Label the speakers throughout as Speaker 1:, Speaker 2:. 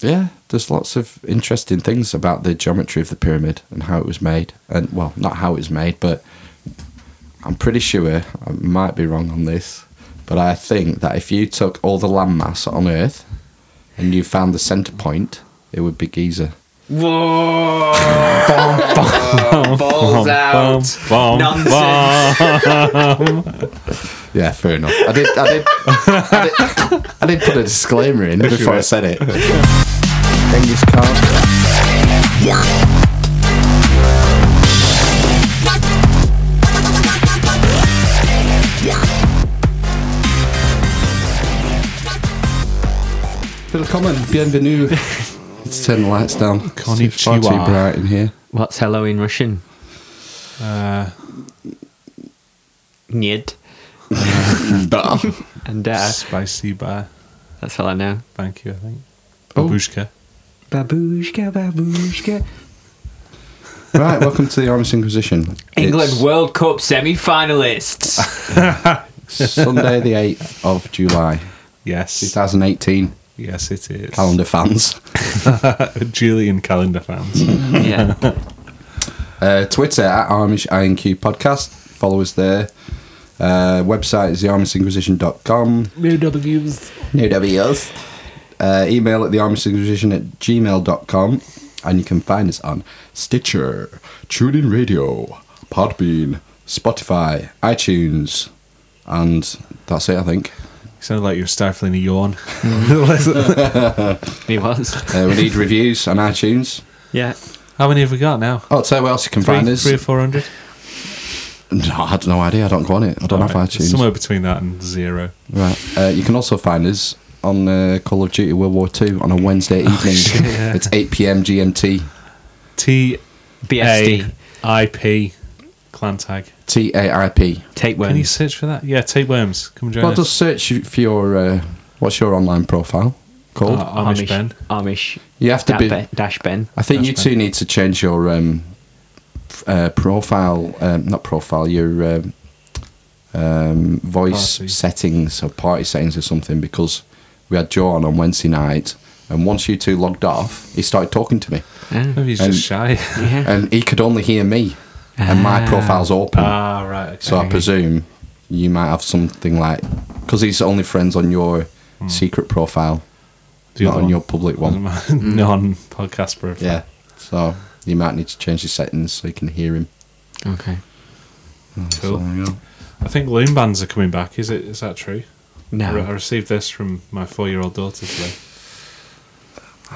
Speaker 1: yeah, there's lots of interesting things about the geometry of the pyramid and how it was made, and well, not how it was made, but I'm pretty sure I might be wrong on this, but I think that if you took all the landmass on Earth and you found the center point, it would be Giza.
Speaker 2: Whoa! Balls
Speaker 3: Bum,
Speaker 2: out.
Speaker 3: bum,
Speaker 2: Nonsense.
Speaker 1: Yeah, fair enough. I did, I did, I did, I did put a disclaimer in before I said it. Genghis Khan. Willkommen, bienvenue. Let's turn the lights down. It's far too
Speaker 3: Konnichiwa.
Speaker 1: bright in here.
Speaker 2: What's hello in Russian?
Speaker 3: Uh,
Speaker 2: Nyed. And uh,
Speaker 3: Spicy bar.
Speaker 2: that's all I know.
Speaker 3: Thank you, I think.
Speaker 1: Oh.
Speaker 3: Babushka.
Speaker 2: Babushka, babushka.
Speaker 1: Right, welcome to the Arms Inquisition.
Speaker 2: England
Speaker 1: It's
Speaker 2: World Cup semi finalists.
Speaker 1: Sunday the 8th of July,
Speaker 3: Yes.
Speaker 1: 2018.
Speaker 3: Yes, it is.
Speaker 1: Calendar fans.
Speaker 3: Julian calendar fans.
Speaker 1: Mm.
Speaker 2: yeah.
Speaker 1: Uh, Twitter at Armish INQ Podcast. Follow us there. Uh, website is thearmishinquisition.com.
Speaker 3: New W's.
Speaker 1: No E W's. Uh, email at thearmishinquisition at gmail.com. And you can find us on Stitcher, TuneIn Radio, Podbean, Spotify, iTunes. And that's it, I think.
Speaker 3: You sound like you're stifling a yawn. How
Speaker 2: He was.
Speaker 1: Uh, we need reviews on iTunes.
Speaker 2: Yeah.
Speaker 3: many have we got now?
Speaker 1: Oh, tell you where else you can
Speaker 3: Three,
Speaker 1: find us.
Speaker 3: three or four hundred?
Speaker 1: No, I had no idea. I don't go on it. I don't have
Speaker 3: Alright,
Speaker 1: iTunes.
Speaker 3: Somewhere between that and zero.
Speaker 1: Right. Uh, you can also find us on uh, Call of Duty World War Two on a Wednesday evening.
Speaker 3: Oh, shit, yeah.
Speaker 1: It's 8 p.m. GMT.
Speaker 3: T
Speaker 2: BSD.
Speaker 3: A I P clan tag.
Speaker 1: T A I P.
Speaker 2: Take
Speaker 3: Can you
Speaker 2: one.
Speaker 3: search for that? Yeah, tapeworms. Come join
Speaker 1: Well,
Speaker 3: us.
Speaker 1: just search for your uh, what's your online profile called.
Speaker 3: Oh. Amish Ben.
Speaker 2: Amish.
Speaker 1: You have to
Speaker 2: da-
Speaker 1: be-
Speaker 2: Ben- Dash Ben.
Speaker 1: I think
Speaker 3: That's
Speaker 1: you two need to change your um, f- uh, profile, um, not profile, your um, um, voice
Speaker 3: Party.
Speaker 1: settings or party settings or something because we had Joe on on Wednesday night, and once you two logged off, he started talking to me.
Speaker 2: Yeah.
Speaker 3: Maybe he's
Speaker 1: And-
Speaker 3: just shy.
Speaker 2: Yeah.
Speaker 1: and he could only hear me, and my
Speaker 2: Ah.
Speaker 1: profile's open.
Speaker 3: ah, right. Okay.
Speaker 1: so I presume you might have something like because he's only friends on your secret profile,
Speaker 3: Hmm. The
Speaker 1: not
Speaker 3: other
Speaker 1: on
Speaker 3: one.
Speaker 1: your public one.
Speaker 3: non podcast profile.
Speaker 1: Yeah, so you might need to change the settings so you can hear him.
Speaker 2: Okay.
Speaker 3: Cool.
Speaker 1: So, yeah.
Speaker 3: I think loom bands are coming back. Is it? Is that true? I, re- I
Speaker 2: No.
Speaker 3: received this from my four-year-old daughter today.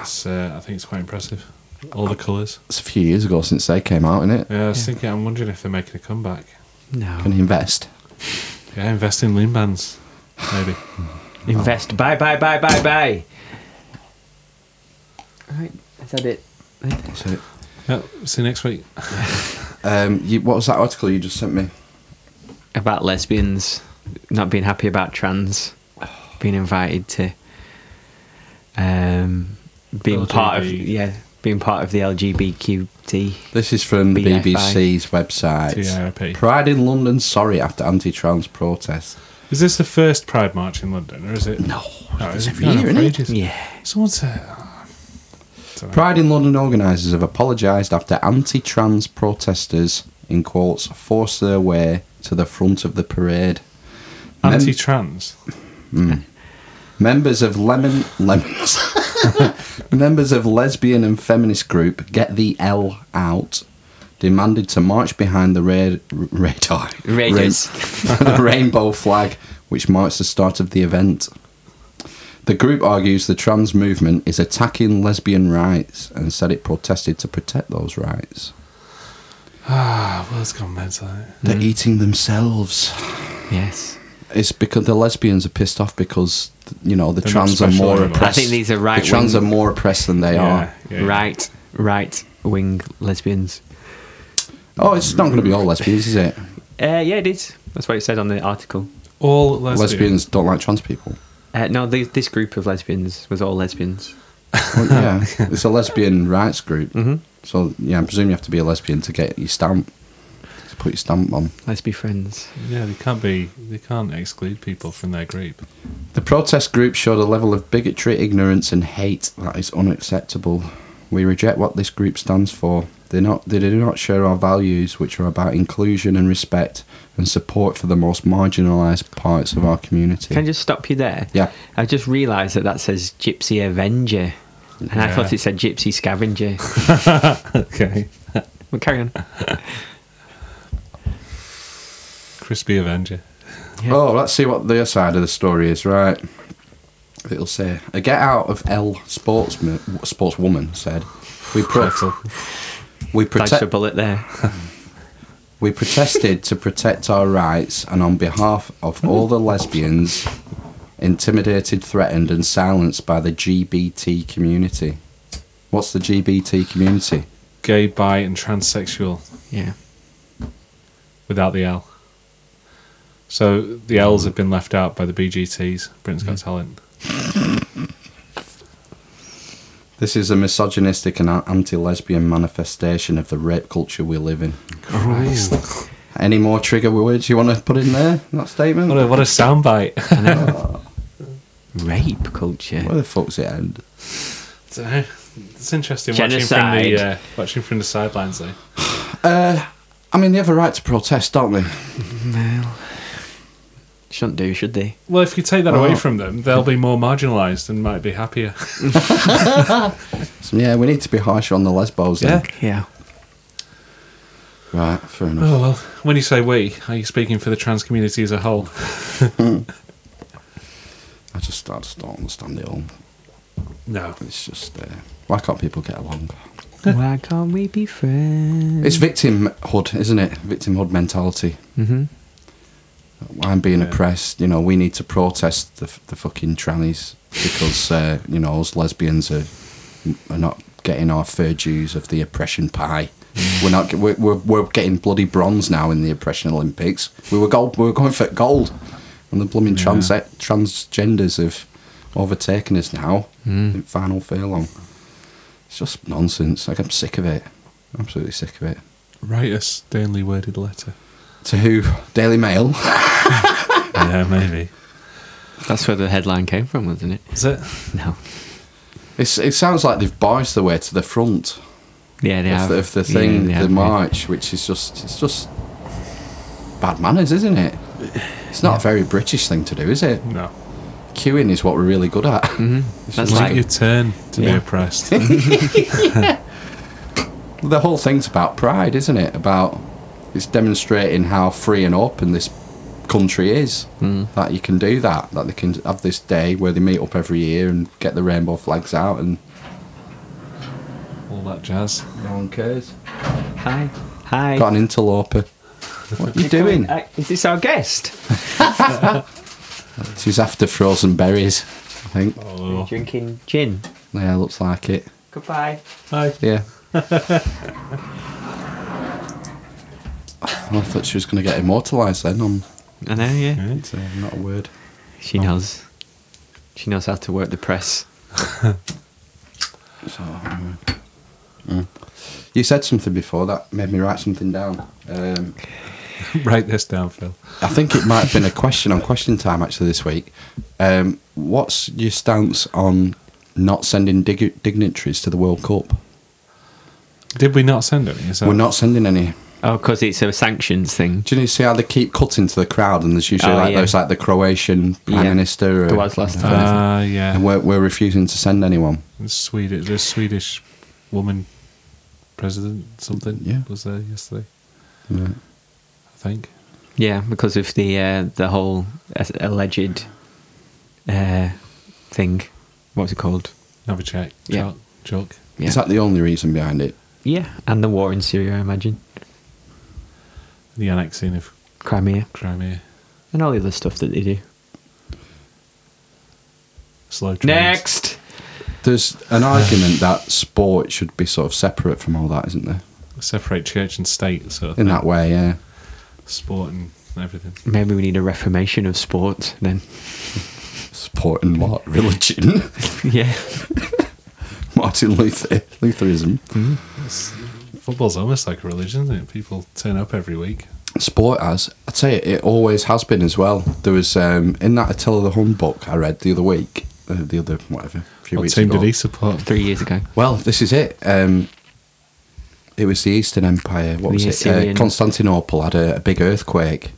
Speaker 3: It's, uh, I think it's quite impressive. All the colours.
Speaker 1: It's a few years ago since they came out, isn't it?
Speaker 3: Yeah, I was
Speaker 2: Yeah.
Speaker 3: thinking. I'm wondering if they're making a comeback.
Speaker 1: Can
Speaker 2: No.
Speaker 1: you invest?
Speaker 3: Yeah, invest in loom bands, maybe.
Speaker 2: Invest. Bye, bye, bye, bye, bye. Right. Is that it?
Speaker 1: That's it.
Speaker 3: yeah, see you next week.
Speaker 1: Um, you, what was that article you just sent me?
Speaker 2: About lesbians not being happy about trans being invited to um, being part of
Speaker 3: LGBT.
Speaker 2: yeah being part of the LGBTQT.
Speaker 1: This is from the
Speaker 2: BFI.
Speaker 1: BBC's website.
Speaker 3: TIRP.
Speaker 1: Pride in London, sorry after anti-trans protest.
Speaker 3: Is this the first Pride March in London, or is it? No, it's
Speaker 1: every year, isn't it?
Speaker 2: Yeah.
Speaker 3: Someone said. I don't know.
Speaker 1: Pride in London organisers have apologised after anti trans protesters, in quotes, forced their way to the front of the parade. Mem-
Speaker 3: Anti-trans.
Speaker 1: members of Lemon. Lemons. members of lesbian and feminist group Get the L Out demanded to march behind the red, radar,
Speaker 2: Raiders.
Speaker 1: the rainbow flag, which marks the start of the event. The group argues the trans movement is attacking lesbian rights and said it protested to protect those rights.
Speaker 3: Ah, well, it's gone mental. hasn't it?
Speaker 1: They're eating themselves.
Speaker 2: Yes.
Speaker 1: It's because the lesbians are pissed off because th- you know the
Speaker 3: They're not
Speaker 1: trans are
Speaker 3: special
Speaker 1: more
Speaker 3: anymore.
Speaker 1: oppressed.
Speaker 2: I think these are
Speaker 1: the trans are
Speaker 2: right-wing-
Speaker 1: more oppressed than they
Speaker 3: Yeah, yeah.
Speaker 2: Right. Right wing lesbians.
Speaker 1: are. Oh, it's not going to be all lesbians, is it?
Speaker 2: Uh, yeah, it is. That's what it said on the article.
Speaker 3: All lesbians.
Speaker 1: Lesbians don't like trans people.
Speaker 2: Uh, no, th- this group of lesbians was all lesbians.
Speaker 1: Well, yeah, it's a lesbian rights group.
Speaker 3: Mm-hmm.
Speaker 2: Mhm.
Speaker 1: So yeah, I presume you have to be a lesbian to get your stamp. to put your stamp on.
Speaker 2: Let's be friends.
Speaker 3: Yeah, they can't be. They can't exclude people from their group.
Speaker 1: The protest group showed a level of bigotry, ignorance, and hate that is unacceptable. We reject what this group stands for. They not they do not share our values, which are about inclusion and respect and support for the most marginalised parts of our community.
Speaker 2: Can I just stop you there?
Speaker 1: yeah,
Speaker 2: I just realised that that says Gypsy Avenger, and I
Speaker 3: Yeah.
Speaker 2: thought it said Gypsy Scavenger.
Speaker 3: Okay.
Speaker 2: well, carry on.
Speaker 3: Crispy Avenger.
Speaker 2: Yeah.
Speaker 1: Oh, let's see what their side of the story is, right? It'll say a get out of L sportsman sportswoman said, "We pro-
Speaker 3: Careful.
Speaker 1: we
Speaker 2: Dodged
Speaker 1: protect
Speaker 2: a bullet there.
Speaker 1: we protested to protect our rights and on behalf of all the lesbians intimidated, threatened, and silenced by the GBT community." What's the GBT community?
Speaker 3: Gay, bi, and transsexual
Speaker 2: Yeah.
Speaker 3: without the L. So the L's have been left out by the BGTs. Britain's Got Talent.
Speaker 1: This is a misogynistic and anti-lesbian manifestation of the rape culture we live in.
Speaker 3: Christ.
Speaker 1: Any more trigger words you want to put in there? in That statement.
Speaker 3: Oh, What a, what a soundbite.
Speaker 2: Rape culture.
Speaker 1: Where the fuck's it end?
Speaker 3: Dunno. It's interesting watching from,
Speaker 2: Genocide.
Speaker 3: the, uh, watching from the sidelines, though.
Speaker 1: Uh, I mean, they have a right to protest, don't they?
Speaker 2: Well, shouldn't do, should they?
Speaker 3: Well, if you take that
Speaker 1: Well-
Speaker 3: away from them, they'll be more marginalised and might be happier.
Speaker 1: So, yeah, we need to be harsher on the lesbos. Then.
Speaker 2: Yeah.
Speaker 1: Right, fair enough.
Speaker 3: Oh, well, when you say we, are you speaking for the trans community as a whole?
Speaker 1: I just, I just don't understand it all.
Speaker 3: No.
Speaker 1: It's just, uh, why can't people get along?
Speaker 2: Why can't we be friends?
Speaker 1: It's victimhood, isn't it? Victimhood mentality.
Speaker 2: Mm-hmm.
Speaker 1: I'm being
Speaker 3: Yeah.
Speaker 1: oppressed. You know, we need to protest the, f- the fucking trannies because, uh, you know, us lesbians are, are not getting our fair dues of the oppression pie.
Speaker 3: Mm.
Speaker 1: We're not. We're, we're, we're getting bloody bronze now in the oppression Olympics. We were gold. We were going for gold, and the blooming
Speaker 3: Yeah.
Speaker 1: trans transgenders have overtaken us now.
Speaker 3: Mm.
Speaker 1: In final furlong. It's just nonsense. Like I'm sick of it. Absolutely sick of it.
Speaker 3: Write a sternly worded letter.
Speaker 1: To who? Daily Mail.
Speaker 3: yeah, maybe.
Speaker 2: That's where the headline came from, wasn't it?
Speaker 3: Is it?
Speaker 2: No.
Speaker 1: It's, it sounds like they've barged their way to the front
Speaker 2: Yeah, they
Speaker 1: of,
Speaker 2: have.
Speaker 1: the, of the
Speaker 2: Yeah,
Speaker 1: thing,
Speaker 2: they
Speaker 1: the
Speaker 2: have, yeah.
Speaker 1: march, which is just it's just bad manners, isn't it? It's not a very British thing to do, is it?
Speaker 3: No.
Speaker 1: Queuing is what we're really good at. It's
Speaker 2: Mm-hmm. That's
Speaker 1: just-
Speaker 3: Wait
Speaker 2: like-
Speaker 3: your turn to
Speaker 2: Yeah.
Speaker 3: be oppressed.
Speaker 1: the whole thing's about pride, isn't it? About it's demonstrating how free and open this country is. Mm. That you can do that. That they can have this day where they meet up every year and get the rainbow flags out, and
Speaker 3: All that jazz.
Speaker 1: no one cares.
Speaker 2: Hi. Hi.
Speaker 1: Got an interloper. What are you doing?
Speaker 2: Uh, is this our guest?
Speaker 1: She's after frozen berries, I think.
Speaker 3: Oh.
Speaker 2: Drinking gin.
Speaker 1: Yeah, looks like it.
Speaker 2: Goodbye.
Speaker 3: Hi.
Speaker 1: Yeah. Oh, I thought she was going to get immortalised then. On,
Speaker 2: I know, yeah.
Speaker 3: Yeah.
Speaker 1: it's uh, not a word.
Speaker 2: She knows. She knows how to work the press.
Speaker 1: So, um, mm. You said something before that made me write something down. Um,
Speaker 3: Write this down, Phil.
Speaker 1: I think it might have been a question on question time actually this week. Um, what's your stance on not sending dig- dignitaries to the World Cup?
Speaker 3: Did we not send any? Is that
Speaker 1: We're not sending any.
Speaker 2: Oh, because it's a sanctions thing.
Speaker 1: Do you know- see how they keep cutting to the crowd? And there's usually
Speaker 2: Oh,
Speaker 1: like
Speaker 2: yeah.
Speaker 1: those like the Croatian prime
Speaker 2: Yeah.
Speaker 1: minister. or-
Speaker 2: There was last time.
Speaker 3: Ah, yeah.
Speaker 1: And we're, we're refusing to send anyone.
Speaker 3: The Swedish, the Swedish woman president, something,
Speaker 1: Yeah.
Speaker 3: was there yesterday. I think.
Speaker 2: Yeah, because of the uh, the whole as- alleged uh, thing. What's it called?
Speaker 3: Have a check.
Speaker 2: Yeah.
Speaker 3: Chalk. Chalk.
Speaker 2: Yeah.
Speaker 1: Is that the only reason behind it?
Speaker 2: yeah, and the war in Syria, I imagine.
Speaker 3: The annexing of
Speaker 2: Crimea
Speaker 3: Crimea.
Speaker 2: and all the other stuff that they do.
Speaker 3: Slow trains.
Speaker 2: Next.
Speaker 1: There's an argument that sport should be sort of separate from all that, isn't there?
Speaker 3: Separate church and state, sort of
Speaker 1: In that way, yeah.
Speaker 3: sport and everything.
Speaker 2: Maybe we need a reformation of sport then.
Speaker 1: Sport and what? Religion.
Speaker 2: yeah.
Speaker 1: Martin Luther. Lutheranism.
Speaker 3: It's Football's almost like a religion, isn't it? People turn up every week.
Speaker 1: Sport has. I'd say it always has been as well. There was um, in that Attila the Hun book I read the other week, uh, the other whatever, a few
Speaker 3: What
Speaker 1: weeks
Speaker 3: team
Speaker 1: ago.
Speaker 3: did he support?
Speaker 2: Three years ago.
Speaker 1: Well, this is it. Um, it was the Eastern Empire. What
Speaker 2: The
Speaker 1: was
Speaker 2: Assyrian-
Speaker 1: it? Uh, Constantinople had a, a big earthquake,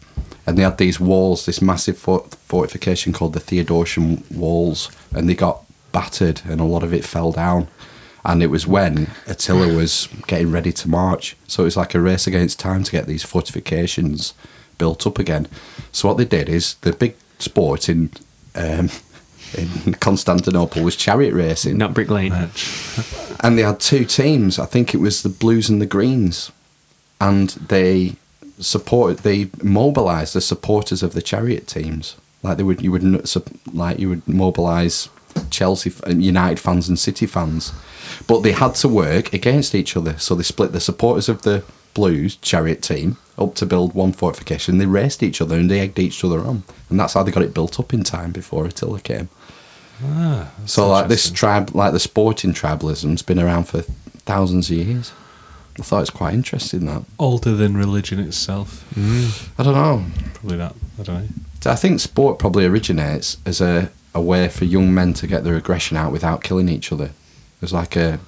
Speaker 1: and they had these walls, this massive fort- fortification called the Theodosian Walls, and they got battered, and a lot of it fell down. And it was when Attila was getting ready to march, so it was like a race against time to get these fortifications built up again. So what they did is the big sport in um, in Constantinople was chariot racing
Speaker 2: Not Brick
Speaker 3: Uh,
Speaker 2: Lane.
Speaker 3: Match.
Speaker 1: and they had two teams. I think it was the Blues and the Greens, and they support they mobilised the supporters of the Chariot teams. Like they would, you would n- sup- like you would mobilise Chelsea, f- and United fans and City fans, but they had to work against each other. So they split the supporters of the Blues Chariot team up to build one fortification. They raced each other and they egged each other on, and that's how they got it built up in time before Attila came.
Speaker 3: Ah, that's
Speaker 1: So like this
Speaker 3: interesting.
Speaker 1: tribe, like the sporting tribalism's been around for thousands of years. I thought it's quite interesting that.
Speaker 3: older than religion itself.
Speaker 1: I don't know.
Speaker 3: Probably that. I don't know.
Speaker 1: So I think sport probably originates as a, a way for young men to get their aggression out without killing each other. It's like a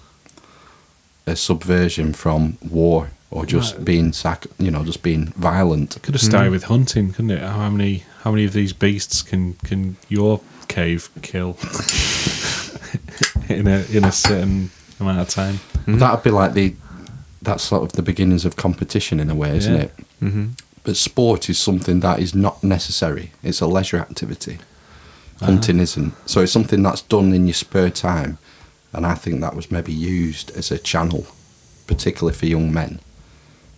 Speaker 1: a subversion from war or just
Speaker 3: Right.
Speaker 1: being sac- you know, just being violent.
Speaker 3: Could have
Speaker 1: Hmm.
Speaker 3: started with hunting, couldn't it? How many how many of these beasts can can your cave kill in a in a certain amount of time?
Speaker 1: That'd be like the that's sort of the beginnings of competition in a way, isn't
Speaker 3: Yeah.
Speaker 1: it?
Speaker 2: Mm-hmm.
Speaker 1: But sport is something that is not necessary. It's a leisure activity. Hunting isn't. So it's something that's done in your spare time. And I think that was maybe used as a channel, particularly for young men,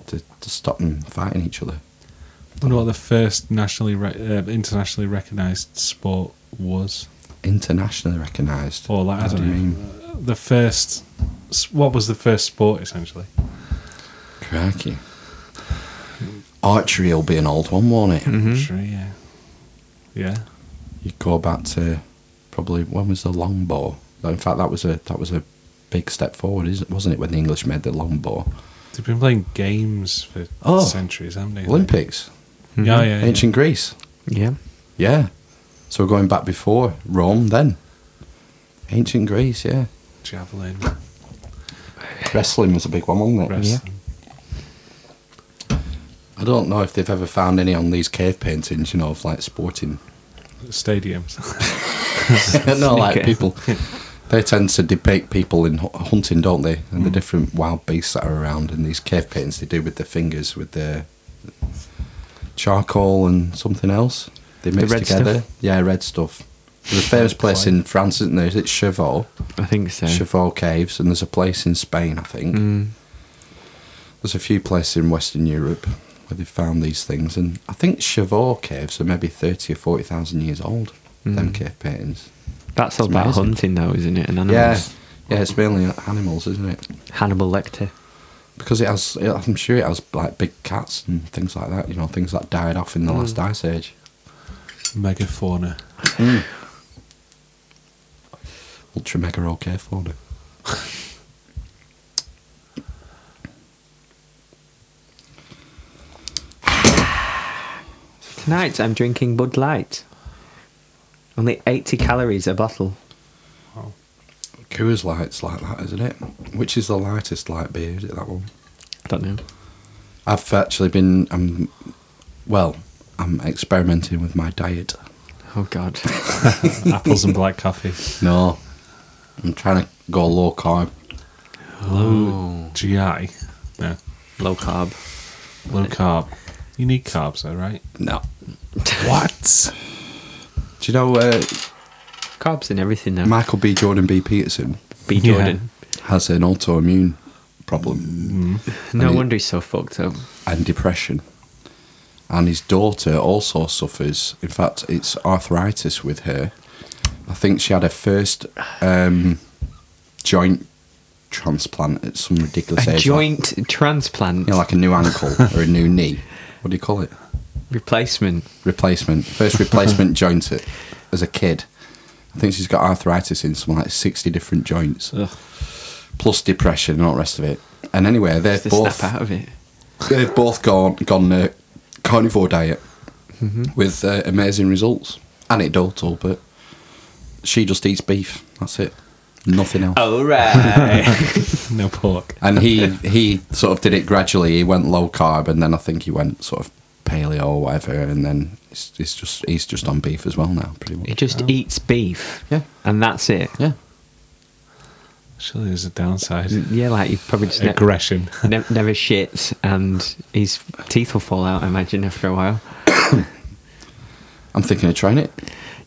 Speaker 1: to, to stop them fighting each other.
Speaker 3: wonder what the first nationally re- uh, internationally recognised sport was,
Speaker 1: Internationally recognised.
Speaker 3: or like I
Speaker 1: What do
Speaker 3: don't
Speaker 1: you
Speaker 3: know,
Speaker 1: mean?
Speaker 3: the first. s- What was the first sport essentially?
Speaker 1: Crikey. Archery will be an old one, won't it?
Speaker 2: Mm-hmm.
Speaker 3: Sure, yeah, yeah.
Speaker 1: you go back to probably when was the longbow? In fact, that was a that was a big step forward, isn't wasn't it? When the English made the longbow
Speaker 3: They've been playing games for
Speaker 1: Oh.
Speaker 3: centuries, haven't they?
Speaker 1: Olympics,
Speaker 3: Yeah, yeah, yeah.
Speaker 1: ancient Greece,
Speaker 2: Yeah.
Speaker 1: yeah. So we're going back before Rome, then ancient Greece, yeah.
Speaker 3: javelin,
Speaker 1: Wrestling was a big one, wasn't it?
Speaker 3: wrestling.
Speaker 1: I don't know if they've ever found any on these cave paintings, you know, of like sporting.
Speaker 3: Stadiums.
Speaker 1: no, like
Speaker 2: Sneaker.
Speaker 1: people. They tend to depict people in hu- hunting, don't they? And the
Speaker 2: Mm.
Speaker 1: different wild beasts that are around, and these cave paintings they do with their fingers, with their charcoal and something else. They mix
Speaker 2: red
Speaker 1: together.
Speaker 2: stuff?
Speaker 1: Yeah, red stuff. There's a famous place in France, isn't there? Is it Cheval?
Speaker 2: I think so.
Speaker 1: Cheval Caves, and there's a place in Spain, I think.
Speaker 2: Mm.
Speaker 1: There's a few places in Western Europe where they've found these things, and I think Cheval Caves are maybe thirty or forty thousand years old. Them
Speaker 2: Mm.
Speaker 1: cave paintings.
Speaker 2: That's all
Speaker 1: It's
Speaker 2: about
Speaker 1: amazing.
Speaker 2: hunting, though, isn't it? And
Speaker 1: Yeah,
Speaker 2: animals.
Speaker 1: yeah, it's mainly animals, isn't it?
Speaker 2: Hannibal Lecter.
Speaker 1: Because it has, it, I'm sure it has like big cats and things like that. You know, things that died off in the last ice age.
Speaker 3: Megafauna.
Speaker 1: Ultra mega okay for them.
Speaker 2: Tonight I'm drinking Bud Light. Only 80 calories a bottle.
Speaker 1: Coors Light's like that, isn't it? Which is the lightest light beer? Is it that one?
Speaker 2: Don't know.
Speaker 1: I've actually been, um, well, I'm experimenting with my diet.
Speaker 2: Oh, God.
Speaker 3: apples and black coffee.
Speaker 1: No, I'm trying to go low carb. Oh.
Speaker 2: Low.
Speaker 3: GI. No.
Speaker 2: Low carb.
Speaker 3: Low carb. You need carbs though, right?
Speaker 1: No,
Speaker 3: What?
Speaker 1: do you know uh,
Speaker 2: Carbs and everything, though.
Speaker 1: Michael B. Jordan B. Peterson
Speaker 2: B.
Speaker 3: Yeah.
Speaker 2: Jordan.
Speaker 1: has an autoimmune problem.
Speaker 2: No
Speaker 1: mean-
Speaker 2: wonder he's so fucked up.
Speaker 1: and depression. And his daughter also suffers. In fact, it's arthritis with her. I think she had her first um, joint transplant at some ridiculous
Speaker 2: A
Speaker 1: age. Like,
Speaker 2: joint transplant
Speaker 1: you know, like a new ankle or a new knee. What do you call it?
Speaker 2: replacement.
Speaker 1: Replacement. First replacement joint at- as a kid. I think she's got arthritis in some like 60 different joints
Speaker 3: Ugh.
Speaker 1: plus depression and all the rest of it. and anyway, they've
Speaker 2: Just to
Speaker 1: both
Speaker 2: snap out of it.
Speaker 1: they've both gone gone uh, carnivore diet with uh, amazing results. Anecdotal, but she just eats beef. That's it. Nothing else.
Speaker 2: All right.
Speaker 3: No pork.
Speaker 1: And he he sort of did it gradually. He went low carb, and then I think he went sort of paleo or whatever. And then it's, it's just he's just on beef as well now, pretty
Speaker 2: it
Speaker 1: much.
Speaker 2: just eats beef.
Speaker 1: Yeah.
Speaker 2: And that's it.
Speaker 1: Yeah.
Speaker 3: Surely there's a downside.
Speaker 2: Yeah, like he probably just ne-
Speaker 3: Aggression.
Speaker 2: ne- never shits and his teeth will fall out, I imagine, after a while.
Speaker 1: I'm thinking of trying it.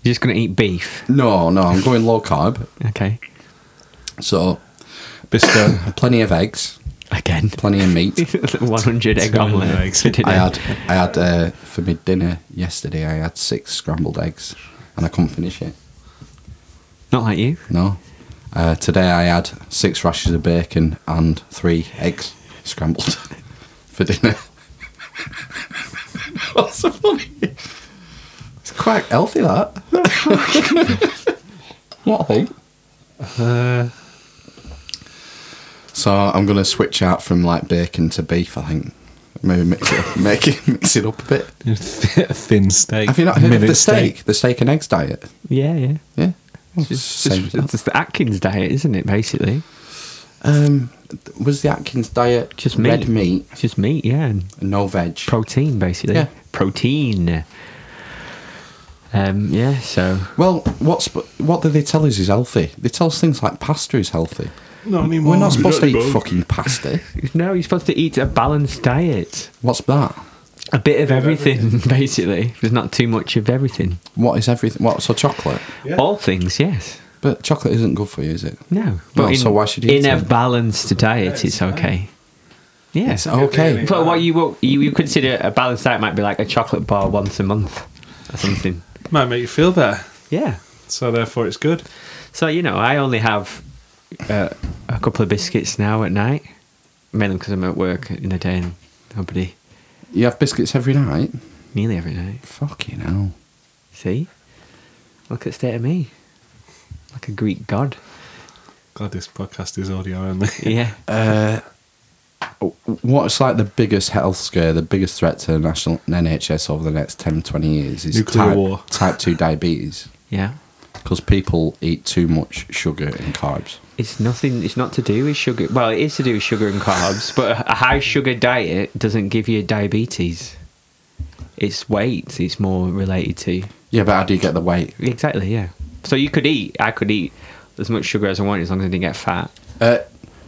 Speaker 2: You're just going to eat beef.
Speaker 1: No, no, I'm going low carb.
Speaker 2: Okay.
Speaker 1: So
Speaker 3: Bisto.
Speaker 1: plenty of eggs,
Speaker 2: Again.
Speaker 1: plenty of meat.
Speaker 2: 100 egg
Speaker 3: Two
Speaker 2: omelette.
Speaker 3: hundred eggs.
Speaker 2: for dinner.
Speaker 1: I had I had uh, for my dinner yesterday. I had six scrambled eggs, and I couldn't finish it.
Speaker 2: Not like you.
Speaker 1: No. Uh, today I had six rashers of bacon and three eggs scrambled for dinner. What's so funny? It's quite healthy that. what a thing.
Speaker 3: Uh,
Speaker 1: So I'm gonna switch out from like bacon to beef. I think maybe mix it up, make it mix it up a bit.
Speaker 3: th- thin steak.
Speaker 1: Have you not heard of
Speaker 3: Minute
Speaker 1: the steak, the steak and eggs diet?
Speaker 2: Yeah, yeah.
Speaker 1: Yeah.
Speaker 2: It's, just-
Speaker 1: Same
Speaker 2: it's
Speaker 1: as that.
Speaker 2: just the Atkins diet, isn't it, basically?
Speaker 1: Um, was the Atkins diet
Speaker 2: Just meat.
Speaker 1: red meat,
Speaker 2: It's just meat, yeah, and
Speaker 1: and no veg?
Speaker 2: protein, basically.
Speaker 1: Yeah.
Speaker 2: Protein. Um, yeah, so.
Speaker 1: well, what's what do they tell us is healthy? They tell us things like pasta is healthy.
Speaker 3: Not anymore.
Speaker 1: We're not supposed to eat fucking pasta.
Speaker 2: No, you're supposed to eat a balanced diet.
Speaker 1: What's that?
Speaker 2: A bit of everything, basically. There's not too much of everything.
Speaker 1: What is everything? What so chocolate?
Speaker 3: Yeah.
Speaker 2: All things, yes.
Speaker 1: But chocolate isn't good for you, is it?
Speaker 2: No.
Speaker 1: Well, so why should you
Speaker 2: In
Speaker 1: eat
Speaker 2: a
Speaker 1: it?
Speaker 2: balanced diet,
Speaker 3: it's
Speaker 2: it's okay. Yes.
Speaker 1: It's okay.
Speaker 2: But uh, what you, will- you you consider a balanced diet might be like a chocolate bar once a month or something.
Speaker 3: Might make you feel better.
Speaker 2: Yeah.
Speaker 3: So therefore, it's good.
Speaker 2: So you know, I only have uh, a couple of biscuits now at night, mainly because I'm at work in the day and nobody
Speaker 1: You have biscuits every night.
Speaker 2: nearly every night.
Speaker 1: Fucking hell.
Speaker 2: See, look at state of me, like a Greek god.
Speaker 3: Glad this podcast is audio only.
Speaker 2: Yeah,
Speaker 1: What's like the biggest health scare, the biggest threat to the national NHS over the next 10, 20 years is
Speaker 3: Nuclear
Speaker 1: type,
Speaker 3: war.
Speaker 1: type 2 diabetes.
Speaker 2: yeah.
Speaker 1: Because people eat too much sugar and carbs.
Speaker 2: It's nothing. It's not to do with sugar. Well, it is to do with sugar and carbs, but a high sugar diet doesn't give you diabetes. It's weight. It's more related to
Speaker 1: Yeah, but how do you get the weight?
Speaker 2: exactly. Yeah. So you could eat. I could eat as much sugar as I wanted as long as I didn't get fat.
Speaker 1: Uh,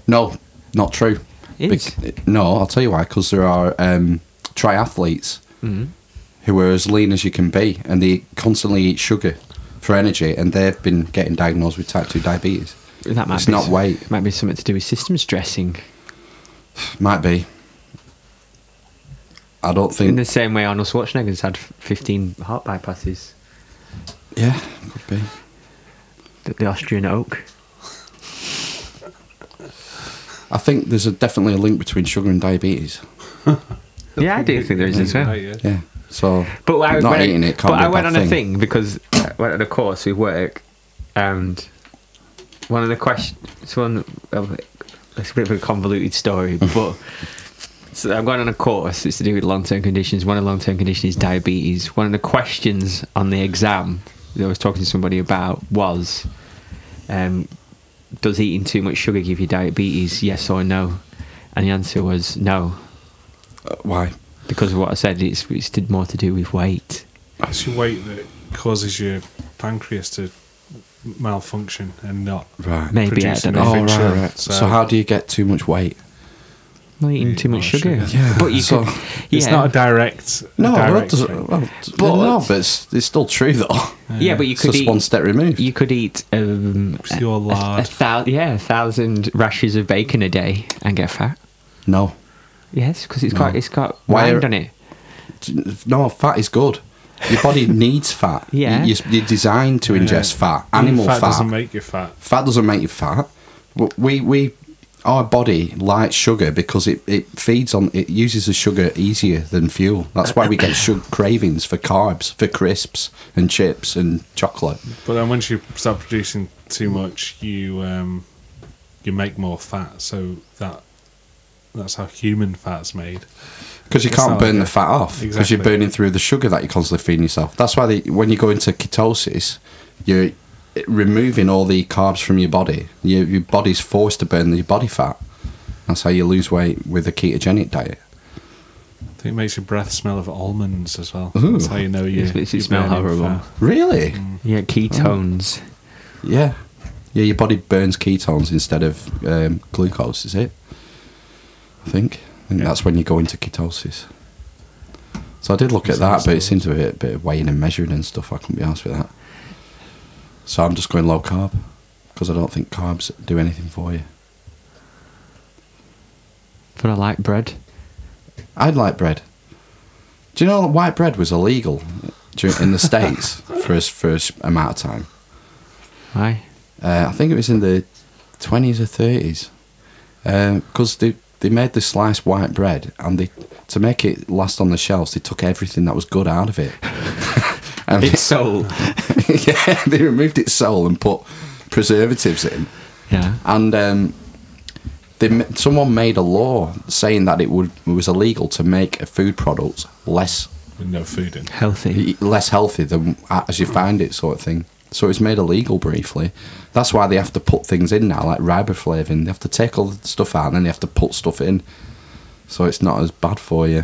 Speaker 1: no, not true.
Speaker 2: It is.
Speaker 1: Bec- no, I'll tell you why. Because there are um, triathletes
Speaker 2: Mm-hmm.
Speaker 1: who are as lean as you can be, and they constantly eat sugar for energy, and they've been getting diagnosed with type two diabetes.
Speaker 2: That might
Speaker 1: it's
Speaker 2: be
Speaker 1: not weight.
Speaker 2: Might be something to do with systems dressing.
Speaker 1: Might be. I don't
Speaker 2: In
Speaker 1: think.
Speaker 2: the same way Arnold Schwarzenegger's had 15 heart bypasses.
Speaker 1: yeah, could be.
Speaker 2: The, the Austrian oak.
Speaker 1: I think there's a definitely a link between sugar and diabetes.
Speaker 2: Yeah, I do think there is as well.
Speaker 3: Right, yeah.
Speaker 1: Yeah. So
Speaker 2: But I,
Speaker 1: not
Speaker 2: when I-
Speaker 1: eating it can't
Speaker 2: but
Speaker 1: be
Speaker 2: I
Speaker 1: a
Speaker 2: went
Speaker 1: bad
Speaker 2: on a thing because I went on a course with work, and one of the questions, one, of- it's a bit of a convoluted story, but so I'm going on a course. It's to do with long-term conditions. One of the long-term conditions is diabetes. One of the questions on the exam that I was talking to somebody about was, um, does eating too much sugar give you diabetes? Yes or no? And the answer was no,
Speaker 1: Uh, why?
Speaker 2: because of what I said. It's it's did more to do with weight.
Speaker 3: It's your weight that causes your pancreas to malfunction and not
Speaker 1: Right.
Speaker 2: Maybe, I
Speaker 3: producing
Speaker 2: don't know.
Speaker 1: Oh,
Speaker 3: enough
Speaker 1: right,
Speaker 3: insulin.
Speaker 1: right. So, how do you get too much weight?
Speaker 2: Not eating
Speaker 3: Eat
Speaker 2: too much
Speaker 3: more
Speaker 2: sugar.
Speaker 3: sugar.
Speaker 1: Yeah,
Speaker 2: But you
Speaker 1: so-
Speaker 2: could, yeah.
Speaker 3: it's not a direct.
Speaker 1: No,
Speaker 3: direct
Speaker 1: that
Speaker 3: thing.
Speaker 1: doesn't. Well,
Speaker 2: But-
Speaker 1: but, no, but it's, it's still true though.
Speaker 2: yeah, but you
Speaker 1: It's
Speaker 2: could
Speaker 1: just
Speaker 2: eat.
Speaker 1: one step removed.
Speaker 2: You could eat um,
Speaker 3: It's your
Speaker 2: a, a
Speaker 3: lard.
Speaker 2: thousand, yeah, a thousand rashers of bacon a day and get fat.
Speaker 1: no,
Speaker 2: Yes, because it's
Speaker 1: No.
Speaker 2: got it's got
Speaker 1: Mm. Why
Speaker 2: rind
Speaker 1: are-
Speaker 2: on it.
Speaker 1: no, fat is good. Your body needs fat.
Speaker 2: Yeah.
Speaker 1: you, you're designed to ingest fat. Animal
Speaker 3: fat
Speaker 1: fat.
Speaker 3: doesn't make you fat.
Speaker 1: fat doesn't make you fat. W- We we our body likes sugar because it, it feeds on it uses the sugar easier than fuel. That's why we get sugar cravings for carbs, for crisps and chips and chocolate.
Speaker 3: But then once you start producing too much, you um, you make more fat, so that That's how human fat's made.
Speaker 1: Because you
Speaker 3: It's
Speaker 1: can't
Speaker 3: not
Speaker 1: burn
Speaker 3: like
Speaker 1: the
Speaker 3: a-
Speaker 1: fat off. Because
Speaker 3: Exactly.
Speaker 1: you're burning through the sugar that you're constantly feeding yourself. That's why they, when you go into ketosis, you're removing all the carbs from your body. Your, your body's forced to burn the body fat. That's how you lose weight with a ketogenic diet.
Speaker 3: I think it makes your breath smell of almonds as well.
Speaker 1: Ooh.
Speaker 3: That's how you know you.
Speaker 2: It makes you
Speaker 3: you're
Speaker 2: smell
Speaker 3: burning
Speaker 2: horrible.
Speaker 3: fat.
Speaker 1: Really?
Speaker 3: Mm.
Speaker 2: Yeah, ketones.
Speaker 1: Yeah. Yeah, your body burns ketones instead of um, glucose, is it? I think. I think
Speaker 3: Yeah.
Speaker 1: that's when you go into ketosis. So I did look at
Speaker 3: Sounds
Speaker 1: that, but it
Speaker 3: nice.
Speaker 1: seems a bit, bit of weighing and measuring and stuff. I couldn't be honest with that. So I'm just going low carb because I don't think carbs do anything for you.
Speaker 2: But I like bread.
Speaker 1: I'd like bread. Do you know that white bread was illegal during, in the States for a, s- for a s- amount of time?
Speaker 2: Why?
Speaker 1: Uh, I think it was in the 20s or 30s. Because they, they made the sliced white bread and they to make it last on the shelves, they took everything that was good out of it. and
Speaker 2: It's soul.
Speaker 1: yeah, they removed its soul and put preservatives in.
Speaker 2: Yeah.
Speaker 1: And um, they, ma- someone made a law saying that it, would, it was illegal to make a food product less
Speaker 3: With no food in.
Speaker 2: Healthy.
Speaker 1: less healthy than as you find it, sort of thing. So it's made illegal briefly. That's why they have to put things in now, like riboflavin. They have to take all the stuff out and then they have to put stuff in. So it's not as bad for you.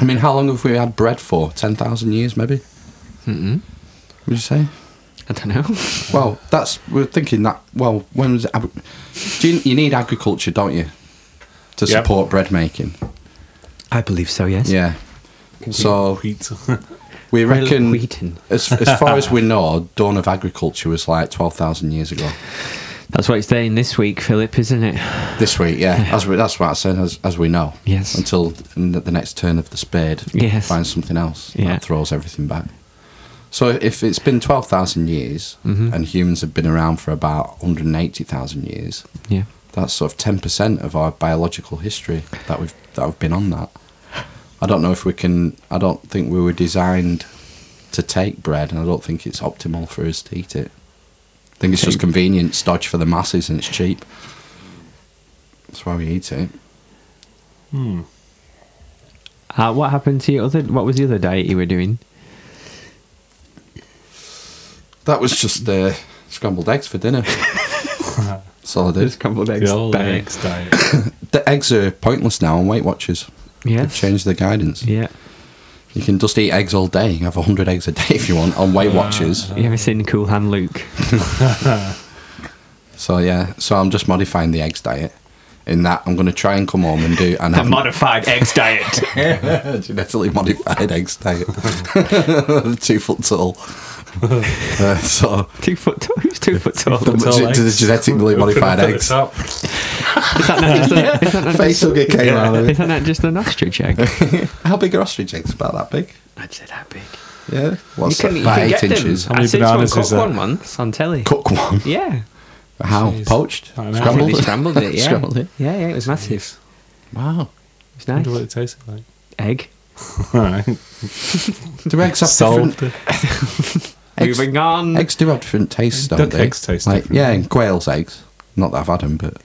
Speaker 1: I mean, how long have we had bread for? 10,000 years, maybe?
Speaker 2: Mm-mm.
Speaker 1: Would you say?
Speaker 2: I don't know.
Speaker 1: Well, that's. We're thinking that. Well, when was. Agri- do you, you need agriculture, don't you? To
Speaker 3: Yep.
Speaker 1: support bread making.
Speaker 2: I believe so, yes.
Speaker 1: Yeah. So
Speaker 3: Wheat.
Speaker 1: we
Speaker 2: Well,
Speaker 1: reckon.
Speaker 2: Wheaton.
Speaker 1: As, as far as we know, dawn of agriculture was like 12,000 years ago.
Speaker 2: That's what it's saying this week, Philip, isn't it?
Speaker 1: This week, yeah. As we, that's what I said, as, as we know.
Speaker 2: Yes.
Speaker 1: Until n- the next turn of the spade
Speaker 2: Yes.
Speaker 1: finds something else
Speaker 2: Yeah.
Speaker 1: that throws everything back. So if it's been 12,000 years
Speaker 2: Mhm.
Speaker 1: and humans have been around for about 180,000 years,
Speaker 2: Yeah.
Speaker 1: that's sort of 10% of our biological history that we've, that we've been on that. I don't know if we can, I don't think we were designed to take bread and I don't think it's optimal for us to eat it. I think it's just convenient, stodge for the masses, and it's cheap. That's why we eat it.
Speaker 3: Hmm.
Speaker 2: Uh, what happened to your other? What was the other diet you were doing?
Speaker 1: That was just uh, scrambled eggs for dinner. That's all I did.
Speaker 2: scrambled
Speaker 3: The old eggs diet.
Speaker 1: The eggs are pointless now on Weight Watchers. They've
Speaker 2: Yes.
Speaker 1: changed the guidance.
Speaker 2: Yeah.
Speaker 1: You can just eat eggs all day. You have 100 eggs a day if you want on Weight Watchers.
Speaker 2: You ever seen Cool Hand Luke?
Speaker 1: So, yeah, so I'm just modifying the eggs diet. In that, I'm going to try and come home and do and
Speaker 2: The
Speaker 1: have
Speaker 2: modified eggs diet.
Speaker 1: genetically modified eggs diet. Two foot tall. Uh, so,
Speaker 2: two foot tall. Who's two foot tall?
Speaker 1: The-
Speaker 3: Tall
Speaker 1: to the
Speaker 3: eggs.
Speaker 1: genetically
Speaker 3: Open
Speaker 1: modified
Speaker 3: up at the
Speaker 1: eggs.
Speaker 3: top.
Speaker 2: Is that not just a, is that not
Speaker 1: face
Speaker 2: just,
Speaker 1: hugger came out of
Speaker 2: is
Speaker 1: it.
Speaker 2: that not just an ostrich egg?
Speaker 1: How big are ostrich eggs? About that big?
Speaker 2: I'd say that big.
Speaker 1: Yeah. What's
Speaker 2: you can,
Speaker 1: that?
Speaker 2: you
Speaker 1: About
Speaker 2: can
Speaker 1: eight
Speaker 2: get
Speaker 1: inches.
Speaker 3: How
Speaker 2: Them. I
Speaker 3: many
Speaker 2: seen someone
Speaker 3: bananas
Speaker 2: cook
Speaker 3: is that?
Speaker 2: one once on telly.
Speaker 1: Cook one.
Speaker 2: Yeah.
Speaker 1: How?
Speaker 3: Jeez.
Speaker 1: Poached?
Speaker 3: I
Speaker 2: I
Speaker 3: don't know.
Speaker 2: think
Speaker 1: Scrambled?
Speaker 2: they scrambled it. Yeah.
Speaker 1: Scrambled it.
Speaker 2: Yeah, yeah. It was massive.
Speaker 3: Jeez.
Speaker 2: It
Speaker 1: Wow.
Speaker 2: was
Speaker 3: wonder what
Speaker 2: nice.
Speaker 3: it tasted like.
Speaker 2: Egg.
Speaker 3: Alright.
Speaker 1: Do eggs have
Speaker 3: Solved
Speaker 1: different...
Speaker 3: it.
Speaker 1: Eggs,
Speaker 2: Moving on.
Speaker 1: eggs do have different tastes, don't
Speaker 3: Duck
Speaker 1: they?
Speaker 3: eggs taste
Speaker 1: like,
Speaker 3: different.
Speaker 1: Yeah, and quail's eggs. Not that I've had them, but...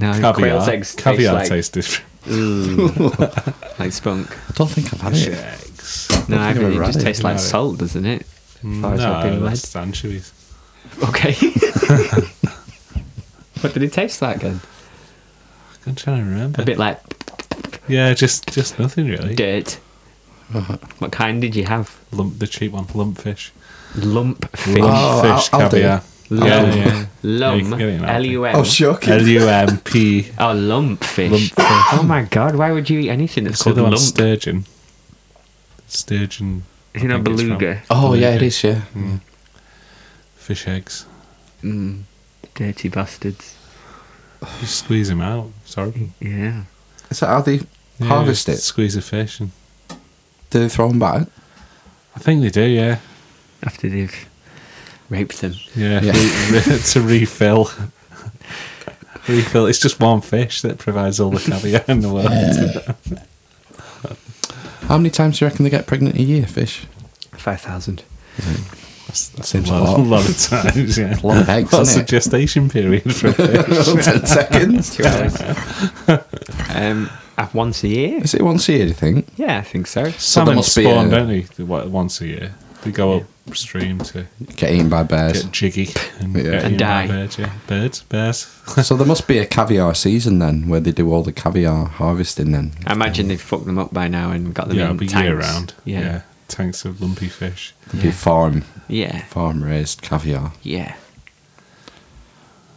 Speaker 2: No,
Speaker 3: Caviar.
Speaker 2: quail's eggs
Speaker 3: Caviar
Speaker 2: taste like,
Speaker 3: tastes different.
Speaker 2: Mm. like spunk.
Speaker 1: I don't think I've had it.
Speaker 3: Eggs.
Speaker 2: No, I
Speaker 1: think
Speaker 2: mean,
Speaker 1: I've
Speaker 2: it
Speaker 1: ever
Speaker 2: just
Speaker 1: had it.
Speaker 2: tastes like
Speaker 3: No.
Speaker 2: salt, doesn't it? As far as I've
Speaker 3: No,
Speaker 2: been led.
Speaker 3: that's anchovies.
Speaker 2: Okay. what did it taste like then?
Speaker 3: I'm trying to remember.
Speaker 2: A bit like
Speaker 3: Yeah, just just nothing really.
Speaker 2: dirt. What kind did you have?
Speaker 3: Lump the cheap one, lumpfish.
Speaker 2: Lump fish.
Speaker 1: Oh,
Speaker 3: lumpfish
Speaker 1: I'll- I'll do it.
Speaker 3: caviar.
Speaker 2: Lum.
Speaker 3: Oh, Yeah, yeah. Yeah, you
Speaker 2: Lum.
Speaker 3: can get it in that, I
Speaker 2: L
Speaker 3: think.
Speaker 2: U M.
Speaker 1: Oh, shocking.
Speaker 3: L U M P.
Speaker 2: Oh, lump fish.
Speaker 3: Lump fish.
Speaker 2: oh my god, why would you eat anything that's
Speaker 3: It's
Speaker 2: called
Speaker 3: the one
Speaker 2: lump?
Speaker 3: sturgeon. Sturgeon. I
Speaker 2: you know,
Speaker 3: think it's from.
Speaker 2: beluga.
Speaker 1: oh, yeah, it is, yeah.
Speaker 3: Fish eggs.
Speaker 2: Mm, dirty bastards.
Speaker 3: You squeeze them out.
Speaker 2: Hmm.
Speaker 3: Sorry.
Speaker 2: Yeah.
Speaker 1: Is that how they harvest it?
Speaker 3: Squeeze a fish and
Speaker 1: Do they throw them back?
Speaker 3: I think they do. Yeah.
Speaker 2: After they've raped them.
Speaker 3: Yeah.
Speaker 1: Yeah.
Speaker 3: re- to refill. refill. It's just one fish that provides all the caviar in the world.
Speaker 1: How many times do you reckon they get pregnant a year, fish?
Speaker 2: 5,000.
Speaker 3: That's, that's
Speaker 1: Seems a
Speaker 3: a,
Speaker 1: lot.
Speaker 3: lot, a lot of times, yeah.
Speaker 1: A lot of eggs,
Speaker 3: That's
Speaker 1: isn't
Speaker 3: a
Speaker 1: it?
Speaker 3: gestation period for a fish.
Speaker 1: 10 seconds.
Speaker 2: Two hours. um, at once a year.
Speaker 1: Is it once a year, do you think?
Speaker 2: Yeah, I think so.
Speaker 3: Salmon
Speaker 1: must be
Speaker 3: spawn,
Speaker 1: a-
Speaker 3: don't they? they? wa- Once a year, they go upstream to
Speaker 1: Get eaten by bears.
Speaker 3: get jiggy and,
Speaker 1: Yeah.
Speaker 3: get
Speaker 1: And
Speaker 3: eaten by
Speaker 2: die.
Speaker 3: Birds, yeah. birds, bears.
Speaker 1: so there must be a caviar season then, where they do all the caviar harvesting then.
Speaker 2: I imagine they've fucked them up by now and got them
Speaker 3: yeah,
Speaker 2: in
Speaker 3: it'll be
Speaker 2: tanks.
Speaker 3: year round.
Speaker 2: Yeah. yeah,
Speaker 3: tanks of lumpy fish.
Speaker 1: It'd be farm,
Speaker 2: yeah,
Speaker 1: farm raised caviar. Yeah,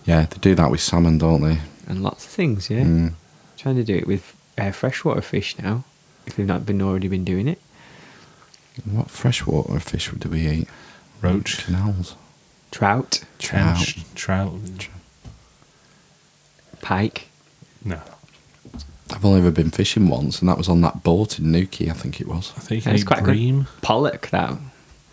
Speaker 1: they do that with salmon, don't they?
Speaker 2: and lots of things. Yeah,
Speaker 1: Mm.
Speaker 2: trying to do it with uh, freshwater fish now. If they've not been already been doing it,
Speaker 1: What freshwater fish do we eat?
Speaker 3: Roach,
Speaker 1: Canals.
Speaker 2: trout,
Speaker 3: trench, trout.
Speaker 2: pike.
Speaker 3: No,
Speaker 1: I've only ever been fishing once, and that was on that boat in Newquay, I think it was.
Speaker 3: I think
Speaker 2: That's
Speaker 3: it's
Speaker 2: quite
Speaker 3: quite
Speaker 2: good.
Speaker 3: bream.
Speaker 2: Pollock. That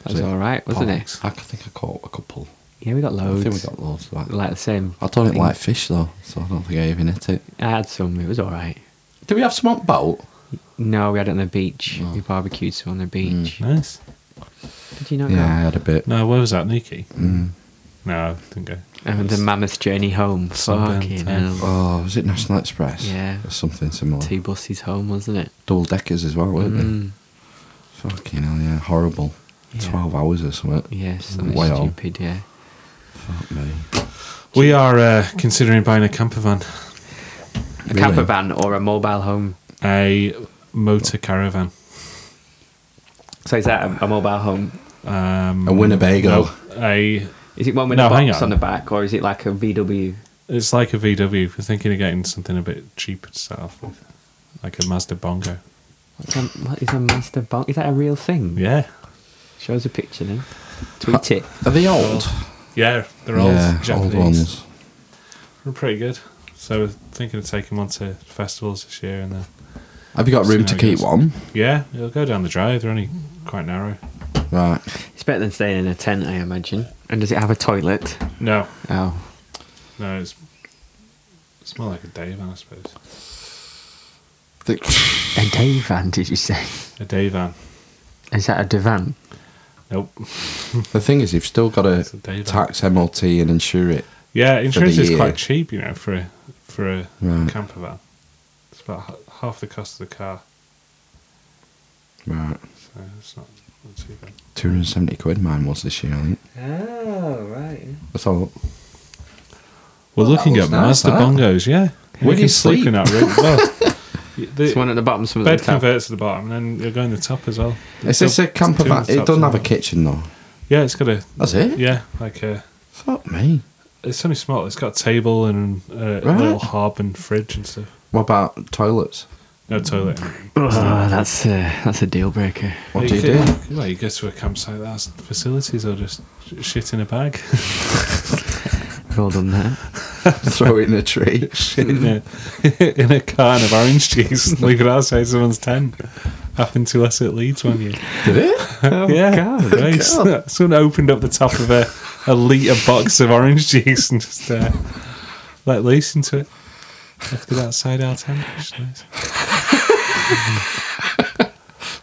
Speaker 2: that was
Speaker 1: it
Speaker 2: all right, wasn't
Speaker 1: Pollocks? I think I caught a couple.
Speaker 2: it? Yeah, we got
Speaker 1: I
Speaker 2: loads.
Speaker 1: think we got loads of that.
Speaker 2: like the same.
Speaker 1: I don't
Speaker 2: thing.
Speaker 1: like fish though, so I don't think I even hit it.
Speaker 2: I had some. It was all right.
Speaker 1: Do we have some on boat?
Speaker 2: No, we had it on the beach.
Speaker 1: Oh.
Speaker 2: We barbecued some on the beach.
Speaker 3: Nice.
Speaker 2: Did you not
Speaker 1: Mm. Yeah, I
Speaker 2: know?
Speaker 1: had a bit. Mm.
Speaker 3: No, where was that, Nikki? No, didn't go.
Speaker 2: And the mammoth journey home.
Speaker 3: Sunburnt,
Speaker 2: Fucking
Speaker 3: eh?
Speaker 2: hell.
Speaker 1: Oh, was it National Express?
Speaker 2: Yeah.
Speaker 1: Or something similar.
Speaker 2: Two buses home, wasn't it?
Speaker 1: Double deckers as well, weren't
Speaker 2: Mm.
Speaker 1: they? Fucking hell, yeah. Horrible.
Speaker 2: Yeah.
Speaker 1: 12 hours or something.
Speaker 2: Yeah, something
Speaker 1: Way on.
Speaker 2: stupid, yeah.
Speaker 1: Fuck me.
Speaker 3: We are uh, considering buying a camper van,
Speaker 2: A
Speaker 1: Really?
Speaker 2: camper van or a mobile home.
Speaker 3: a motor caravan.
Speaker 2: So is that a, a mobile home?
Speaker 3: Um,
Speaker 1: A Winnebago.
Speaker 3: no, a
Speaker 2: Is it one with
Speaker 3: No,
Speaker 2: a
Speaker 3: hang
Speaker 2: box on.
Speaker 3: on.
Speaker 2: the back or is it like a VW?
Speaker 3: it's like a VW. We're thinking of getting something a bit cheaper to start off with, like a Mazda Bongo.
Speaker 2: What's a, what is a master box? Is that a real thing?
Speaker 3: Yeah,
Speaker 2: Show us a picture then. Tweet it.
Speaker 1: Are they old?
Speaker 3: yeah, they're old
Speaker 1: yeah, old
Speaker 3: Japanese.
Speaker 1: ones.
Speaker 3: They're pretty good. So we're thinking of taking one to festivals this year, and then
Speaker 1: Have you got
Speaker 3: See
Speaker 1: room
Speaker 3: how
Speaker 1: to
Speaker 3: it
Speaker 1: keep
Speaker 3: goes.
Speaker 1: one?
Speaker 3: yeah, it'll go down the drive. They're only quite narrow.
Speaker 1: Right.
Speaker 2: It's better than staying in a tent, I imagine. And does it have a toilet?
Speaker 3: No,
Speaker 2: Oh.
Speaker 3: no, it's it's more like a day van, I suppose.
Speaker 1: The-
Speaker 2: A day van, did you say?
Speaker 3: A day van.
Speaker 2: Is that a divan?
Speaker 3: Nope.
Speaker 1: the thing is, you've still got
Speaker 3: It's
Speaker 1: to
Speaker 3: a David.
Speaker 1: tax MLT and insure it.
Speaker 3: Yeah, insurance is
Speaker 1: year.
Speaker 3: quite cheap, you know, for a for a
Speaker 1: Right.
Speaker 3: camper van. It's about h- half the cost of the car,
Speaker 1: Right.
Speaker 3: so it's not, not too bad.
Speaker 1: 270 quid mine was this year, I think.
Speaker 2: Oh, right.
Speaker 1: That's all.
Speaker 3: We're
Speaker 1: Well, that
Speaker 3: looking at
Speaker 1: looks nice,
Speaker 3: Mazda
Speaker 1: that.
Speaker 3: bongos, yeah.
Speaker 1: Where do you sleep?
Speaker 3: in that room. Well, y-
Speaker 2: It's one
Speaker 3: the
Speaker 2: at the bottom, some at
Speaker 3: bed
Speaker 2: the top.
Speaker 3: converts at the bottom, and then you're going the top as well.
Speaker 1: Is this a
Speaker 3: It's
Speaker 1: camper
Speaker 3: two
Speaker 1: van?
Speaker 3: tops
Speaker 1: It doesn't
Speaker 3: and
Speaker 1: have a
Speaker 3: all.
Speaker 1: kitchen though.
Speaker 3: Yeah, it's got a.
Speaker 1: That's it?
Speaker 3: Yeah, like a.
Speaker 1: Fuck me.
Speaker 3: It's only small. It's got a table and uh, a
Speaker 1: Right.
Speaker 3: little hob and fridge and stuff.
Speaker 1: What about toilets?
Speaker 3: No toilet.
Speaker 2: Oh, that's a, that's a deal breaker.
Speaker 1: What do you
Speaker 3: could-
Speaker 1: do?
Speaker 3: Well, you go to a campsite that has facilities or just sh- shit in a bag.
Speaker 2: Well done there.
Speaker 1: Throw it in a tree.
Speaker 3: in, a, in a can of orange juice. Leave it outside someone's tent. Happened to us at Leeds one year.
Speaker 1: Did it?
Speaker 2: Oh,
Speaker 3: yeah,
Speaker 2: God.
Speaker 3: right. someone opened up the top of a, a litre box of orange juice and just uh, let loose into it. Left it outside our tent. which is nice.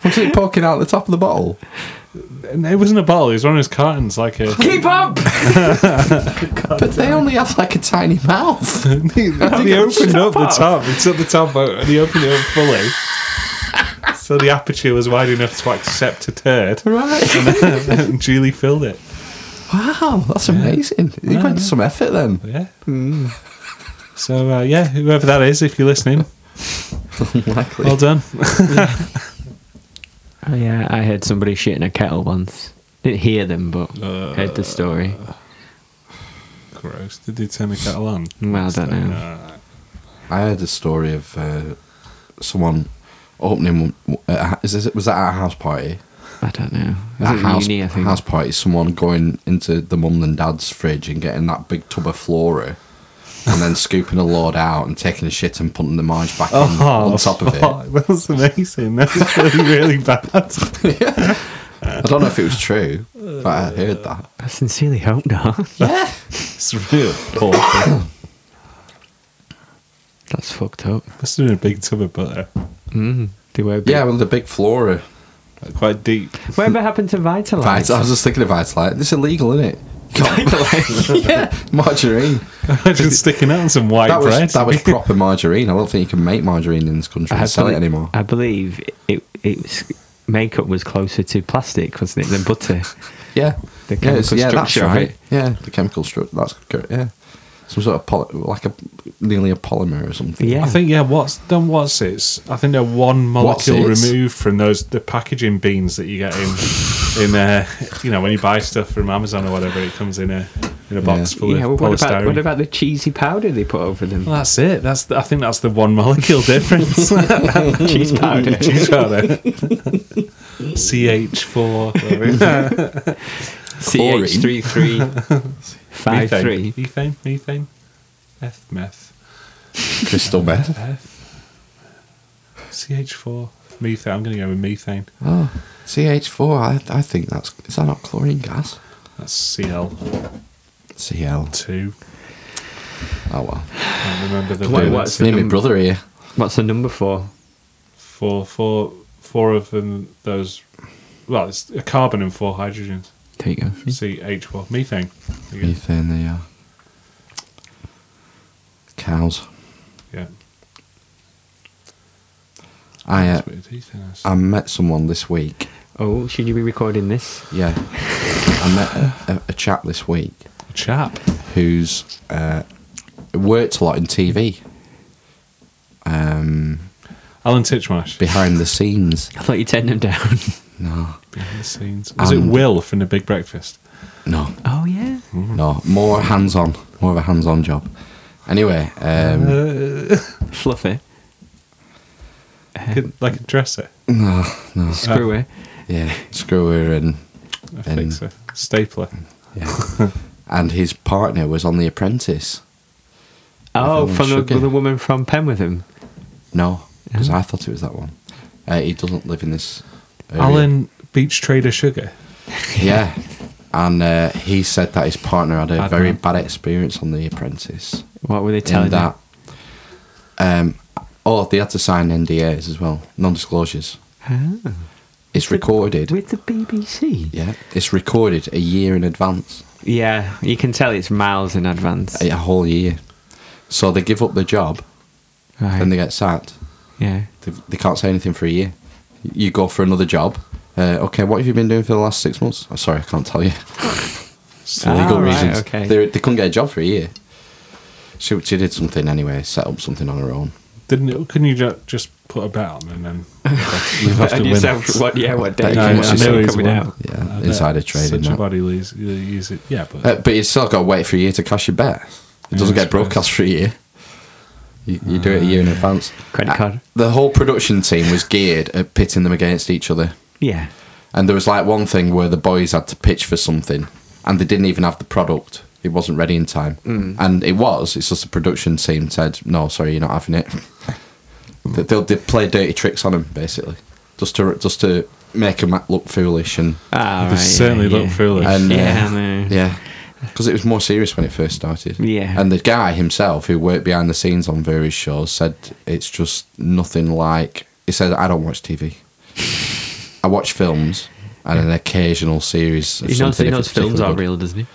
Speaker 1: Was it poking out the top of the bottle?
Speaker 3: And it wasn't a bottle. It was one of those cartons, like a.
Speaker 2: Keep up!
Speaker 1: But they only have like a tiny mouth.
Speaker 3: and he, and he opened up the top. It's at the top, uh, and he opened it up fully. so the aperture was wide enough to accept a turd,
Speaker 1: right.
Speaker 3: and Julie filled it.
Speaker 1: Wow, that's amazing. You
Speaker 3: Yeah,
Speaker 1: went to
Speaker 3: yeah.
Speaker 1: some effort then.
Speaker 3: Yeah. So uh, yeah, whoever that is, if you're listening,
Speaker 1: Unlikely.
Speaker 3: well done.
Speaker 2: Oh, yeah, I heard somebody shit in a kettle once. Didn't hear them, but
Speaker 3: Uh,
Speaker 2: heard the story.
Speaker 3: Gross. Did they turn the kettle on?
Speaker 2: Well, I don't know.
Speaker 3: Uh,
Speaker 1: I heard a story of uh, someone opening. Uh, is this, was that at a house party?
Speaker 2: I don't know. Was
Speaker 1: At
Speaker 2: it
Speaker 1: house,
Speaker 2: uni, I think?
Speaker 1: house party, someone going into the mum and dad's fridge and getting that big tub of flora and then scooping a load out and taking a shit and putting the marge back on,
Speaker 2: Oh,
Speaker 1: on top of it.
Speaker 3: fuck, That's amazing. That's really, really bad.
Speaker 1: I don't know if it was true, but I heard that.
Speaker 2: I sincerely hope not.
Speaker 1: Yeah.
Speaker 3: It's real awful.
Speaker 2: That's fucked up.
Speaker 3: Must have been a big tub of butter.
Speaker 2: Mm, they were big.
Speaker 1: Yeah, well, the big flora.
Speaker 3: quite deep.
Speaker 2: Whatever happened to Vitalize?
Speaker 1: Vit- I was just thinking of Vitalite. This is illegal, isn't it?
Speaker 2: yeah.
Speaker 1: Margarine.
Speaker 3: Imagine sticking out on some white
Speaker 1: that
Speaker 3: bread.
Speaker 1: was that was proper margarine. I don't think you can make margarine in this country and sell it
Speaker 2: belie-
Speaker 1: anymore.
Speaker 2: I believe it, it was, makeup was closer to plastic, wasn't it, than butter?
Speaker 1: Yeah,
Speaker 2: The
Speaker 1: yeah, it's-
Speaker 2: chemical
Speaker 1: yeah, that's
Speaker 2: structure of
Speaker 1: right.
Speaker 2: it.
Speaker 1: Yeah, the chemical structure. That's correct. Yeah, some sort of poly- like a nearly a polymer or something.
Speaker 2: Yeah.
Speaker 3: I think yeah, what's done what's it's I think they're one molecule
Speaker 1: Watsits?
Speaker 3: removed from those the packaging beans that you get in in uh, you know when you buy stuff from Amazon or whatever it comes in a in a box
Speaker 1: Yeah.
Speaker 3: full
Speaker 2: yeah, well,
Speaker 3: of
Speaker 2: what about,
Speaker 3: polystyrene.
Speaker 2: what about the cheesy powder they put over them?
Speaker 3: well, that's it. That's the, I think that's the one molecule difference.
Speaker 2: Cheese powder.
Speaker 3: Cheese powder. CH4
Speaker 2: CH3353.
Speaker 3: methane. Methane, methane. F meth.
Speaker 1: crystal meth.
Speaker 3: F CH4 methane. I'm going to go with methane.
Speaker 1: Oh, CH4. I, I think that's is that not chlorine gas?
Speaker 3: That's CL2.
Speaker 1: Cl. Oh well.
Speaker 3: can't remember the
Speaker 2: Wait,
Speaker 3: word.
Speaker 2: what's
Speaker 1: Name
Speaker 2: the
Speaker 1: my
Speaker 2: num-
Speaker 1: brother here.
Speaker 2: What's the number for?
Speaker 3: Four, four, four of them. Those. Well, it's a carbon and four hydrogens.
Speaker 1: There you go.
Speaker 3: CH4 Hmm. methane. There you go.
Speaker 1: Methane. There you are. Cows.
Speaker 3: Yeah,
Speaker 1: I uh,
Speaker 3: that's what methane is.
Speaker 1: I met someone this week.
Speaker 2: Oh, should you be recording this?
Speaker 1: Yeah, I met a, a, a chap this week
Speaker 3: Chap.
Speaker 1: who's uh, worked a lot in TV. Um,
Speaker 3: Alan Titchmarsh.
Speaker 1: behind the scenes.
Speaker 2: I thought you turned them down.
Speaker 1: No,
Speaker 3: Behind the scenes. Is it
Speaker 1: And-
Speaker 3: Will from The Big Breakfast?
Speaker 1: no,
Speaker 2: Oh, yeah.
Speaker 1: no. More hands-on. More of a hands-on job. Anyway, um,
Speaker 3: Uh,
Speaker 2: Fluffy.
Speaker 3: Could- like a dresser,
Speaker 1: no, no.
Speaker 2: Screw it.
Speaker 1: Yeah, screwer and
Speaker 3: a fixer, stapler.
Speaker 1: yeah. and his partner was on The Apprentice.
Speaker 2: Oh,
Speaker 1: Everyone
Speaker 2: from the,
Speaker 1: shook it.
Speaker 2: the woman from Penwitham.
Speaker 1: No, because
Speaker 2: Yeah.
Speaker 1: I thought it was that one. Uh, he doesn't live in this. Area.
Speaker 3: Alan Beach Trader Sugar.
Speaker 1: Yeah. And uh, he said that his partner had a
Speaker 3: Bad
Speaker 1: very
Speaker 3: man.
Speaker 1: bad experience on The Apprentice.
Speaker 2: What were they
Speaker 1: Telling
Speaker 2: telling you?
Speaker 1: that. Um, oh, they had to sign NDAs as well, non disclosures.
Speaker 2: Ah.
Speaker 1: It's recorded.
Speaker 2: With the BBC?
Speaker 1: yeah, it's recorded a year in advance,
Speaker 2: Yeah, you can tell it's miles in advance.
Speaker 1: a, a whole year. So they give up the job,
Speaker 2: Right.
Speaker 1: then they get sacked.
Speaker 2: yeah.
Speaker 1: They, they can't say anything for a year. You go for another job. Uh, okay, what have you been doing for the last six months? Oh, sorry, I can't tell you. for
Speaker 2: Ah,
Speaker 1: legal
Speaker 2: right,
Speaker 1: reasons.
Speaker 2: okay.
Speaker 1: They, they couldn't get a job for a year. She, she did something anyway, set up something on her own.
Speaker 3: Didn't it, couldn't you ju- just put a bet on and then you have to
Speaker 2: And
Speaker 3: win?
Speaker 2: yourself, what, yeah, what
Speaker 1: No,
Speaker 2: day you
Speaker 1: I
Speaker 2: want
Speaker 1: know
Speaker 2: yourself
Speaker 3: he's
Speaker 2: coming
Speaker 3: won.
Speaker 2: out.
Speaker 1: Yeah,
Speaker 3: I bet
Speaker 1: insider trading.
Speaker 3: Such a
Speaker 1: that.
Speaker 3: body leaves, you use it. Yeah, but
Speaker 1: Uh, but you still got to wait for a year to cash your bet. It
Speaker 3: Yeah,
Speaker 1: doesn't
Speaker 3: I
Speaker 1: get broadcast for a year. You, you do it a year in advance.
Speaker 2: Ah, Credit
Speaker 1: Uh,
Speaker 2: card.
Speaker 1: The whole production team was geared at pitting them against each other.
Speaker 2: Yeah.
Speaker 1: And there was like one thing where the boys had to pitch for something and they didn't even have the product. It wasn't ready in time. And it was. It's just the production team said, no, sorry, you're not having it. they, they'll they play dirty tricks on them, basically, just to, just to make them look foolish. And
Speaker 2: Ah,
Speaker 3: They
Speaker 2: right,
Speaker 3: certainly
Speaker 2: yeah,
Speaker 3: look
Speaker 2: yeah.
Speaker 3: foolish.
Speaker 1: And, uh,
Speaker 2: yeah, I know.
Speaker 1: Yeah. Because it was more serious when it first started.
Speaker 2: Yeah.
Speaker 1: And the guy himself, who worked behind the scenes on various shows, said it's just nothing like. He said, I don't watch TV. I watch films and an occasional series. Of
Speaker 2: He knows,
Speaker 1: something
Speaker 2: he
Speaker 1: if
Speaker 2: knows
Speaker 1: it's
Speaker 2: films
Speaker 1: particularly
Speaker 2: aren't
Speaker 1: good."
Speaker 2: real, doesn't he?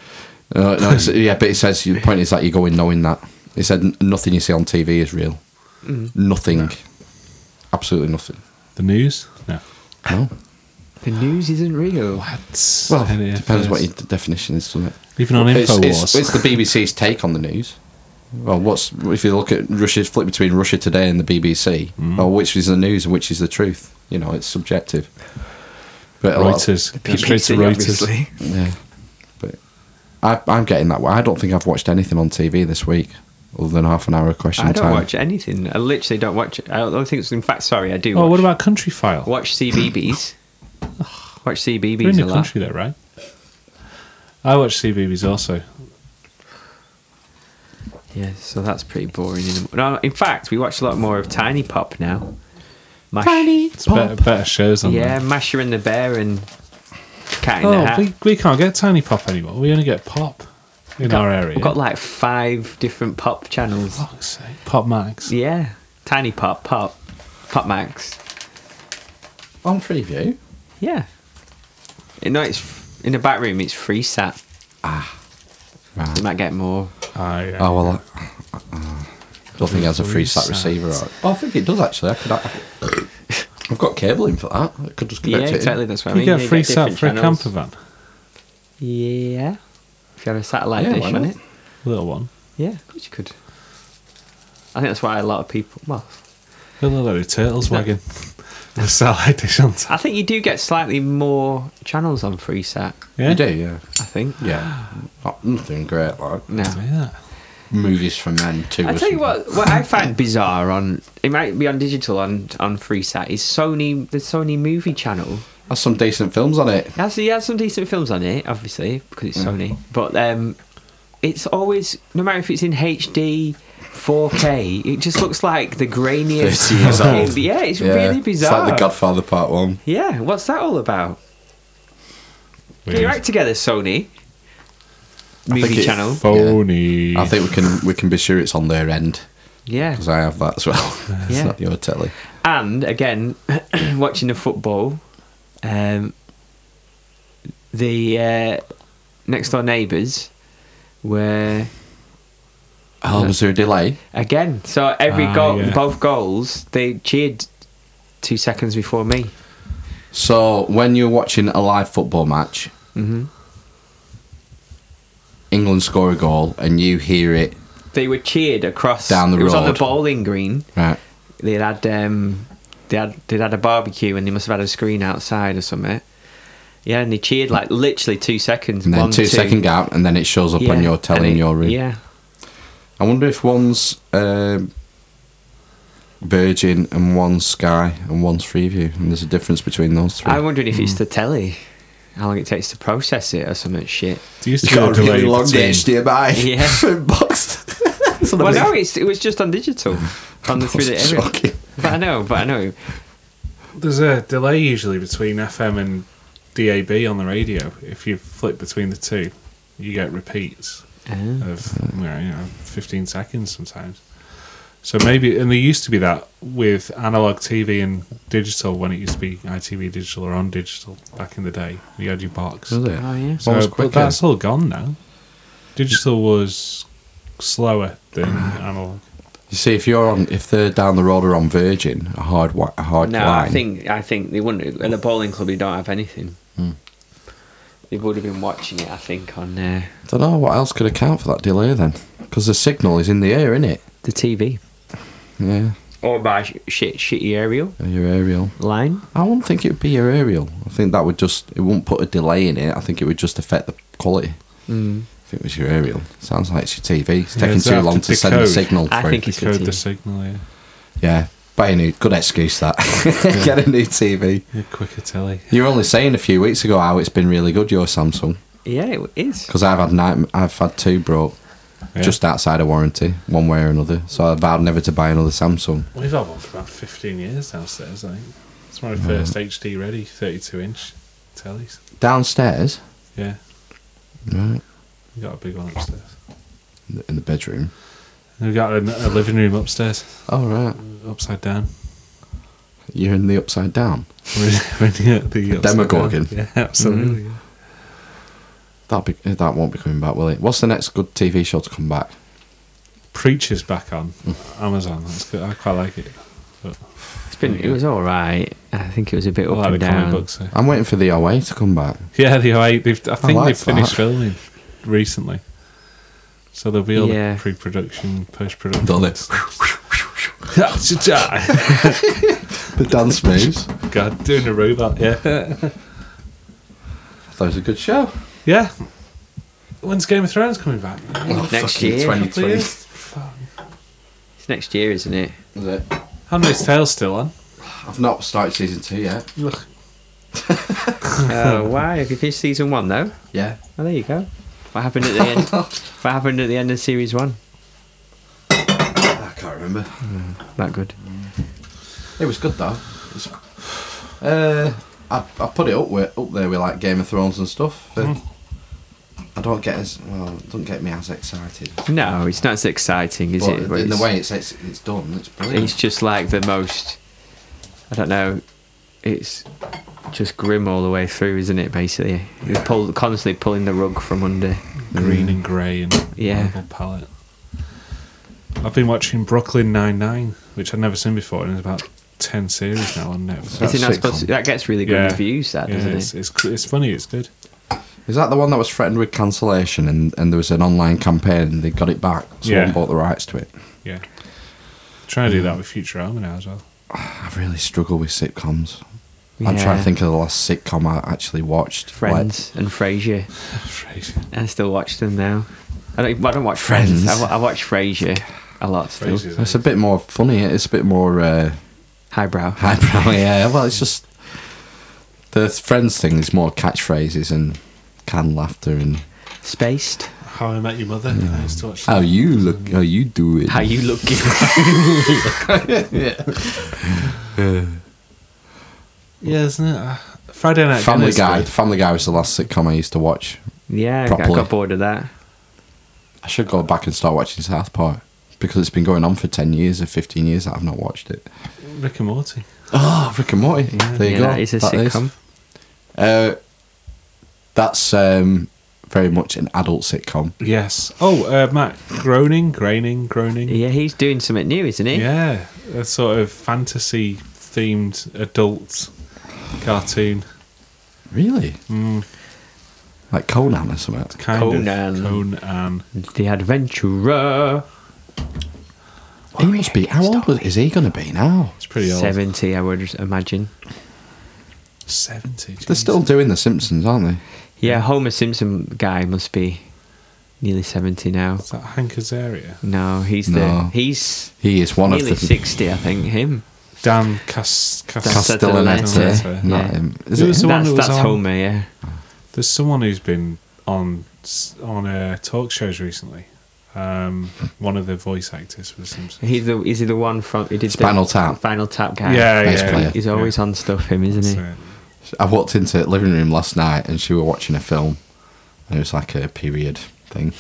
Speaker 1: No, no, it's- yeah, but he says, the point is that you go in knowing that. He said, "N- nothing you see on TV is real.
Speaker 2: Mm.
Speaker 1: Nothing. Absolutely nothing.
Speaker 3: the news? No.
Speaker 1: No.
Speaker 2: The news isn't real.
Speaker 3: What?
Speaker 1: Well,
Speaker 3: And it
Speaker 1: depends what
Speaker 3: first-
Speaker 1: your d- definition is, doesn't it?
Speaker 3: Even on
Speaker 1: It's-
Speaker 3: InfoWars.
Speaker 1: It's, it's the BBC's take on the news. Well, what's if you look at Russia's flip between Russia Today and the BBC?
Speaker 3: Mm.
Speaker 1: Well, which is the news and which is the truth? You know, it's subjective. But a lot of-
Speaker 3: Reuters. Go straight to
Speaker 2: BBC,
Speaker 3: Reuters.
Speaker 2: obviously.
Speaker 1: yeah. But I, I'm getting that way. I don't think I've watched anything on TV this week other than half an hour of question
Speaker 2: I don't
Speaker 1: time.
Speaker 2: watch anything. I literally don't watch it. I don't think it's, in fact, sorry, I do.
Speaker 3: Oh,
Speaker 2: watch,
Speaker 3: what about Country File?
Speaker 2: Watch CBBS. watch CBBS
Speaker 3: We're in
Speaker 2: a
Speaker 3: the
Speaker 2: lot.
Speaker 3: country though, right? I watch CBBS also.
Speaker 2: Yeah, so that's pretty boring. In, a- no, in fact, we watch a lot more of Tiny Pop now. Mash,
Speaker 3: It's better, better shows on
Speaker 2: Yeah,
Speaker 3: there.
Speaker 2: Masher and the Bear and Cat in the
Speaker 3: Oh,
Speaker 2: Hat.
Speaker 3: we, we can't get Tiny Pop anymore. We only get Pop in our area.
Speaker 2: We've got like five different pop channels.
Speaker 3: Fuck's sake. Pop Max.
Speaker 2: Yeah, Tiny Pop, Pop, Pop Max.
Speaker 1: On Freeview?
Speaker 2: Yeah. No, it's in the back room. It's free sat.
Speaker 1: Right.
Speaker 2: You might get more.
Speaker 3: Ah, yeah.
Speaker 1: Oh well, I, I don't think it has a free sat
Speaker 3: Free sat.
Speaker 1: receiver. Or, oh, I think it does actually. I could. I, I've got cabling for that. I could just connect
Speaker 2: yeah,
Speaker 1: it. in.
Speaker 2: exactly. That's what
Speaker 3: Can
Speaker 2: I
Speaker 3: you
Speaker 2: mean.
Speaker 3: get a free sat
Speaker 2: different
Speaker 3: for a
Speaker 2: channels.
Speaker 3: camper van?
Speaker 2: Yeah. If you had a satellite
Speaker 1: Yeah,
Speaker 2: dish
Speaker 1: why
Speaker 2: on
Speaker 1: not?
Speaker 2: it.
Speaker 3: Little one.
Speaker 2: Yeah, of course you could. I think that's why a lot of people. Well,
Speaker 3: A little load of turtles
Speaker 2: No.
Speaker 3: wagon. The satellite dish on top.
Speaker 2: I think you do get slightly more channels on FreeSat.
Speaker 3: Yeah.
Speaker 1: You do, yeah,
Speaker 2: I think.
Speaker 1: yeah. Oh, Not, nothing great like
Speaker 2: No.
Speaker 3: Do that.
Speaker 1: movies for men too.
Speaker 2: I
Speaker 1: or
Speaker 2: tell you
Speaker 1: something.
Speaker 2: what, what I find bizarre on it might be on digital on on FreeSat is Sony the Sony Movie Channel.
Speaker 1: Has some decent films on it.
Speaker 2: It has it has some decent films on it, obviously because it's
Speaker 1: Mm.
Speaker 2: Sony. But um, it's always no matter if it's in HD. 4K. It just looks like the grainiest.
Speaker 1: 30 years
Speaker 2: fucking-
Speaker 1: old.
Speaker 2: Yeah, it's
Speaker 1: Yeah.
Speaker 2: really bizarre.
Speaker 1: It's like The Godfather Part One.
Speaker 2: Yeah, what's that all about? Can you
Speaker 3: Weird.
Speaker 2: act together, Sony?
Speaker 1: think
Speaker 2: Movie
Speaker 1: it-
Speaker 2: channel.
Speaker 3: Phony.
Speaker 1: I think we can we can be sure it's on their end
Speaker 2: Yeah.
Speaker 1: because I have that as well. it's
Speaker 2: Yeah.
Speaker 1: not your telly.
Speaker 2: And again, watching the football, um, the uh, next door neighbours were
Speaker 1: Oh, was there a delay?
Speaker 2: again. So every
Speaker 3: Ah,
Speaker 2: goal,
Speaker 3: yeah.
Speaker 2: both goals, they cheered two seconds before me.
Speaker 1: So when you're watching a live football match, Mm-hmm.
Speaker 2: hmm
Speaker 1: England score a goal and you hear it
Speaker 2: They were cheered across.
Speaker 1: Down the
Speaker 2: it was on the
Speaker 1: road.
Speaker 2: bowling green.
Speaker 1: right.
Speaker 2: They had um, they had they had a barbecue and they must have had a screen outside or something. Yeah, and they cheered like literally two seconds.
Speaker 1: And then
Speaker 2: one,
Speaker 1: two second gap, and then it shows up on your
Speaker 2: and
Speaker 1: telly in
Speaker 2: it-
Speaker 1: your room.
Speaker 2: Yeah,
Speaker 1: I wonder if one's um, Virgin and one's Sky and one's Freeview, and there's a difference between those three.
Speaker 2: I'm wondering if
Speaker 1: Mm.
Speaker 2: it's the telly, how long it takes to process it or something shit.
Speaker 3: There used
Speaker 1: It's
Speaker 3: to be a
Speaker 1: got a
Speaker 3: delay
Speaker 1: really long
Speaker 3: between-
Speaker 1: HDMI
Speaker 2: Yeah.
Speaker 1: box. It's on a
Speaker 2: Well,
Speaker 1: big-
Speaker 2: no, it's, it was just on digital, on the through the area.
Speaker 1: Shocking.
Speaker 2: But I know, but I know.
Speaker 3: There's a delay usually between FM and DAB on the radio. If you flip between the two, you get repeats
Speaker 2: Uh,
Speaker 3: of you know, 15 seconds sometimes. So maybe, and there used to be that with analog TV and digital when it used to be ITV digital or on digital back in the day. You had your box.
Speaker 1: Was it?
Speaker 2: Oh, yeah.
Speaker 1: One was
Speaker 3: So, but
Speaker 1: quicker.
Speaker 3: that's all gone now. Digital was slower than
Speaker 2: Ah,
Speaker 3: analog.
Speaker 1: You see, if you're on, if they're down the road or on Virgin, a hard, wi- a hard
Speaker 2: no,
Speaker 1: line.
Speaker 2: I think I think they wouldn't. At the bowling club, they don't have anything.
Speaker 1: Hmm.
Speaker 2: They would have been watching it, I think, on uh,
Speaker 1: don't know what else could account for that delay then, because the signal is in the air, isn't it?
Speaker 2: the TV
Speaker 1: Yeah,
Speaker 2: or by sh- shit shitty aerial
Speaker 1: your aerial.
Speaker 2: line.
Speaker 1: I wouldn't think it would be your aerial. I think that would just, it wouldn't put a delay in it. I think it would just affect the quality.
Speaker 3: Hmm.
Speaker 2: Mm.
Speaker 1: If it was your aerial, sounds like it's your TV. It's
Speaker 3: Yeah,
Speaker 1: taking
Speaker 3: it's
Speaker 1: too
Speaker 3: after
Speaker 1: long to send the
Speaker 3: decode.
Speaker 1: signal
Speaker 2: I
Speaker 1: through.
Speaker 2: think it's
Speaker 3: Decode
Speaker 2: TV.
Speaker 3: the signal, yeah.
Speaker 1: yeah, buy a new, good excuse that. Get a new TV.
Speaker 3: yeah quicker telly.
Speaker 1: You were only saying a few weeks ago how it's been really good, your Samsung.
Speaker 2: Yeah, it is.
Speaker 1: Because I've had night, I've had two broke,
Speaker 3: Yeah.
Speaker 1: just outside of warranty, one way or another. So I vowed never to buy another Samsung.
Speaker 3: We've had one for about 15 years downstairs, I think. It's my first HD ready 32 inch tellies.
Speaker 1: Downstairs,
Speaker 3: Yeah,
Speaker 1: right,
Speaker 3: we got a big one upstairs.
Speaker 1: in the- in the bedroom.
Speaker 3: And we've got a, a living room upstairs,
Speaker 1: Oh right,
Speaker 3: upside down.
Speaker 1: you're in the upside down.
Speaker 3: We're- we're near the upside
Speaker 1: Demogorgon.
Speaker 3: down. Yeah,
Speaker 2: Mm.
Speaker 3: absolutely. yeah.
Speaker 1: That be, that won't be coming back, will it? What's the next good TV show to come back?
Speaker 3: Preacher's back on
Speaker 2: Mm.
Speaker 3: Amazon. That's good. I quite like it. But
Speaker 2: It's been. It was all right. I think it was a bit
Speaker 3: I
Speaker 2: up
Speaker 3: like the
Speaker 2: and
Speaker 3: comic
Speaker 2: down.
Speaker 3: books. so-
Speaker 1: I'm waiting for the OA to come back.
Speaker 3: Yeah, the OA, they've, I think
Speaker 1: like
Speaker 3: they've finished
Speaker 1: that.
Speaker 3: filming recently. So there'll be all
Speaker 2: Yeah.
Speaker 3: the pre production, post production.
Speaker 1: Done it. The dance moves. I
Speaker 3: God, doing a robot, yeah.
Speaker 1: thought it was a good show.
Speaker 3: Yeah. When's Game of Thrones coming back?
Speaker 2: Next
Speaker 1: Oh, Fucking
Speaker 2: year.
Speaker 1: 2020.
Speaker 3: Please.
Speaker 2: It's next year, isn't it?
Speaker 1: Was it?
Speaker 3: Handmaid's Tale's still on.
Speaker 1: I've not started season two yet.
Speaker 3: Look.
Speaker 2: Oh, why? Have you finished season one though?
Speaker 1: Yeah.
Speaker 2: Oh, there you go. What happened at the end? what happened at the end of series one?
Speaker 1: I can't remember.
Speaker 2: Not good.
Speaker 1: It was good though. It's- uh, I, I put it up with, up there with like Game of Thrones and stuff. But
Speaker 2: Hmm.
Speaker 1: I don't get as well. It doesn't get me as excited.
Speaker 2: No, it's not as exciting, is
Speaker 1: but
Speaker 2: it?
Speaker 1: in
Speaker 2: But
Speaker 1: the
Speaker 2: it's-
Speaker 1: way it's, it's it's done, it's brilliant.
Speaker 2: it's just like the most. I don't know. It's just grim all the way through, isn't it? Basically, he's pull, constantly pulling the rug from under.
Speaker 3: green and grey and
Speaker 2: Yeah.
Speaker 3: marble palette. I've been watching Brooklyn Nine Nine, which I've never seen before, and there's about ten series now on Netflix.
Speaker 1: That's
Speaker 2: Is it not
Speaker 1: sitcom.
Speaker 2: supposed to, that gets really good
Speaker 3: Yeah.
Speaker 2: reviews? That
Speaker 3: yeah,
Speaker 2: doesn't
Speaker 3: it's,
Speaker 2: it?
Speaker 3: it's cr- it's funny, it's good.
Speaker 1: Is that the one that was threatened with cancellation and, and there was an online campaign and they got it back? Someone
Speaker 3: Yeah.
Speaker 1: bought the rights to it.
Speaker 3: Yeah, trying to do that with Futurama now as well.
Speaker 1: I really struggle with sitcoms. I'm trying
Speaker 2: Yeah.
Speaker 1: to think of the last sitcom I actually watched.
Speaker 2: Friends and Frasier.
Speaker 3: Frasier,
Speaker 2: I still watch them now. I don't. I don't watch
Speaker 1: Friends.
Speaker 2: Friends. I, wa- I watch Frasier a lot still.
Speaker 3: Frasier's
Speaker 1: Like, it's a
Speaker 3: amazing.
Speaker 1: bit more funny. It's a bit more uh,
Speaker 2: Highbrow.
Speaker 1: highbrow. yeah, well, it's just the Friends thing is more catchphrases and canned laughter and
Speaker 2: Spaced.
Speaker 3: How I Met Your Mother. I used to watch
Speaker 1: how
Speaker 3: that.
Speaker 1: you look, how you do it.
Speaker 2: How you look.
Speaker 3: Yeah, isn't it? Uh, Friday Night
Speaker 1: Family
Speaker 3: Dinner's
Speaker 1: Guy.
Speaker 3: good.
Speaker 1: Family Guy was the last sitcom I used to watch.
Speaker 2: yeah, I got- I
Speaker 1: Properly.
Speaker 2: got bored of that.
Speaker 1: I should go back and start watching South Park because it's been going on for ten years or fifteen years that I've not watched it.
Speaker 3: Rick and Morty.
Speaker 1: Oh, Rick and Morty. there you
Speaker 2: yeah,
Speaker 1: go.
Speaker 2: That is a
Speaker 1: That is.
Speaker 2: sitcom.
Speaker 1: Uh, that's um, very much an adult sitcom.
Speaker 3: Yes. Oh, uh, Matt Groening, Groening, Groening.
Speaker 2: Yeah, he's doing something new, isn't he?
Speaker 3: Yeah, a sort of fantasy themed adult cartoon.
Speaker 1: Really? Mm. Like Conan or something.
Speaker 3: Kind
Speaker 2: Conan.
Speaker 3: of Conan.
Speaker 2: The Adventurer.
Speaker 1: He must be. How old was- is he going to be now?
Speaker 3: It's pretty old.
Speaker 2: 70, I would imagine.
Speaker 3: Seventy.
Speaker 1: They're
Speaker 3: jeez.
Speaker 1: still doing The Simpsons, aren't they?
Speaker 2: Yeah, Homer Simpson guy must be nearly 70 now.
Speaker 3: Is that Hank Azaria?
Speaker 2: No, he's
Speaker 1: No.
Speaker 2: the. He's
Speaker 1: He is one
Speaker 2: nearly
Speaker 1: of the
Speaker 2: 60, I think, him.
Speaker 3: Dan Cas. Cas-
Speaker 1: Castellaneta.
Speaker 3: Castellaneta.
Speaker 1: Not
Speaker 2: Yeah.
Speaker 1: him. Is
Speaker 3: Who
Speaker 1: it
Speaker 3: was
Speaker 1: him?
Speaker 3: the one
Speaker 2: that's
Speaker 3: who was
Speaker 2: that's
Speaker 3: on-
Speaker 2: Homer, yeah.
Speaker 3: There's someone who's been on s- on uh, talk shows recently. Um,
Speaker 1: Hmm.
Speaker 3: one of the voice actors for The Simpsons.
Speaker 2: He's the, is he the one from. He did
Speaker 1: Spinal
Speaker 2: the,
Speaker 1: Tap.
Speaker 2: Spinal Tap guy.
Speaker 3: yeah,
Speaker 1: bass
Speaker 3: yeah.
Speaker 1: player.
Speaker 2: He's always on stuff, him, isn't he?
Speaker 3: That's it.
Speaker 1: I walked into the living room last night and she were watching a film, and it was like a period thing.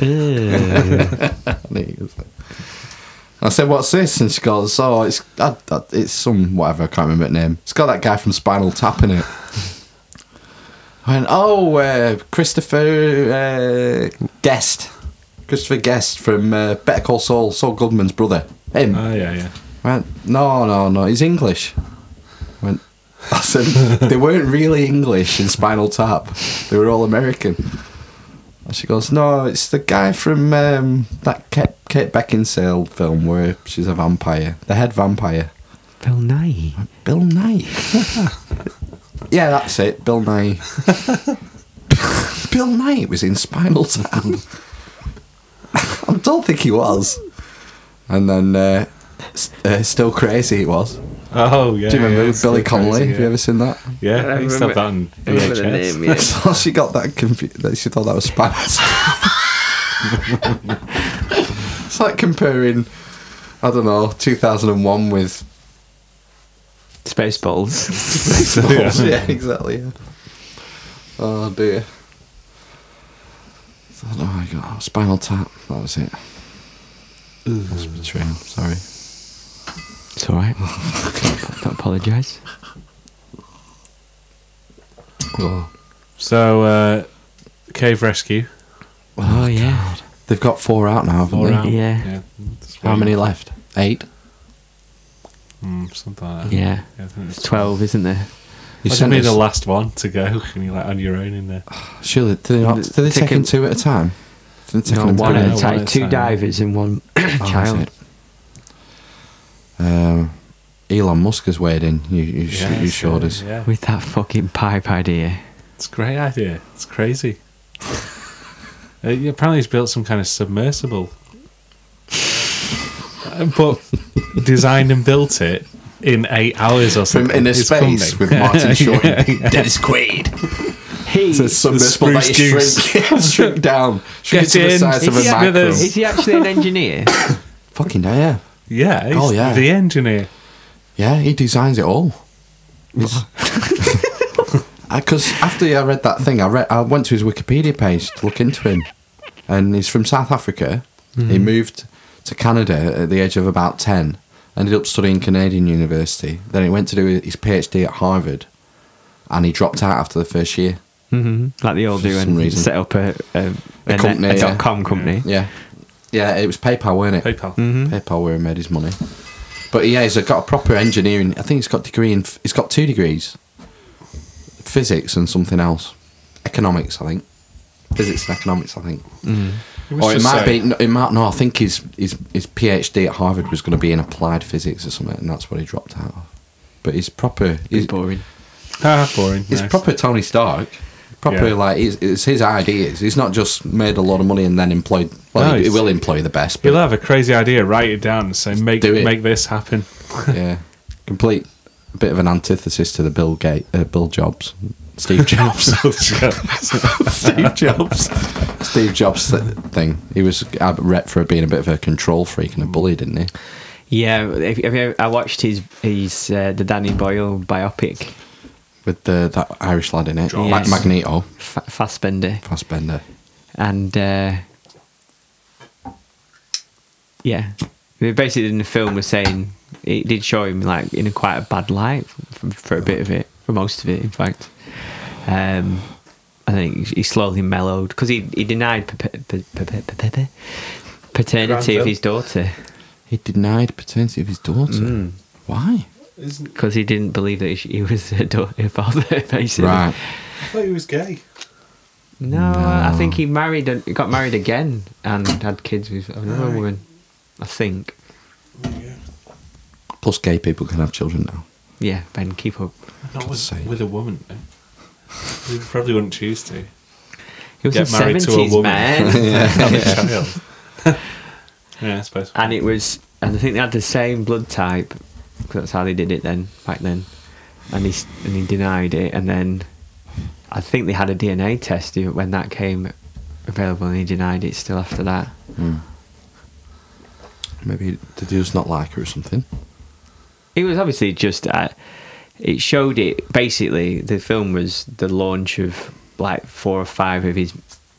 Speaker 2: Ugh.
Speaker 1: And it was like- I said, "What's this?" And she goes, "Oh, it's uh, uh, it's some whatever. I can't remember the name. It's got that guy from Spinal Tap in it." I went, "Oh, uh, Christopher uh, Guest, Christopher Guest from uh, Better Call Saul, Saul Goodman's brother." Him.
Speaker 3: Oh yeah, yeah.
Speaker 1: I went, "No, no, no. He's English." I went. I said they weren't really English in Spinal Tap. They were all American. And she goes, "No, it's the guy from um, that Kate, Kate Beckinsale film where she's a vampire, the head vampire,
Speaker 2: Bill Nye.
Speaker 1: Bill Nye." yeah, that's it, Bill Nye. Bill Nye was in Spinal Tap. I don't think he was. And then, uh, s- uh, still crazy he was.
Speaker 3: Oh yeah.
Speaker 1: Do you remember
Speaker 3: yeah, it's
Speaker 1: Billy
Speaker 3: still crazy,
Speaker 1: Connolly? Have you
Speaker 3: yeah.
Speaker 1: ever seen that?
Speaker 3: Yeah,
Speaker 2: I
Speaker 3: he used to have that on
Speaker 2: remember- I remember the
Speaker 3: VHS.
Speaker 2: name, yeah.
Speaker 1: so she got that confused. She thought that was Spinal Tap. it's like comparing, I don't know, 2001 with.
Speaker 2: Spaceballs.
Speaker 1: yeah. exactly. Yeah. Oh dear. So, I don't know how I got Spinal Tap. That was it. That's betrayal. Sorry.
Speaker 2: It's alright. Don't apologise.
Speaker 1: Oh.
Speaker 3: So, uh, Cave Rescue.
Speaker 2: Oh, yeah.
Speaker 1: They've got four out now, haven't
Speaker 3: Four
Speaker 1: they?
Speaker 3: out.
Speaker 2: Yeah.
Speaker 3: That's
Speaker 1: How
Speaker 3: right.
Speaker 1: many left? Eight.
Speaker 3: Mm, something like that.
Speaker 2: Yeah.
Speaker 3: I think
Speaker 2: It's
Speaker 3: it's
Speaker 2: 12, isn't there?
Speaker 1: You
Speaker 3: Why don't
Speaker 1: sent
Speaker 3: be
Speaker 1: us-
Speaker 3: the last one to go, and you're like on your own in there.
Speaker 1: Surely, do they, not, do they take
Speaker 2: Take
Speaker 1: in
Speaker 2: him-
Speaker 1: two at a time? Do they take
Speaker 2: No,
Speaker 1: him in
Speaker 2: one
Speaker 1: two
Speaker 2: at
Speaker 1: at
Speaker 2: a
Speaker 1: a
Speaker 3: time.
Speaker 2: time. Two divers and one
Speaker 1: Oh,
Speaker 2: child.
Speaker 1: that's it. Um, Elon Musk has weighed in. You, you, sh-
Speaker 3: Yeah,
Speaker 1: you
Speaker 3: it's
Speaker 1: showed
Speaker 3: good,
Speaker 1: us.
Speaker 3: Yeah.
Speaker 2: With that fucking pipe idea.
Speaker 3: It's a great idea. It's crazy. Uh, yeah, apparently, he's built some kind of submersible, Uh, but designed and built it in eight hours or
Speaker 1: From
Speaker 3: something.
Speaker 1: inner
Speaker 3: It's
Speaker 1: space
Speaker 3: coming.
Speaker 1: with Martin Short and Dennis Quaid. He says some
Speaker 3: the
Speaker 1: spot that you
Speaker 3: spruce
Speaker 1: shrink, shrink down, shrink
Speaker 3: Get
Speaker 1: to the
Speaker 3: in.
Speaker 1: size of a
Speaker 3: Is he up with
Speaker 1: micro.
Speaker 3: us?
Speaker 2: Is he actually an engineer?
Speaker 1: Fucking hell, yeah,
Speaker 3: Yeah. He's
Speaker 1: Oh, yeah.
Speaker 3: The engineer.
Speaker 1: yeah. He designs it all. Because after I read that thing, I read, I went to his Wikipedia page to look into him, and he's from South Africa. He
Speaker 3: Mm-hmm.
Speaker 1: moved to Canada at the age of about ten. Ended up studying Canadian university. Then he went to do his PhD at Harvard, and he dropped out after the first year.
Speaker 2: hmm Like they all
Speaker 1: For
Speaker 2: do
Speaker 1: some
Speaker 2: and
Speaker 1: reason.
Speaker 2: set up a, a,
Speaker 1: A
Speaker 2: a,
Speaker 1: company,
Speaker 2: net- a
Speaker 1: yeah.
Speaker 2: dot com company.
Speaker 1: Yeah, yeah, it was PayPal, weren't it?
Speaker 3: PayPal.
Speaker 2: hmm
Speaker 1: PayPal where he made his money. But yeah, he's got a proper engineering. I think he's got degree in. He's got two degrees: physics and something else, economics. I think physics and economics. I think, or Oh, it
Speaker 3: just
Speaker 1: might
Speaker 3: say-
Speaker 1: be. no, It might no. I think his his his PhD at Harvard was going to be in applied physics or something, and that's what he dropped out of. But he's proper. He's,
Speaker 2: boring.
Speaker 3: Ah, boring.
Speaker 1: he's
Speaker 3: nice.
Speaker 1: proper Tony Stark. Proper
Speaker 3: Yeah.
Speaker 1: like it's, it's his ideas. He's not just made a lot of money and then employed. Well,
Speaker 3: No,
Speaker 1: he, he
Speaker 3: he's-
Speaker 1: will employ the best.
Speaker 3: He'll
Speaker 1: But,
Speaker 3: have a crazy idea, write it down, and say make
Speaker 1: Do it.
Speaker 3: make this happen.
Speaker 1: yeah, complete a bit of an antithesis to the Bill Gate, uh, Bill Jobs, Steve Jobs,
Speaker 3: Steve Jobs.
Speaker 1: Steve Jobs th- thing. He was uh, rep for being a bit of a control freak and a bully, didn't he?
Speaker 2: Yeah, if, if you, I watched his his uh, the Danny Boyle biopic,
Speaker 1: With the that Irish lad in it,
Speaker 2: Jobs.
Speaker 1: Mag- Magneto,
Speaker 2: Fa Fassbender,
Speaker 1: Fassbender.
Speaker 2: and uh, yeah, They basically in the film was saying it did show him like in a quite a bad light for, for a bit of it, for most of it, in fact. Um, I think he slowly mellowed because he he denied pa- pa- pa- pa- pa- pa- pa- paternity of
Speaker 3: Granville.
Speaker 2: his daughter
Speaker 1: He denied paternity of his daughter.
Speaker 2: Mm.
Speaker 1: Why?
Speaker 3: Isn't,
Speaker 2: because he didn't believe that she, he was her, daughter, her father. Basically,
Speaker 1: Right.
Speaker 3: I thought he was gay.
Speaker 2: No, I
Speaker 1: No.
Speaker 2: think he married and got married again and had kids with another
Speaker 3: Right.
Speaker 2: woman. I think.
Speaker 1: Plus, gay people can have children now.
Speaker 2: Yeah, Ben, keep up.
Speaker 3: Not
Speaker 1: God's
Speaker 3: with,
Speaker 1: sake.
Speaker 3: with a woman. though. He probably wouldn't choose to.
Speaker 2: He was
Speaker 3: Get
Speaker 2: in
Speaker 3: married to a
Speaker 2: seventies,
Speaker 3: woman.
Speaker 2: man.
Speaker 3: Have a child. yeah, I suppose.
Speaker 2: and it was, and I think they had the same blood type 'cause that's how they did it then, back then. And he s- and he denied it, and then I think they had a DNA test when that came available, and he denied it still after that.
Speaker 1: Maybe did he just not like her or something?
Speaker 2: It was obviously just uh, it showed it basically the film was the launch of like four or five of his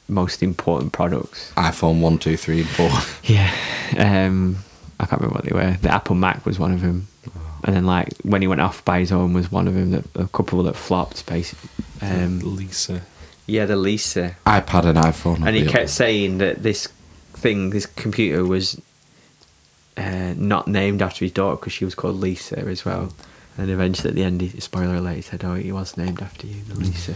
Speaker 2: most important products.
Speaker 1: iPhone one, two, three, and four.
Speaker 2: Yeah. Um I can't remember what they were. The Apple Mac was one of them. And then like when he went off by his own was one of them that a couple that flopped basically. Um
Speaker 3: Lisa.
Speaker 2: yeah, the Lisa.
Speaker 1: iPad and iPhone. are
Speaker 2: And he
Speaker 1: the-
Speaker 2: kept saying that this thing, this computer was uh, not named after his daughter because she was called Lisa as well. And eventually at the end, he, spoiler alert, he said, oh, he was named after you, the Lisa.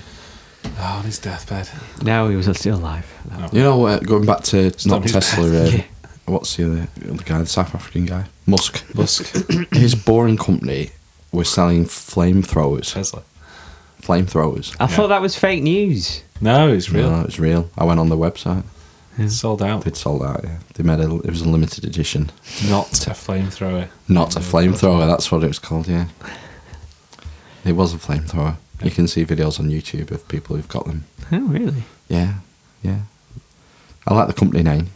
Speaker 3: Oh, on his deathbed.
Speaker 2: Mm. No, he was still alive.
Speaker 3: No.
Speaker 1: You know, uh, going back to not
Speaker 3: his
Speaker 1: Tesla, uh,
Speaker 2: Yeah.
Speaker 1: what's the other the other guy, the South African guy? Musk.
Speaker 3: Musk.
Speaker 1: His boring company was selling flamethrowers.
Speaker 3: Tesla.
Speaker 1: Flamethrowers.
Speaker 2: I thought that was fake news.
Speaker 3: No, it's real.
Speaker 1: No, it's real. I went on the website.
Speaker 3: It's sold out.
Speaker 1: They'd sold out. Yeah, they made a. It was a limited edition.
Speaker 3: Not a flamethrower.
Speaker 1: Not a flamethrower. That's what it was called. Yeah, it was a flamethrower. You can see videos on YouTube of people who've got them.
Speaker 2: Oh, really?
Speaker 1: Yeah, yeah. I like the company name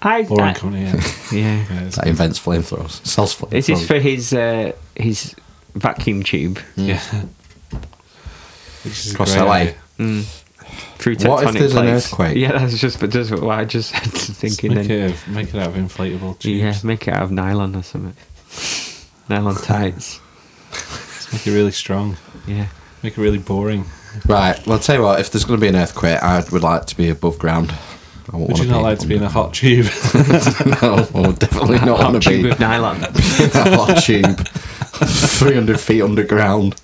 Speaker 2: I,
Speaker 3: Boring
Speaker 2: I-
Speaker 3: company, yeah.
Speaker 2: Yeah.
Speaker 3: Yeah, it's-
Speaker 1: that invents flamethrowers, sells flamethrowers.
Speaker 2: This is for his uh, his vacuum tube
Speaker 1: Mm.
Speaker 3: yeah. Which is a
Speaker 1: Across
Speaker 3: great
Speaker 1: LA.
Speaker 3: idea.
Speaker 2: through tectonic
Speaker 1: What if there's an
Speaker 2: plates.
Speaker 1: earthquake?
Speaker 2: Yeah, that's just but just what I just said, thinking.
Speaker 3: Make
Speaker 2: then.
Speaker 3: it, of- make it out of inflatable
Speaker 2: Yeah,
Speaker 3: tubes.
Speaker 2: make it out of nylon or something. nylon tights.
Speaker 3: Let's Make it really strong.
Speaker 2: Yeah.
Speaker 3: Make it really boring.
Speaker 1: Right. Well, I'll tell you what. If there's going to be an earthquake, I would like to be above ground. I won't
Speaker 3: Would
Speaker 1: wanna
Speaker 3: you not like to be in a hot tube?
Speaker 1: no, I would definitely not
Speaker 2: Hot
Speaker 1: want to
Speaker 2: tube
Speaker 1: be in
Speaker 2: of nylon.
Speaker 1: a hot tube, three hundred feet underground.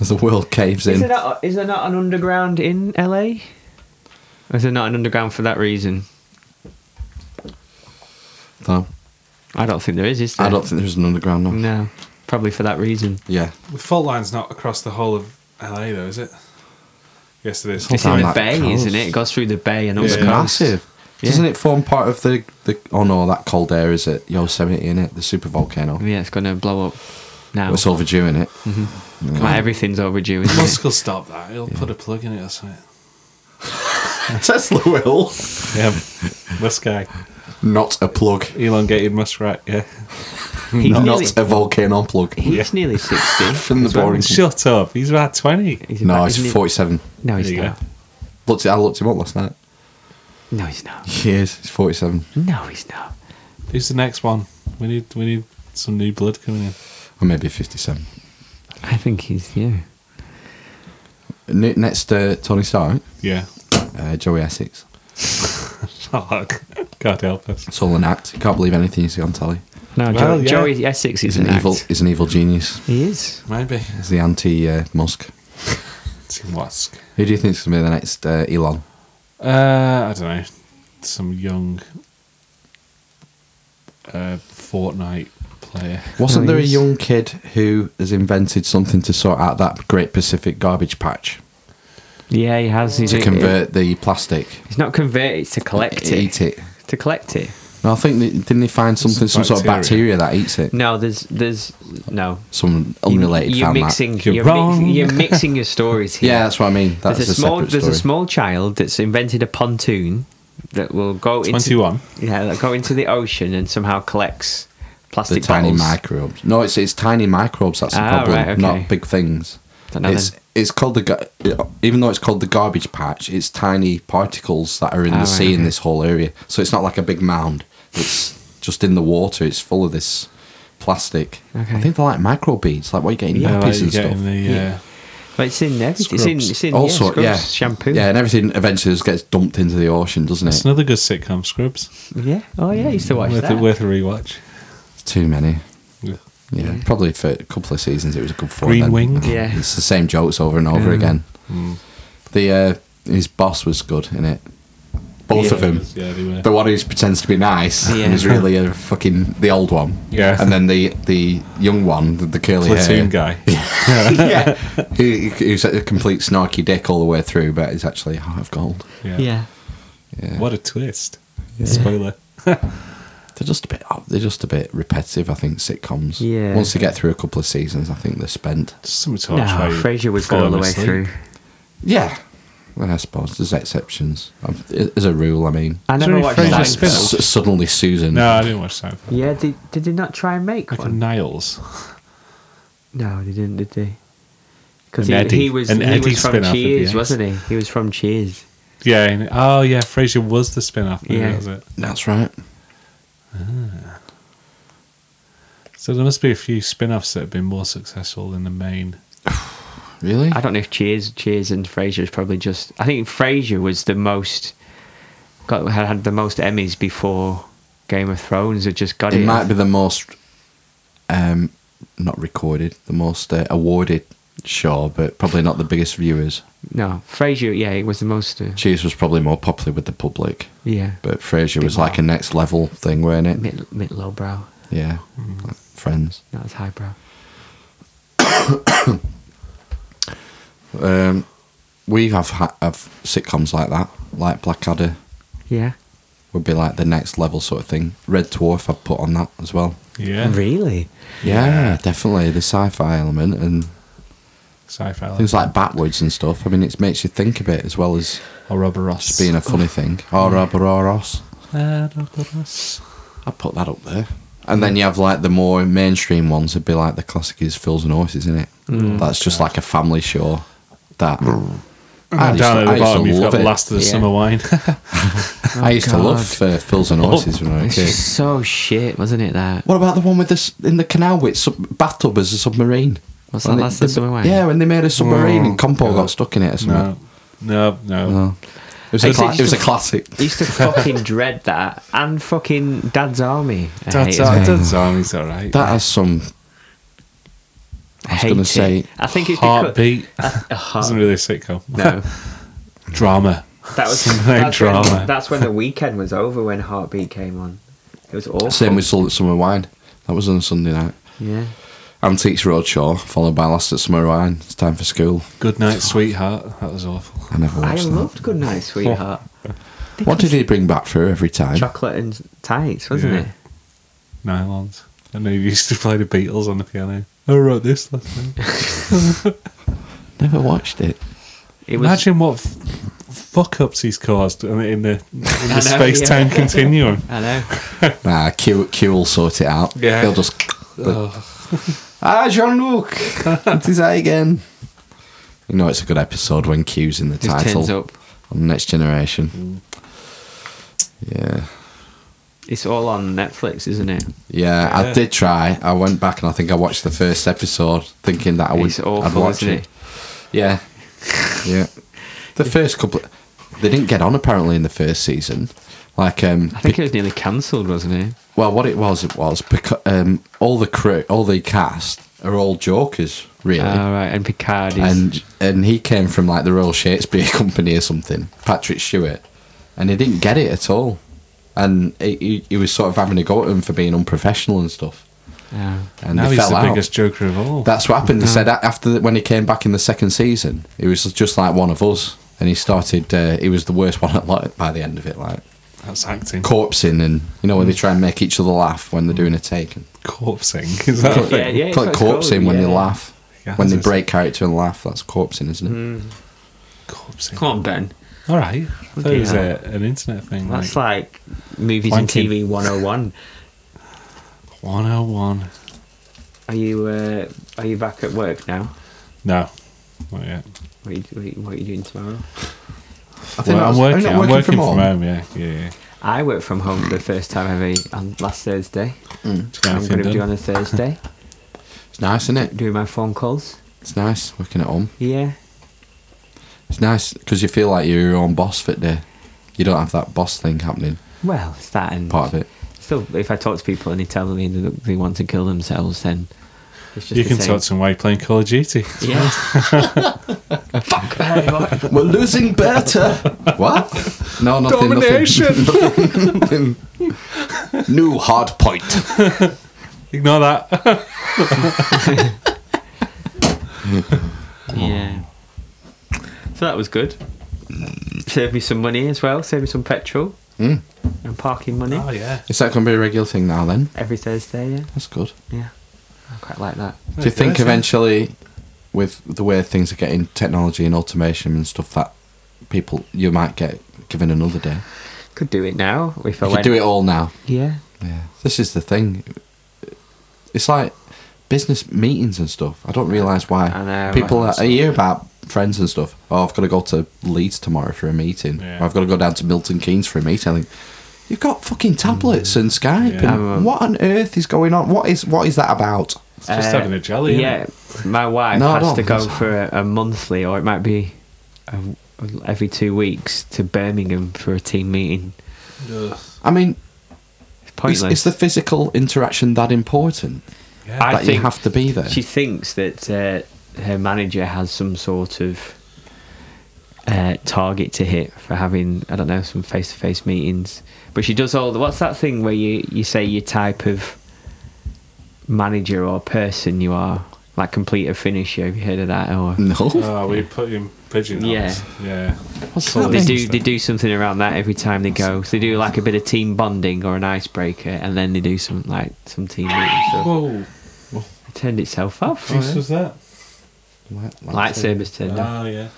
Speaker 1: As the world caves
Speaker 2: Is
Speaker 1: in,
Speaker 2: there, not, is there not an underground in LA? Or is there not an underground for that reason?
Speaker 1: No,
Speaker 2: I don't think there is, is there?
Speaker 1: I don't think there's an underground. No.
Speaker 2: No. Probably for that reason.
Speaker 1: Yeah.
Speaker 3: the fault line's not across the whole of LA, though, is it? Yes, it
Speaker 1: It's
Speaker 3: is.
Speaker 2: It's in
Speaker 1: Sound
Speaker 2: the
Speaker 1: like
Speaker 2: bay,
Speaker 1: coast.
Speaker 2: isn't it? It goes through the bay and up
Speaker 1: It's
Speaker 2: the
Speaker 3: Yeah.
Speaker 2: coast.
Speaker 1: massive.
Speaker 2: Yeah.
Speaker 1: Doesn't it form part of the, the? Oh no, that cold air is at Yosemite, in it? The super volcano.
Speaker 2: Yeah, it's going to blow up now.
Speaker 1: It's overdue, in it.
Speaker 3: Mm-hmm.
Speaker 2: Like, everything's overdue, isn't it?
Speaker 3: Musk will stop that. He'll put a plug in it or something.
Speaker 1: Tesla will.
Speaker 3: Yeah, Musk guy.
Speaker 1: Not a plug.
Speaker 3: Elongated muskrat, yeah.
Speaker 2: He's, nearly,
Speaker 1: Not a volcano plug.
Speaker 2: he's nearly 60.
Speaker 1: From the boring.
Speaker 3: Shut up. He's about 20.
Speaker 2: He's
Speaker 1: No,
Speaker 2: about-
Speaker 1: he's
Speaker 2: isn't he-
Speaker 1: 47.
Speaker 2: No, he's
Speaker 3: There you
Speaker 2: not.
Speaker 3: go.
Speaker 1: Looked, I looked him up last night.
Speaker 2: No, he's not.
Speaker 1: He is. He's 47.
Speaker 2: No, he's not.
Speaker 3: Who's the next one? We need we need some new blood coming in.
Speaker 1: Or maybe 57.
Speaker 2: I think he's, yeah.
Speaker 1: ne- next to Tony Stark,
Speaker 3: Yeah.
Speaker 1: uh, Joey Essex.
Speaker 3: Fuck. God help us.
Speaker 1: It's all an act. Can't believe anything you see on telly.
Speaker 2: No, Jo-
Speaker 3: Well, yeah.
Speaker 2: Joey Essex
Speaker 1: He's
Speaker 2: is an,
Speaker 1: an evil.
Speaker 2: act.
Speaker 1: He's an evil genius.
Speaker 2: He is.
Speaker 3: Maybe.
Speaker 1: He's the anti uh, Musk.
Speaker 3: It's in Wask.
Speaker 1: Who do you think's gonna be the next uh, Elon?
Speaker 3: Uh, I don't know. Some young uh, Fortnite player.
Speaker 1: Wasn't
Speaker 2: No,
Speaker 1: there a
Speaker 2: he's-
Speaker 1: young kid who has invented something to sort out that Great Pacific garbage patch
Speaker 2: Yeah, he has. He's
Speaker 1: to
Speaker 2: he-
Speaker 1: convert the plastic?
Speaker 2: It's not convert. It's to collect it.
Speaker 1: Eat it.
Speaker 2: To collect it.
Speaker 1: No, I think they, didn't they find something, some sort of bacteria
Speaker 3: bacteria.
Speaker 1: that eats it?
Speaker 2: No, there's there's no.
Speaker 1: Some unrelated.
Speaker 2: You're
Speaker 1: found that.
Speaker 2: mixing.
Speaker 3: You're
Speaker 2: You're,
Speaker 3: wrong.
Speaker 2: mixing you're mixing your stories here.
Speaker 1: Yeah, that's what I mean. That's
Speaker 2: there's a,
Speaker 1: a,
Speaker 2: small
Speaker 1: separate
Speaker 2: there's
Speaker 1: story.
Speaker 2: a small child that's invented a pontoon that will go into
Speaker 3: 21.
Speaker 2: yeah that go into the ocean and somehow collects
Speaker 1: the
Speaker 2: plastic
Speaker 1: tiny
Speaker 2: bottles.
Speaker 1: microbes. No, it's it's tiny microbes. That's the
Speaker 2: Ah,
Speaker 1: problem,
Speaker 2: right, okay.
Speaker 1: not big things.
Speaker 2: Don't know
Speaker 1: it's
Speaker 2: then.
Speaker 1: it's called the gar- even though it's called the garbage patch, it's tiny particles that are in
Speaker 2: Ah,
Speaker 1: the
Speaker 2: right,
Speaker 1: sea in
Speaker 2: okay.
Speaker 1: this whole area. So it's not like a big mound. It's just in the water. It's full of this plastic.
Speaker 2: Okay.
Speaker 1: I think they're like microbeads, like what you get in
Speaker 2: Yeah,
Speaker 1: yeah,
Speaker 3: like you
Speaker 1: and
Speaker 3: get
Speaker 1: stuff.
Speaker 3: in the, uh,
Speaker 2: Yeah.
Speaker 3: yeah.
Speaker 2: But it's in there. It's in
Speaker 3: Scrubs.
Speaker 2: it's in
Speaker 1: All
Speaker 2: yeah,
Speaker 1: sort,
Speaker 2: scrubs,
Speaker 1: yeah,
Speaker 2: shampoo.
Speaker 1: Yeah, and everything eventually just gets dumped into the ocean, doesn't
Speaker 3: It's
Speaker 1: it?
Speaker 3: another good sitcom, Scrubs.
Speaker 2: yeah. Oh yeah, I used to watch
Speaker 3: Worth a,
Speaker 2: that.
Speaker 3: worth a rewatch.
Speaker 1: It's too many.
Speaker 3: Yeah.
Speaker 1: Yeah, probably for a couple of seasons it was a good four.
Speaker 3: Green
Speaker 1: then.
Speaker 3: Wing.
Speaker 2: Yeah.
Speaker 1: It's the same jokes over and over
Speaker 2: Yeah.
Speaker 1: again. The uh, his boss was good in it. Both of them.
Speaker 3: Yeah, they were.
Speaker 1: The one who pretends to be nice
Speaker 2: Yeah.
Speaker 1: and is really a fucking the old one.
Speaker 3: Yeah.
Speaker 1: And then the the young one, the, the curly
Speaker 3: Platoon
Speaker 1: hair,
Speaker 3: guy.
Speaker 1: yeah, who, who's a complete snarky dick all the way through, but is actually heart of gold.
Speaker 3: Yeah.
Speaker 2: yeah.
Speaker 1: Yeah.
Speaker 3: What a twist. Spoiler.
Speaker 1: They're just a bit they're just a bit repetitive. I think sitcoms.
Speaker 2: Yeah.
Speaker 1: Once they get through a couple of seasons, I think they're spent.
Speaker 3: Just some torch
Speaker 2: No,
Speaker 3: while you
Speaker 2: Frasier was
Speaker 3: fall
Speaker 2: good all the way
Speaker 3: asleep.
Speaker 2: through.
Speaker 1: Yeah. Well, I suppose there's exceptions. Um, As a rule, I mean.
Speaker 2: I never
Speaker 3: any
Speaker 2: watched
Speaker 3: Frasier
Speaker 2: that.
Speaker 3: spin-off?
Speaker 1: S- suddenly Susan.
Speaker 3: No, I didn't watch that.
Speaker 2: Yeah, did, did they not try and make
Speaker 3: Like
Speaker 2: one?
Speaker 3: Niles.
Speaker 2: No, they didn't, did they? Because
Speaker 3: An
Speaker 2: he,
Speaker 3: Eddie-
Speaker 2: he was
Speaker 3: an
Speaker 2: he
Speaker 3: Eddie
Speaker 2: was from
Speaker 3: spin-off of the
Speaker 2: Cheers,
Speaker 3: Ace.
Speaker 2: wasn't he? He was from Cheers.
Speaker 3: Yeah. and- oh, yeah. Frasier was the spin off movie,
Speaker 2: Yeah.
Speaker 3: was it?
Speaker 1: That's right.
Speaker 3: So there must be a few spin offs that have been more successful than the main.
Speaker 1: Really?
Speaker 2: I don't know if Cheers, Cheers, and Frasier is probably just. I think Frasier was the most got had, had the most Emmys before Game of Thrones had just got
Speaker 1: it
Speaker 2: it.
Speaker 1: might be the most, um, not recorded, the most uh, awarded show, but probably not the biggest viewers.
Speaker 2: No, Frasier. Yeah, it was the most. Uh,
Speaker 1: Cheers was probably more popular with the public,
Speaker 2: yeah,
Speaker 1: but Frasier
Speaker 2: Bit
Speaker 1: was like a next level thing, weren't it?
Speaker 2: mid mid low brow,
Speaker 1: Yeah. Like friends.
Speaker 2: not as high brow.
Speaker 1: Um, we have ha- have sitcoms like that, like Blackadder
Speaker 2: Yeah.
Speaker 1: would be like the next level sort of thing. Red Dwarf, I've put on that as well.
Speaker 3: Yeah.
Speaker 2: Really?
Speaker 1: Yeah, definitely the sci-fi element and
Speaker 3: Sci fi.
Speaker 1: things like backwards and stuff. I mean, it makes you think a bit as well as
Speaker 3: Or Robert Ross.
Speaker 1: just being a funny thing. Or Ross.
Speaker 3: Uh, Robert Ross.
Speaker 1: I put that up there. And then you have like the more mainstream ones would be like the classic is Phils and Horses, isn't it?
Speaker 3: Mm.
Speaker 1: That's just like a family show. That I
Speaker 3: And
Speaker 1: used
Speaker 3: down
Speaker 1: to-
Speaker 3: at
Speaker 1: I used
Speaker 3: the
Speaker 1: to
Speaker 3: bottom, you've got
Speaker 1: love it.
Speaker 3: Last of the
Speaker 2: Yeah.
Speaker 3: Summer Wine.
Speaker 1: I used to
Speaker 2: God.
Speaker 1: love uh, Phils and
Speaker 3: Oh.
Speaker 1: Horses when I was a kid.
Speaker 2: So shit, wasn't it? That
Speaker 1: What about the one with this in the canal with sub- bathtub as a submarine?
Speaker 2: What's
Speaker 1: When
Speaker 2: that
Speaker 1: they-
Speaker 2: last of the
Speaker 1: they-
Speaker 2: summer wine?
Speaker 1: Yeah, when they made a submarine and Compo
Speaker 3: God.
Speaker 1: got stuck in it or something.
Speaker 3: no. No, no.
Speaker 1: No. It was,
Speaker 2: Hey,
Speaker 1: a cla-
Speaker 2: did
Speaker 1: it was
Speaker 2: you-
Speaker 1: a classic.
Speaker 2: I used to fucking dread that, and fucking Dad's Army. I
Speaker 3: Dad's,
Speaker 2: hated it.
Speaker 3: Ar- Dad's Army's alright.
Speaker 1: That has some. I was
Speaker 2: Hate
Speaker 1: going to
Speaker 2: it.
Speaker 1: say.
Speaker 2: I think it's because
Speaker 3: Heartbeat.
Speaker 2: a
Speaker 3: Wasn't
Speaker 2: heart.
Speaker 3: really a sitcom.
Speaker 2: No.
Speaker 3: Drama.
Speaker 2: That was
Speaker 3: Some like
Speaker 2: that's
Speaker 3: drama.
Speaker 2: When, that's when the weekend was over when Heartbeat came on. It was awful.
Speaker 1: Same with Sul- Summer Wine. That was on Sunday night.
Speaker 2: yeah.
Speaker 1: Antiques Roadshow, followed by Last at Summer Wine. It's time for school.
Speaker 3: Good Night, Sweetheart. That was awful.
Speaker 1: I never
Speaker 2: I
Speaker 1: watched that.
Speaker 2: loved Good Night, Sweetheart.
Speaker 1: What did he bring back through every time?
Speaker 2: Chocolate and tights, wasn't
Speaker 3: Yeah.
Speaker 2: it?
Speaker 3: Nylons. And they used to play the Beatles on the piano. I wrote this last night.
Speaker 1: Never watched it.
Speaker 2: It was.
Speaker 3: Imagine what f- fuck ups he's caused in the in the, in
Speaker 2: know,
Speaker 3: the space time
Speaker 2: yeah.
Speaker 3: continuum.
Speaker 2: I know.
Speaker 1: Nah, Q, Q will sort it out.
Speaker 3: Yeah.
Speaker 1: He'll just.
Speaker 3: Oh,
Speaker 1: Ah, Jean Luc! It is I again. You know, it's a good episode when Q's in the
Speaker 2: Just
Speaker 1: title.
Speaker 2: turns up.
Speaker 1: On Next Generation. Yeah.
Speaker 2: It's all on Netflix, isn't it?
Speaker 1: Yeah, I
Speaker 3: Yeah.
Speaker 1: did try. I went back and I think I watched the first episode thinking that I would.
Speaker 2: it's awful,
Speaker 1: I'd watch
Speaker 2: isn't it?
Speaker 1: Yeah. Yeah. The first couple, they didn't get on apparently in the first season. Like, um,
Speaker 2: I think it was nearly cancelled, wasn't it?
Speaker 1: well, what it was, it was because um, all the crew, all the cast are all jokers, really.
Speaker 2: Ah, right, and Picard is.
Speaker 1: and and he came from like the Royal Shakespeare Company or something, Patrick Stewart, and he didn't get it at all, and he, he, he was sort of having a go at him for being unprofessional and stuff,
Speaker 2: Ah.
Speaker 1: and
Speaker 3: now
Speaker 1: they
Speaker 3: he's
Speaker 1: fell
Speaker 3: the
Speaker 1: out.
Speaker 3: biggest joker of all.
Speaker 1: That's what
Speaker 3: Mm.
Speaker 1: happened. They said a- after the, when he came back in the second season, he was just like one of us, and he started. Uh, he was the worst one at like, by the end of it, like
Speaker 3: That's acting.
Speaker 1: corpsing, and you know when
Speaker 3: Mm.
Speaker 1: they try and make each other laugh when they're doing a take, and
Speaker 3: Corpsing. Is that a
Speaker 2: Yeah,
Speaker 3: thing?
Speaker 2: yeah,
Speaker 1: it's
Speaker 2: it's
Speaker 1: like
Speaker 2: what it's
Speaker 1: corpsing
Speaker 2: called,
Speaker 1: when
Speaker 2: yeah.
Speaker 1: they laugh,
Speaker 3: Yeah,
Speaker 1: when they
Speaker 3: that's- Mm.
Speaker 1: break character and laugh. That's corpsing, isn't it?
Speaker 3: Corpsing.
Speaker 2: Come on, Ben.
Speaker 3: All right. I thought it was
Speaker 2: hell.
Speaker 3: a, an internet thing.
Speaker 2: That's
Speaker 3: Like,
Speaker 2: like movies and
Speaker 3: Wanking.
Speaker 2: TV 101.
Speaker 3: 101.
Speaker 2: Are you uh, are you back at work now?
Speaker 3: No. Not yet.
Speaker 2: What are you, what are you- what are you doing tomorrow?
Speaker 1: I
Speaker 3: Well, I'm
Speaker 1: that's-
Speaker 3: working.
Speaker 1: you're
Speaker 3: I'm
Speaker 1: not
Speaker 3: working from home. Yeah, yeah. yeah.
Speaker 2: I work from home for the first time ever on last Thursday.
Speaker 3: Just
Speaker 2: I'm going
Speaker 3: got everything
Speaker 2: to do
Speaker 3: done.
Speaker 2: on a Thursday,
Speaker 1: It's nice, isn't it?
Speaker 2: doing my phone calls.
Speaker 1: It's nice working at home.
Speaker 2: Yeah,
Speaker 1: It's nice because you feel like you're your own boss for the day. You don't have that boss thing happening.
Speaker 2: well, it's that and
Speaker 1: Part of it.
Speaker 2: still, if I talk to people and they tell me that they want to kill themselves, then it's just
Speaker 3: You
Speaker 2: the
Speaker 3: can
Speaker 2: same.
Speaker 3: talk to them while you're playing Call of Duty.
Speaker 2: Yeah. Fuck that.
Speaker 1: We're losing better. what? No, nothing.
Speaker 3: Domination.
Speaker 1: Nothing, nothing. New hard point.
Speaker 3: Ignore that.
Speaker 2: Yeah. So that was good. Saved me some money as well. Saved me some petrol and parking money
Speaker 3: Oh yeah.
Speaker 1: Hmm. Is that going to be a regular thing now? Then
Speaker 2: every Thursday. Yeah,
Speaker 1: that's good.
Speaker 2: yeah. I quite like that.
Speaker 1: Do you
Speaker 3: Very
Speaker 1: think
Speaker 3: good, yeah.
Speaker 1: eventually, with the way things are getting, technology and automation and stuff, that people you might get given another day?
Speaker 2: Could do it now if
Speaker 1: You
Speaker 2: I
Speaker 1: could
Speaker 2: went.
Speaker 1: do it all now.
Speaker 2: Yeah.
Speaker 1: Yeah. This is the thing. It's like business meetings and stuff. I don't realise why.
Speaker 2: I know,
Speaker 1: People
Speaker 2: I
Speaker 1: are, I hear about friends and stuff. Oh, I've got to go to Leeds tomorrow for a meeting.
Speaker 3: Yeah.
Speaker 1: Or I've got to go down to Milton Keynes for a meeting. I think, You've got fucking tablets and Skype.
Speaker 3: Mm. Yeah.
Speaker 1: And
Speaker 2: I'm, um,
Speaker 1: what on earth is going on? What is what is that about?
Speaker 3: It's
Speaker 2: Uh,
Speaker 3: just having a jelly. isn't
Speaker 2: Yeah,
Speaker 3: it?
Speaker 2: my wife
Speaker 1: No, I
Speaker 2: has
Speaker 1: don't
Speaker 2: to
Speaker 1: think
Speaker 2: go
Speaker 1: so.
Speaker 2: for a, a monthly, or it might be a, every two weeks to Birmingham for a team meeting.
Speaker 1: I mean, is,
Speaker 2: It's pointless.
Speaker 1: is the physical interaction that important
Speaker 3: Yeah.
Speaker 2: I
Speaker 1: that you
Speaker 2: think
Speaker 1: have to be there?
Speaker 2: she thinks that uh, her manager has some sort of uh, target to hit for having I don't know some face to face meetings. But she does all the what's that thing where you you say your type of manager or person you are, like completer finisher. Have you heard of that? Or
Speaker 1: No,
Speaker 3: Oh, we put in pigeon.
Speaker 2: Yeah.
Speaker 3: Yeah.
Speaker 1: What's
Speaker 3: Well,
Speaker 1: that
Speaker 2: They
Speaker 1: thing?
Speaker 2: do they do something around that every time they go. So they do like a bit of team bonding or an icebreaker, and then they do some like some team meeting stuff.
Speaker 3: Whoa.
Speaker 2: It turned itself off.
Speaker 3: What was that?
Speaker 1: Light-
Speaker 2: Lightsabers turned off.
Speaker 3: Oh yeah.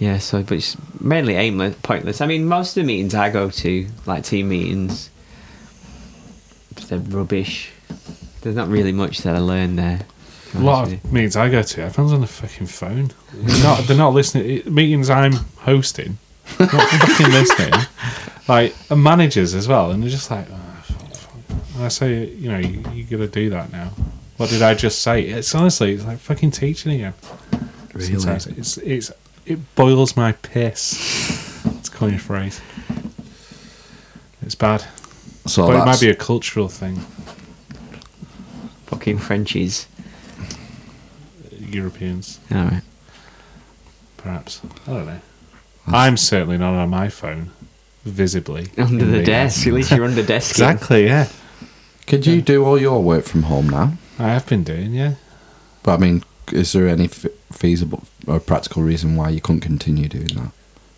Speaker 2: Yeah, so but it's mainly aimless, pointless. I mean, most of the meetings I go to, like team meetings, they're rubbish. There's not really much that I learn there. to
Speaker 3: A
Speaker 2: be
Speaker 3: lot
Speaker 2: honest with
Speaker 3: of meetings I go to, everyone's on the fucking phone. They're not, they're not listening. It- Meetings I'm hosting, not fucking listening. Like and managers as well, and they're just like, "Ah, fuck, fuck." And I say, you know, you, you gotta do that now. What did I just say? It's honestly, it's like fucking teaching again.
Speaker 1: Really?
Speaker 3: Sometimes it's it's it boils my piss. It's coin a phrase. It's bad,
Speaker 1: So
Speaker 3: but it might
Speaker 1: that's-
Speaker 3: be a cultural thing,
Speaker 2: you. fucking Frenchies.
Speaker 3: Europeans.
Speaker 2: All right.
Speaker 3: perhaps. I don't know. I'm certainly not on my phone, visibly.
Speaker 2: Hmm. Under
Speaker 3: in
Speaker 2: the desk. At least you're under the desk. yeah.
Speaker 3: Exactly, yeah.
Speaker 1: Could you do all your work from home now?
Speaker 3: I have been doing, yeah.
Speaker 1: But I mean, is there any f- feasible or practical reason why you couldn't continue doing that?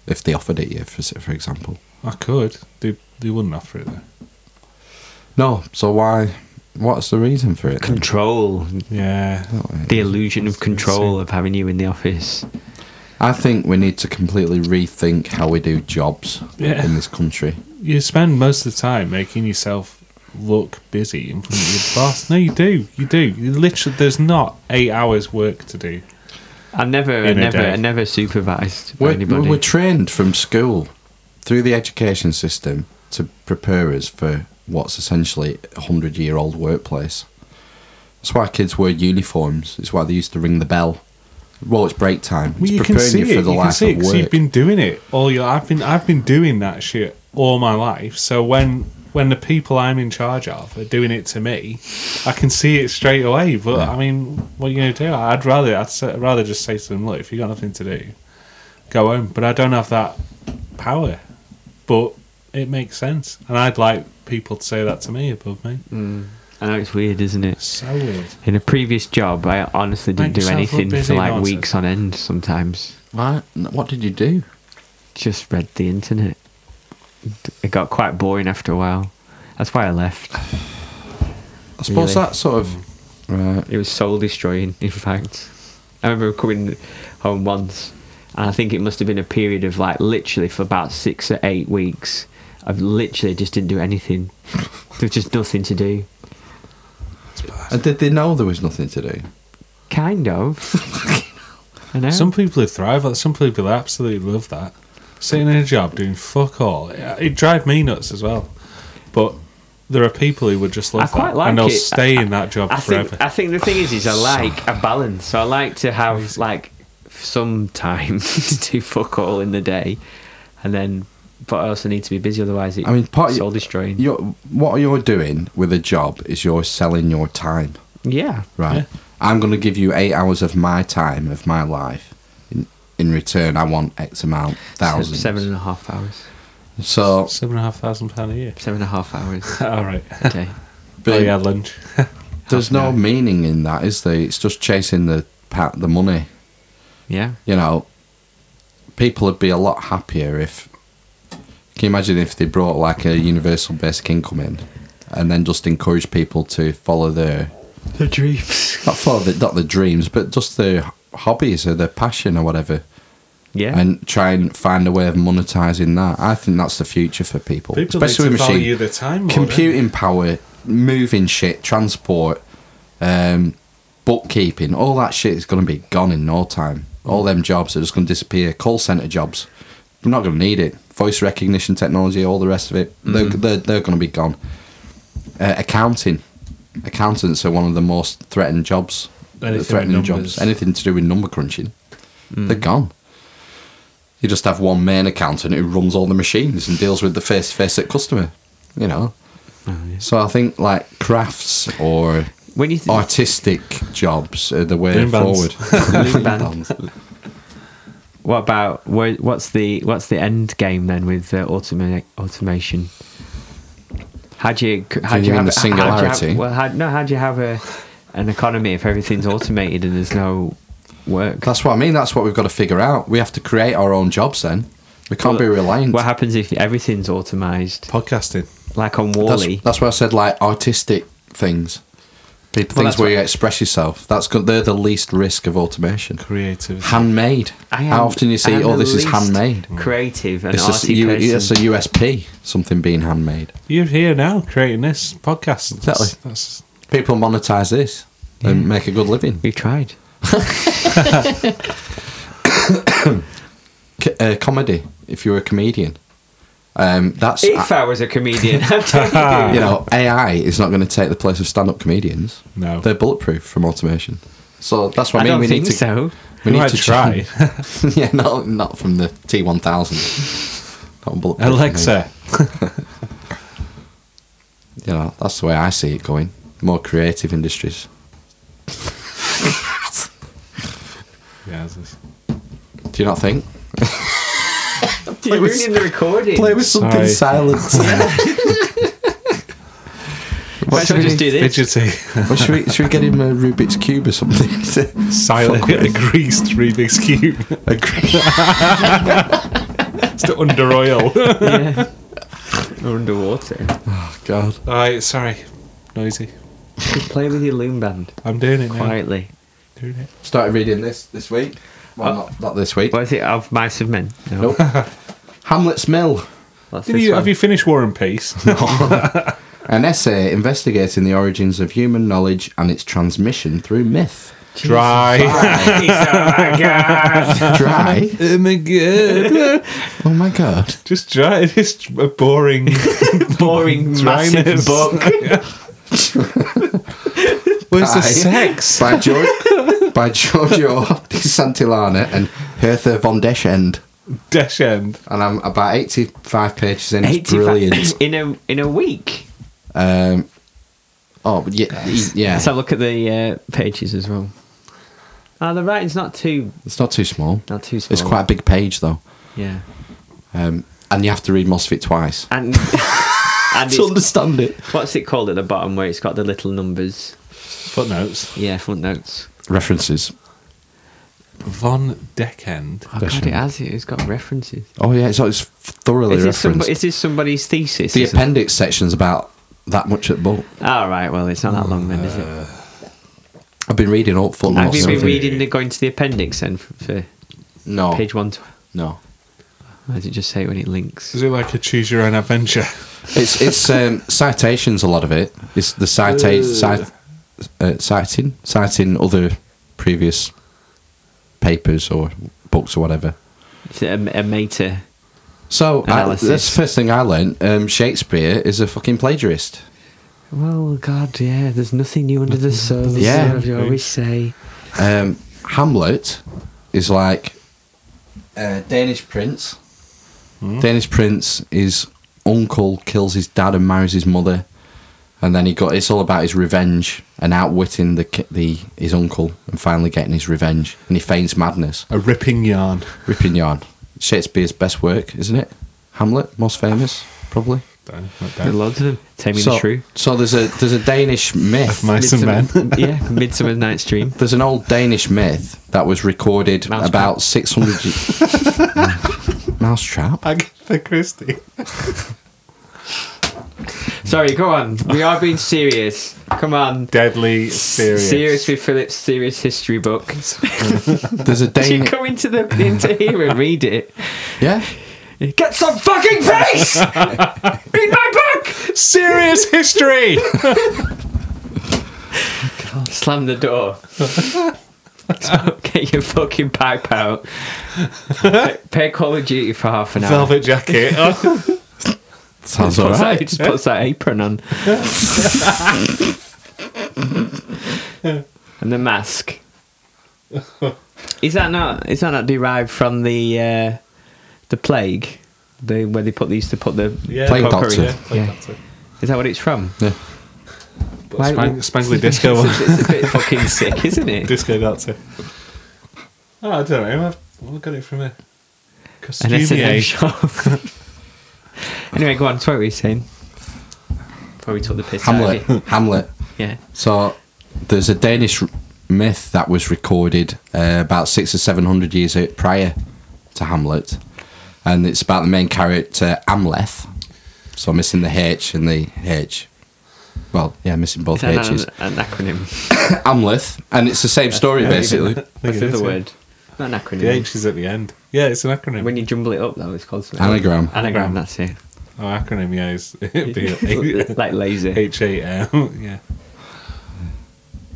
Speaker 1: If they offered it you, for, s- for example.
Speaker 3: I could. They, they wouldn't offer it, though.
Speaker 1: No, so why? What's the reason for it? then?
Speaker 2: Control.
Speaker 3: Yeah.
Speaker 2: The illusion of control of having you in the office.
Speaker 1: I think we need to completely rethink how we do jobs
Speaker 3: Yeah.
Speaker 1: in this country.
Speaker 3: You spend most of the time making yourself look busy in front of your boss. No, you do. You do. You literally, there's not eight hours work to do.
Speaker 2: I never, I
Speaker 3: In a
Speaker 2: never,
Speaker 3: day.
Speaker 2: I never supervised by
Speaker 1: We're,
Speaker 2: anybody.
Speaker 1: we're trained from school through the education system to prepare us for what's essentially a hundred year old workplace. That's why kids wear uniforms. It's why they used to ring the bell Well, it's break time. It's
Speaker 3: Well, you can
Speaker 1: preparing
Speaker 3: see
Speaker 1: you for
Speaker 3: it.
Speaker 1: the
Speaker 3: You can
Speaker 1: life
Speaker 3: see it
Speaker 1: of
Speaker 3: 'cause you've
Speaker 1: work.
Speaker 3: been doing it all your. I've been I've been doing that shit all my life. So when when the people I'm in charge of are doing it to me, I can see it straight away. But I mean, what are you gonna do? I'd rather I'd s- rather just say to them, look, if you got nothing to do, go home. But I don't have that power. But it makes sense, and I'd like people to say that to me above me.
Speaker 1: Mm.
Speaker 2: I know it's weird, isn't it?
Speaker 3: So weird.
Speaker 2: In a previous job, I honestly didn't
Speaker 3: Make
Speaker 2: do
Speaker 3: yourself look
Speaker 2: anything
Speaker 3: busy,
Speaker 2: for like
Speaker 3: nonsense.
Speaker 2: weeks on end. Sometimes
Speaker 1: What? What did you do?
Speaker 2: just read the internet. It got quite boring after a while. That's why I left.
Speaker 1: I suppose
Speaker 2: Really?
Speaker 1: that sort of. Right.
Speaker 2: It was soul destroying, in fact. I remember coming home once, and I think it must have been a period of like literally for about six or eight weeks. I literally just didn't do anything. There was just nothing to do.
Speaker 1: And Uh, did they know there was nothing to do?
Speaker 2: Kind of. I know.
Speaker 3: Some people who thrive, like some people who absolutely love that. Sitting in a job doing fuck all. It, it drive me nuts as well. But there are people who would just love
Speaker 2: I quite
Speaker 3: that,
Speaker 2: like
Speaker 3: and they'll
Speaker 2: it.
Speaker 3: stay in that job
Speaker 2: I
Speaker 3: forever.
Speaker 2: think, I think the thing is, is I like a balance. So I like to have like some time to do fuck all in the day, and then but I also need to be busy. Otherwise, it's
Speaker 1: I mean, part
Speaker 2: soul destroying.
Speaker 1: You're, what you're doing with a job is you're selling your time,
Speaker 2: yeah,
Speaker 1: right? I'm going to give you eight hours of my time of my life. In, in return, I want X amount, thousands.
Speaker 2: seven and a half hours.
Speaker 1: So,
Speaker 3: Seven and a half thousand pound a year.
Speaker 2: Seven and a half hours
Speaker 3: all right.
Speaker 2: a day.
Speaker 3: Oh
Speaker 1: but
Speaker 3: yeah, lunch.
Speaker 1: there's no meaning in that, is there? It's just chasing the pa- the money.
Speaker 2: Yeah.
Speaker 1: You know, people would be a lot happier if. Can you imagine if they brought like a universal basic income in, and then just encouraged people to follow their
Speaker 2: The dreams.
Speaker 1: not follow the, not the dreams, but just their hobbies or their passion or whatever,
Speaker 2: Yeah.
Speaker 1: and try and find a way of monetizing that. I think that's the future for people,
Speaker 3: People
Speaker 1: especially
Speaker 3: need
Speaker 1: with
Speaker 3: to value
Speaker 1: machine
Speaker 3: their time more.
Speaker 1: computing power, moving shit, transport, um, bookkeeping. All that shit is going to be gone in no time. All them jobs are just going to disappear. Call center jobs, we're not going to need it. Voice recognition technology, all the rest of it, they're,
Speaker 3: Mm-hmm.
Speaker 1: they're, they're going to be gone. Uh, accounting, accountants are one of the most threatened jobs.
Speaker 3: Anything
Speaker 1: the
Speaker 3: with
Speaker 1: threatening
Speaker 3: numbers. Mm.
Speaker 1: jobs, anything to do with number crunching, they're gone. You just have one main accountant who runs all the machines and deals with the face to face at customer. You know, so I think like crafts or
Speaker 2: Oh, when you th-
Speaker 1: Oh, artistic jobs are the way
Speaker 3: Loom bands.
Speaker 1: forward.
Speaker 2: Loom
Speaker 1: Loom
Speaker 2: bands.
Speaker 1: bands.
Speaker 2: what about where, what's the what's the end game then with uh, automa- automation? How do you how
Speaker 1: Do
Speaker 2: do
Speaker 1: you
Speaker 2: you
Speaker 1: mean the
Speaker 2: have a- how do you have-
Speaker 1: singularity?
Speaker 2: well, how, no, how do you have a an economy if everything's automated and there's no work?
Speaker 1: That's what I mean. That's what we've got to figure out. We have to create our own jobs. Then we can't be reliant.
Speaker 2: What happens if everything's automised,
Speaker 3: Podcasting.
Speaker 2: like on
Speaker 1: that's,
Speaker 2: Wally?
Speaker 1: that's why I said like artistic things, People,
Speaker 2: Well,
Speaker 1: things
Speaker 2: that's
Speaker 1: where
Speaker 2: what-
Speaker 1: you express yourself. That's good. They're the least risk of automation.
Speaker 3: Creativity.
Speaker 1: Handmade.
Speaker 2: I am-
Speaker 1: How often you
Speaker 2: I
Speaker 1: see?
Speaker 2: am
Speaker 1: Oh,
Speaker 2: the
Speaker 1: this is
Speaker 2: least
Speaker 1: handmade.
Speaker 2: creative and
Speaker 1: It's just
Speaker 2: arty
Speaker 1: you,
Speaker 2: person.
Speaker 1: it's a USP. Something being handmade.
Speaker 3: You're here now creating this podcast. That's-
Speaker 1: Exactly.
Speaker 3: that's-
Speaker 1: People monetize this and make a good living.
Speaker 2: we tried.
Speaker 1: C- uh, comedy. If you're a comedian, um, that's
Speaker 2: If I was a comedian, I'm telling
Speaker 1: you
Speaker 2: you.
Speaker 1: know, AI is not going to take the place of stand-up comedians.
Speaker 3: No.
Speaker 1: they're bulletproof from automation. So that's what I mean.
Speaker 2: I don't
Speaker 1: we
Speaker 2: think
Speaker 1: need to
Speaker 2: so.
Speaker 1: We
Speaker 3: You
Speaker 1: need
Speaker 3: might
Speaker 1: to
Speaker 3: try.
Speaker 1: change- yeah, not not from the T one thousand. Bulletproof.
Speaker 3: Alexa.
Speaker 1: You know, that's the way I see it going. More creative industries.
Speaker 3: Yeah, it's just-
Speaker 1: Do you not think?
Speaker 2: You're
Speaker 1: with-
Speaker 2: ruining the recording.
Speaker 3: something Sorry.
Speaker 1: silent.
Speaker 2: Why
Speaker 1: What should,
Speaker 2: don't
Speaker 1: we,
Speaker 2: we just do this?
Speaker 3: fidgety.
Speaker 1: what should we should we get him a Rubik's cube or something?
Speaker 3: Silent,
Speaker 1: Fuck with.
Speaker 3: greased Rubik's cube.
Speaker 1: A gre-
Speaker 3: It's the under oil.
Speaker 2: Underwater.
Speaker 1: oh God!
Speaker 3: All right, sorry, noisy.
Speaker 2: Just play with your loom band
Speaker 3: I'm doing it now.
Speaker 2: quietly.
Speaker 3: Doing it.
Speaker 1: Started reading this this week. Well, not, not this week.
Speaker 2: What is it? Of Mice of Men? No.
Speaker 1: Nope. Hamlet's Mill.
Speaker 2: That's
Speaker 3: Did
Speaker 2: this
Speaker 3: you,
Speaker 2: one.
Speaker 3: have you finished War and Peace?
Speaker 1: An essay investigating the origins of human knowledge and its transmission through myth.
Speaker 3: Dry.
Speaker 2: Jeez, oh my God.
Speaker 1: Dry.
Speaker 3: oh my god.
Speaker 1: Oh my god.
Speaker 3: Just dry. It is a boring.
Speaker 2: Boring massive
Speaker 3: Dryness.
Speaker 2: book.
Speaker 3: Where's
Speaker 1: Dry.
Speaker 3: the sex?
Speaker 1: By George by Giorgio di Santillana and Hertha von Deschend.
Speaker 3: Dash end.
Speaker 1: And I'm about 85 pages in. It's
Speaker 2: 85
Speaker 1: brilliant.
Speaker 2: in a in a week.
Speaker 1: Um, oh, but yeah, he- yeah.
Speaker 2: Let's have a look at the uh, pages as well. Ah, the writing's not too
Speaker 1: It's not too small.
Speaker 2: not too small.
Speaker 1: It's quite a big page, though.
Speaker 2: yeah,
Speaker 1: Um, and you have to read most of it twice.
Speaker 2: and and it's,
Speaker 1: understand it.
Speaker 2: what's it called at the bottom where it's got the little numbers?
Speaker 3: Footnotes.
Speaker 2: Yeah, footnotes.
Speaker 1: References.
Speaker 3: Von Deckend.
Speaker 2: Oh
Speaker 1: That's
Speaker 2: God,
Speaker 1: right.
Speaker 2: it has it. It's got references.
Speaker 1: Oh, yeah, so it's thoroughly
Speaker 2: Is this,
Speaker 1: referenced.
Speaker 2: somebody, is this somebody's thesis?
Speaker 1: the
Speaker 2: Is it-
Speaker 1: appendix section's about that much at the book.
Speaker 2: All right. Well, it's not that long then, is
Speaker 3: Uh,
Speaker 2: it?
Speaker 1: I've been reading all
Speaker 2: Have
Speaker 1: footnotes.
Speaker 2: you
Speaker 1: and
Speaker 2: been
Speaker 1: everything.
Speaker 2: reading the going to the appendix then for, for
Speaker 3: Oh.
Speaker 1: No.
Speaker 2: page one? tw-
Speaker 1: No.
Speaker 2: Why does it just say it when it links?
Speaker 3: Is it like a choose your own adventure?
Speaker 1: It's it's um, citations. A lot of it. It's the cita- cite, uh, citing citing other previous papers or books or whatever.
Speaker 2: It's a, a mater.
Speaker 1: So I,
Speaker 2: Analysis.
Speaker 1: that's the first thing I learned. Um, Shakespeare is a fucking plagiarist.
Speaker 2: Well, God, yeah. There's nothing new under the sun.
Speaker 1: Yeah.
Speaker 2: as you always say.
Speaker 1: Um, Hamlet is like uh, Danish prince. Danish prince, his uncle kills his dad and marries his mother, and then he got. It's all about his revenge and outwitting the ki- the his uncle and finally getting his revenge. And he feigns madness,
Speaker 3: A ripping yarn.
Speaker 1: ripping yarn. Shakespeare's best work, isn't it? Hamlet, most famous, probably.
Speaker 3: Don't, not
Speaker 2: There's
Speaker 3: that.
Speaker 2: loads of them. Taming
Speaker 1: so,
Speaker 2: the Shrew.
Speaker 1: so there's a there's a Danish myth.
Speaker 3: Mice and men.
Speaker 2: Midsummer- yeah, Midsummer Night's Dream.
Speaker 1: There's an old Danish myth that was recorded
Speaker 2: Mouse
Speaker 1: about 600 years. Mousetrap?
Speaker 3: Agatha Christie.
Speaker 2: Sorry, go on. We are being serious. Come on.
Speaker 3: Deadly serious.
Speaker 2: Serious with Philip's serious history book.
Speaker 1: There's a
Speaker 2: you
Speaker 1: Danish.
Speaker 2: go into the into here and read it.
Speaker 1: Yeah?
Speaker 2: Get some fucking face. read my book.
Speaker 3: Serious history!
Speaker 2: Slam the door. Get your fucking pipe out. Play Call of Duty for half an hour.
Speaker 3: Velvet jacket. Oh,
Speaker 1: Sounds
Speaker 2: Puts that-
Speaker 1: alright.
Speaker 2: just puts that apron on. and the mask. Is that not is that not derived from the uh, the plague? The where they put they used to put the
Speaker 3: yeah,
Speaker 1: Plain
Speaker 3: potpourri.
Speaker 1: doctor.
Speaker 3: Yeah, plain
Speaker 2: Yeah.
Speaker 3: doctor.
Speaker 2: Is that what it's from?
Speaker 1: Yeah.
Speaker 3: But
Speaker 2: Why-
Speaker 3: spang- spangly disco.
Speaker 2: It's, a- it's a bit fucking sick, isn't it?
Speaker 3: disco dancer. Oh, I don't know. I've, I've got it from a
Speaker 2: An S&M
Speaker 3: costumier.
Speaker 2: shop. anyway, go on. That's what we were saying. Before we took the piss out
Speaker 1: Hamlet.
Speaker 2: of it.
Speaker 1: Hamlet.
Speaker 2: Yeah.
Speaker 1: So there's a Danish r- myth that was recorded uh, about six or seven hundred years o- prior to Hamlet, and it's about the main character Amleth. So missing the H and the H. Well, yeah, missing
Speaker 2: Is
Speaker 1: both
Speaker 2: that
Speaker 1: H's.
Speaker 2: not an, an acronym?
Speaker 1: Amleth, and it's the same story basically.
Speaker 2: What's
Speaker 3: it
Speaker 2: the
Speaker 3: is,
Speaker 2: other
Speaker 3: yeah.
Speaker 2: word? Not an acronym.
Speaker 3: The H is at the end. Yeah, it's an acronym.
Speaker 2: When you jumble it up, though, it's called something.
Speaker 1: Anagram.
Speaker 2: Anagram, that's it.
Speaker 3: oh, acronym, yeah. It's, it'd be like
Speaker 2: like laser.
Speaker 3: H-A-M. Yeah.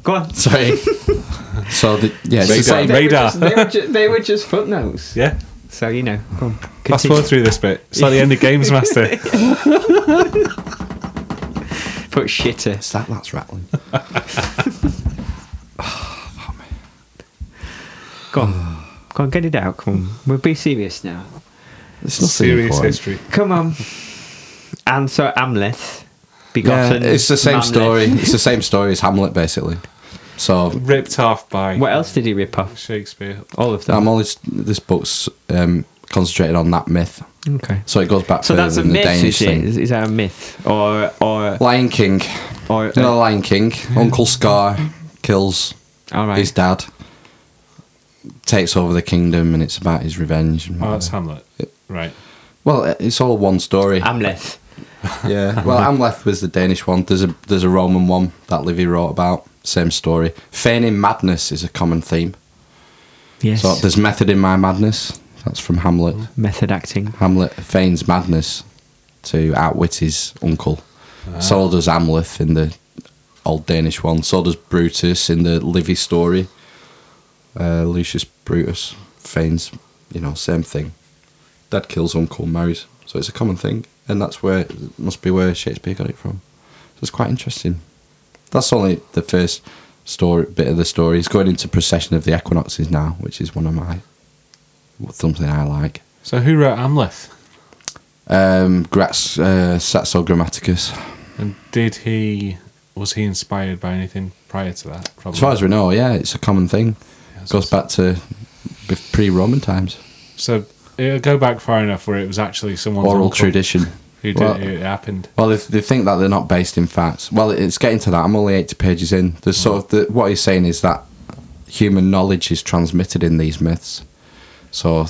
Speaker 2: Go on.
Speaker 1: Sorry. so the yeah, it's the
Speaker 3: Radar.
Speaker 1: same.
Speaker 3: They were Radar. just-
Speaker 2: they, were just, footnotes.
Speaker 3: Yeah.
Speaker 2: So, you know, go on.
Speaker 3: Fast forward through this bit. It's like the end of Games Master.
Speaker 2: Put shitter.
Speaker 1: It's that that's rattling.
Speaker 2: Go on. Go on, get it out. Come on. We'll be serious now.
Speaker 1: It's nothing
Speaker 3: Serious
Speaker 1: important.
Speaker 3: history.
Speaker 2: Come on. And so Amleth,
Speaker 1: Yeah,
Speaker 2: begotten.
Speaker 1: it's the same
Speaker 2: Mamleth.
Speaker 1: story. It's the same story as Hamlet basically. So
Speaker 3: Ripped off by
Speaker 2: What else did he rip off?
Speaker 3: Shakespeare.
Speaker 2: All of them.
Speaker 1: I'm only this book's um, concentrated on that myth.
Speaker 2: okay.
Speaker 1: So it goes back
Speaker 2: So
Speaker 1: further
Speaker 2: that's a
Speaker 1: than the
Speaker 2: myth,
Speaker 1: Danish
Speaker 2: is it?
Speaker 1: thing.
Speaker 2: Is, is that a myth? Or, or,
Speaker 1: Lion King.
Speaker 2: or, uh,
Speaker 1: You know, the Lion King. Uncle Scar kills
Speaker 2: all right.
Speaker 1: his dad, takes over the kingdom, and it's about his revenge. And
Speaker 3: Oh, that's
Speaker 1: whatever.
Speaker 3: Hamlet. Right.
Speaker 1: well, it- it's all one story.
Speaker 2: Amleth.
Speaker 1: yeah. Well, Amleth was the Danish one. There's a there's a Roman one that Livy wrote about. Same story. Feigning madness is a common theme.
Speaker 2: Yes.
Speaker 1: So there's method in my madness. That's from Hamlet.
Speaker 2: Method acting.
Speaker 1: Hamlet feigns madness to outwit his uncle. So does Amleth in the old Danish one. So does Brutus in the Livy story. Uh, Lucius Brutus feigns, you know, same thing. Dad kills uncle, marries. So it's a common thing, and that's where must be where Shakespeare got it from. So it's quite interesting. That's only the first story bit of the story. It's going into Procession of the Equinoxes now, which is one of my something I like.
Speaker 3: So who wrote Amleth?
Speaker 1: Um, Gratz, uh, Saxo Grammaticus.
Speaker 3: And did he was he inspired by anything prior to that? Probably.
Speaker 1: As far as we know, yeah, it's a common thing.
Speaker 3: Yeah, so-
Speaker 1: Goes back to pre-Roman times.
Speaker 3: So it'll go back far enough where it was actually someone's
Speaker 1: Oral
Speaker 3: uncle
Speaker 1: tradition.
Speaker 3: Who did
Speaker 1: Well-
Speaker 3: it, it happened.
Speaker 1: Well, they, they think that they're not based in facts. Well, it's getting to that. I'm only 80 pages in. There's sort of the, what he's saying is that human knowledge is transmitted in these myths. So,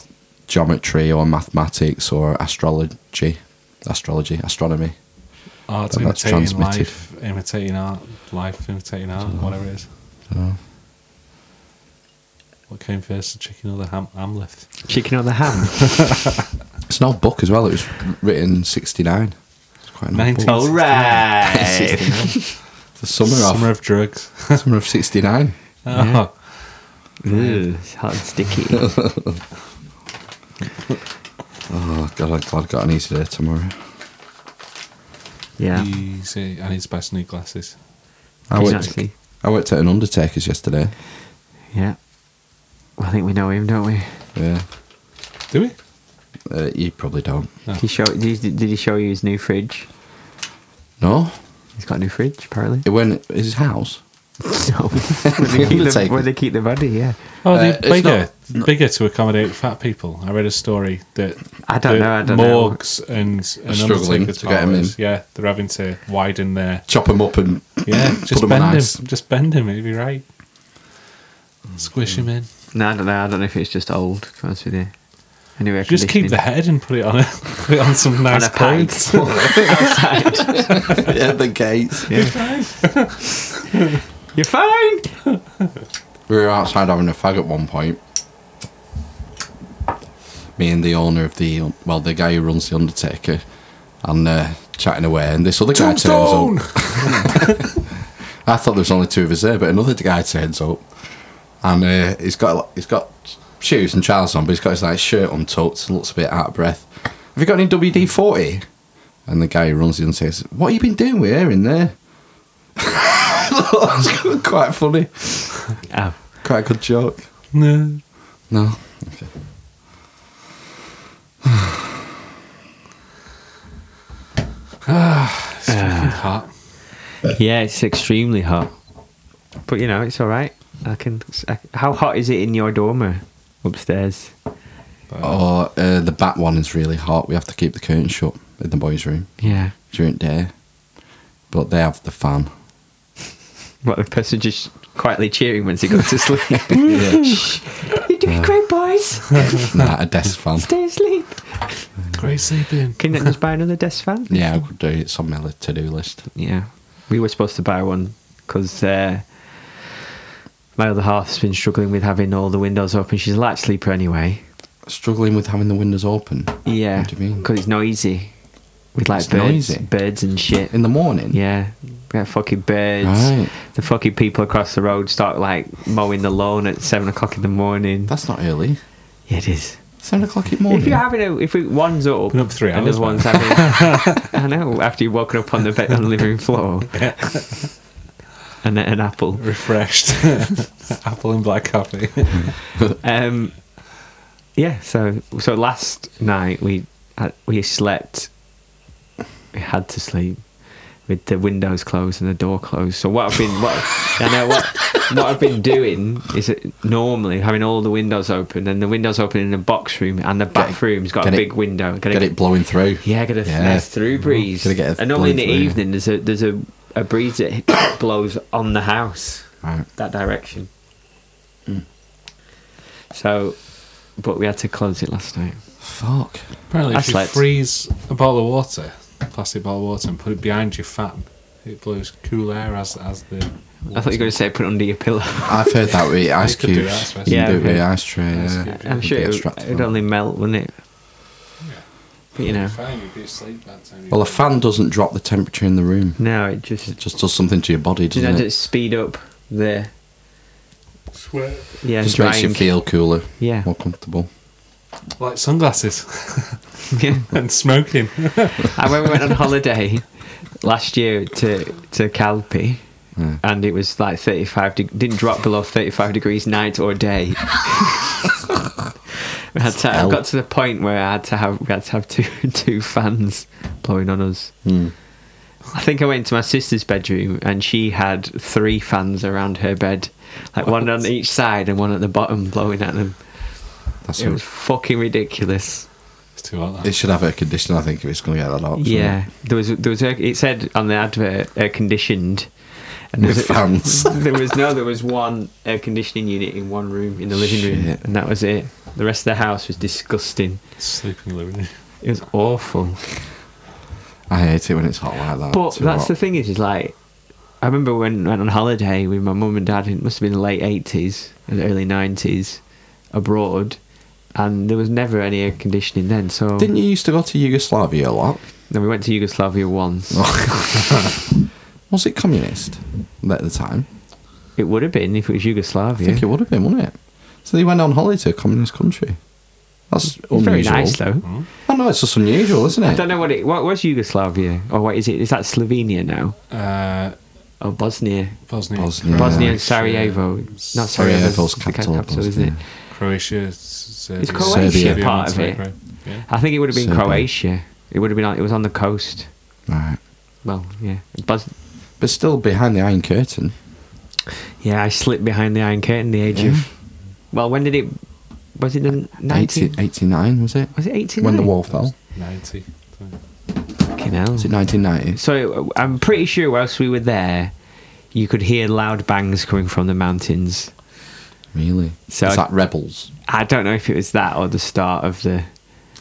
Speaker 1: geometry or mathematics or astrology, astrology, astronomy.
Speaker 3: Art
Speaker 1: But oh, that's
Speaker 3: imitating
Speaker 1: transmitted.
Speaker 3: life, imitating art, life imitating art, whatever it is.
Speaker 1: dunno.
Speaker 3: What came first, the chicken or the ham- Amleth?
Speaker 2: Chicken on the ham.
Speaker 1: It's an old book as well. It was written in 69. It's quite an old book.
Speaker 2: All right.
Speaker 1: The summer,
Speaker 3: Summer
Speaker 1: of
Speaker 3: of drugs.
Speaker 1: summer of 69.
Speaker 3: Oh,
Speaker 2: Ooh, it's hot and sticky.
Speaker 1: Oh God, I'm glad I got an easy day tomorrow.
Speaker 2: Yeah.
Speaker 3: easy. I need to buy some new glasses.
Speaker 1: I
Speaker 2: He's
Speaker 1: worked,
Speaker 2: actually-
Speaker 1: I worked at an undertaker's yesterday.
Speaker 2: Yeah. I think we know him, don't we?
Speaker 1: Yeah,
Speaker 3: Do we?
Speaker 1: uh, you probably don't.
Speaker 2: He show, did, he, did he show you his new fridge?
Speaker 1: No,
Speaker 2: He's got a new fridge, apparently.
Speaker 1: it went his house.
Speaker 2: No. where, they keep the,
Speaker 1: Undertaker.
Speaker 2: where they keep the body, yeah.
Speaker 3: Oh,
Speaker 1: Uh,
Speaker 3: they're
Speaker 1: it's
Speaker 3: bigger, bigger to accommodate fat people. I read a story that
Speaker 2: I don't
Speaker 3: that
Speaker 2: know, I don't know.
Speaker 3: morgues and, and
Speaker 1: struggling
Speaker 3: undertaker's
Speaker 1: to get 'em in.
Speaker 3: parlours, Yeah, they're having to widen their
Speaker 1: Chop him up and
Speaker 3: Yeah,
Speaker 1: Put
Speaker 3: just
Speaker 1: 'em on
Speaker 3: bend him.
Speaker 1: ice.
Speaker 3: Just bend him. It'd be right. Squish him in.
Speaker 2: No, I don't know. I don't know if it's just old, to be honest with you. Anyway,
Speaker 3: Just keep the head and put it on a put it on some nice
Speaker 2: a pike.
Speaker 3: clothes.
Speaker 1: yeah, the gates.
Speaker 2: You're fine!
Speaker 1: We were outside having a fag at one point. Me and the owner of the well, the guy who runs the Undertaker, and uh, chatting away, and this other guy turns up.
Speaker 3: Tombstone.
Speaker 1: I thought there was only two of us there, but another guy turns up, and uh, he's got he's got shoes and trousers on, but he's got his like shirt untucked and looks a bit out of breath. Have you got any WD forty? And the guy who runs in says, "What have you been doing with her in there?" That's quite funny,
Speaker 2: Oh.
Speaker 1: quite a good joke.
Speaker 3: No.
Speaker 1: No. Okay.
Speaker 3: It's fucking hot.
Speaker 2: Yeah, it's extremely hot. But you know, it's all right. I can. I, how hot is it in your dormer upstairs?
Speaker 1: Or uh, the back one is really hot. We have to keep the curtain shut in the boys' room
Speaker 2: Yeah.
Speaker 1: during day, but they have the fan.
Speaker 2: What the person just quietly cheering once he goes to sleep.
Speaker 1: yeah,
Speaker 2: You're doing great, boys.
Speaker 1: nah, a desk fan.
Speaker 2: Stay asleep.
Speaker 3: Great sleeping.
Speaker 2: Can you just buy another desk fan?
Speaker 1: Yeah, I could do it. It's on my to do list.
Speaker 2: Yeah. We were supposed to buy one because uh, my other half's been struggling with having all the windows open. She's a light sleeper anyway.
Speaker 1: Struggling with having the windows open
Speaker 2: Yeah.
Speaker 1: What do you mean?
Speaker 2: Because it's noisy. With like
Speaker 1: It's
Speaker 2: birds,
Speaker 1: noisy?
Speaker 2: birds and shit.
Speaker 1: in the morning.
Speaker 2: Yeah, yeah, fucking birds.
Speaker 1: Right.
Speaker 2: The fucking people across the road start like mowing the lawn at seven o'clock in the morning.
Speaker 1: That's not early.
Speaker 2: Yeah, it is.
Speaker 1: Seven o'clock in the
Speaker 2: If
Speaker 1: morning.
Speaker 2: you're having a, if we, one's up,
Speaker 3: Been up three
Speaker 2: and
Speaker 3: hours,
Speaker 2: the one's having, I know. After you've woken up on the bed on the living floor, and then an apple.
Speaker 3: Refreshed. Apple and black coffee.
Speaker 2: Um, yeah. So so last night we had, we slept. We had to sleep with the windows closed and the door closed. So what I've been what I know what what I've been doing is that normally having all the windows open and the windows open in the box room and the back
Speaker 1: Get-
Speaker 2: room's got a
Speaker 1: get it-
Speaker 2: big window. Gotta
Speaker 1: Get it blowing through.
Speaker 2: yeah, get a
Speaker 1: Yeah. Mm-hmm.
Speaker 2: nice through breeze.
Speaker 1: Gotta get a
Speaker 2: and normally in the
Speaker 1: blowing through.
Speaker 2: evening there's a there's a, a breeze that blows on the house
Speaker 1: Right.
Speaker 2: that direction. So, but we had to close it last night.
Speaker 1: Fuck.
Speaker 3: Apparently,
Speaker 2: I
Speaker 3: if you
Speaker 2: slept.
Speaker 3: freeze a bottle of water, plastic bottle of water, and put it behind your fan, it blows cool air as as the.
Speaker 2: I thought you were going to say put it under your pillow.
Speaker 1: I've heard that with ice
Speaker 3: could do
Speaker 1: cubes.
Speaker 3: that, I suppose.
Speaker 1: You
Speaker 2: Yeah,
Speaker 1: can do it with
Speaker 2: okay.
Speaker 1: ice tray.
Speaker 3: Ice
Speaker 1: Yeah.
Speaker 3: cube, yeah.
Speaker 2: I'm sure
Speaker 1: It'd be
Speaker 2: it,
Speaker 1: extracted
Speaker 2: it'd
Speaker 1: from
Speaker 2: only melt, wouldn't it?
Speaker 3: Yeah.
Speaker 2: But you know,
Speaker 3: Fine, you'd be asleep that time.
Speaker 1: Well, a fan doesn't drop the temperature in the room.
Speaker 2: no, it just
Speaker 1: It just does something to your body,
Speaker 2: you
Speaker 1: doesn't
Speaker 2: know
Speaker 1: it?
Speaker 2: just speed up the
Speaker 3: Sweat.
Speaker 2: yeah
Speaker 1: just makes
Speaker 2: drying.
Speaker 1: you feel cooler.
Speaker 2: Yeah.
Speaker 1: More comfortable.
Speaker 3: Like sunglasses
Speaker 2: yeah.
Speaker 3: and smoking.
Speaker 2: And when we went on holiday last year to to Calpe
Speaker 1: Yeah.
Speaker 2: and it was like 35 de- didn't drop below 35 degrees night or day I, had to, I got to the point where I had to have we had to have two two fans blowing on us
Speaker 1: Mm.
Speaker 2: I think I went to my sister's bedroom and she had three fans around her bed like one on each side and one at the bottom blowing at them
Speaker 1: That's
Speaker 2: it was fucking ridiculous
Speaker 3: It's too hot. That.
Speaker 1: It should have air conditioning, I think, if it's going to get that hot. shouldn't
Speaker 2: yeah there was there was air, it said on the advert air conditioned
Speaker 1: it?
Speaker 2: and
Speaker 1: With
Speaker 2: there's a-
Speaker 1: fans.
Speaker 2: there was no there was one air conditioning unit in one room in the living room
Speaker 1: Shit.
Speaker 2: and that was it the rest of the house was disgusting
Speaker 3: Sleeping living room.
Speaker 2: it was awful
Speaker 1: I hate it when it's hot like that.
Speaker 2: but
Speaker 1: Too
Speaker 2: that's
Speaker 1: hot.
Speaker 2: the thing is is like i remember when i went on holiday with my mum and dad it must have been the late 80s and early 90s abroad and there was never any air conditioning then so
Speaker 1: Didn't you used to go to Yugoslavia a lot?
Speaker 2: then we went to yugoslavia once
Speaker 1: Oh. Was it communist at the time?
Speaker 2: it would have been if it was
Speaker 1: I
Speaker 2: yugoslavia
Speaker 1: think it would have been, wouldn't it? So they went on holiday to a communist country. That's unusual.
Speaker 2: very nice though
Speaker 1: I know, it's just unusual, isn't it?
Speaker 2: I don't know what it what was Yugoslavia or what is it? Is that Slovenia now
Speaker 3: Uh,
Speaker 2: or Bosnia?
Speaker 3: Bosnia.
Speaker 1: Bosnia.
Speaker 2: Bosnia and
Speaker 3: Croatia,
Speaker 2: Sarajevo. Not Sarajevo.
Speaker 1: uh, Sarajevo's
Speaker 2: the
Speaker 1: capital,
Speaker 2: isn't it?
Speaker 1: Bosnia.
Speaker 3: Croatia. Serbia.
Speaker 2: Is Croatia
Speaker 1: Serbia.
Speaker 2: part of
Speaker 3: Serbia,
Speaker 2: it?
Speaker 3: Yeah.
Speaker 2: I think it would have been
Speaker 1: Serbia.
Speaker 2: Croatia. It would have been. on- It was on the coast.
Speaker 1: Right.
Speaker 2: Well, yeah. Bos-
Speaker 1: But still behind the Iron Curtain.
Speaker 2: yeah, I slipped behind the Iron Curtain. The age
Speaker 1: Yeah.
Speaker 2: of. Well, when did it? Was it the
Speaker 1: 80,
Speaker 2: nineteen?
Speaker 1: 89, was it?
Speaker 2: Was it eighteen?
Speaker 1: When the wall fell.
Speaker 3: 90.
Speaker 2: Fucking hell.
Speaker 1: Was it 1990?
Speaker 2: So uh, I'm pretty sure whilst we were there, you could hear loud bangs coming from the mountains.
Speaker 1: Really?
Speaker 2: So-
Speaker 1: Is that Rebels?
Speaker 2: I don't know if it was that or the start of the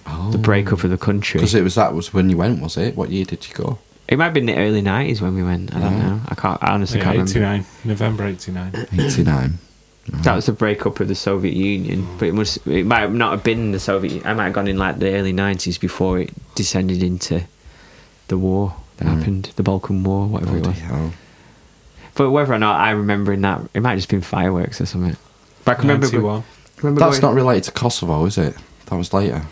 Speaker 1: Oh.
Speaker 2: the breakup of the country.
Speaker 1: Because it was that was when you went, was it? What year did you go?
Speaker 2: It might have been the early nineties when we went. I don't
Speaker 1: Yeah.
Speaker 2: know. I can't. I honestly
Speaker 3: Yeah,
Speaker 2: can't remember.
Speaker 3: 89. November 89.
Speaker 1: 89.
Speaker 2: That was the breakup of the Soviet Union, but it must. It might not have been the Soviet. U- I might have gone in like the early nineties before it descended into the war that
Speaker 1: Mm.
Speaker 2: happened, the Balkan War, whatever it
Speaker 1: Bloody
Speaker 2: was.
Speaker 1: hell.
Speaker 2: But whether or not I remember in that, it might have just been fireworks or something. But I can remember.
Speaker 3: 91.
Speaker 2: remember
Speaker 1: That's
Speaker 2: going-
Speaker 1: not related to Kosovo, is it? That was later.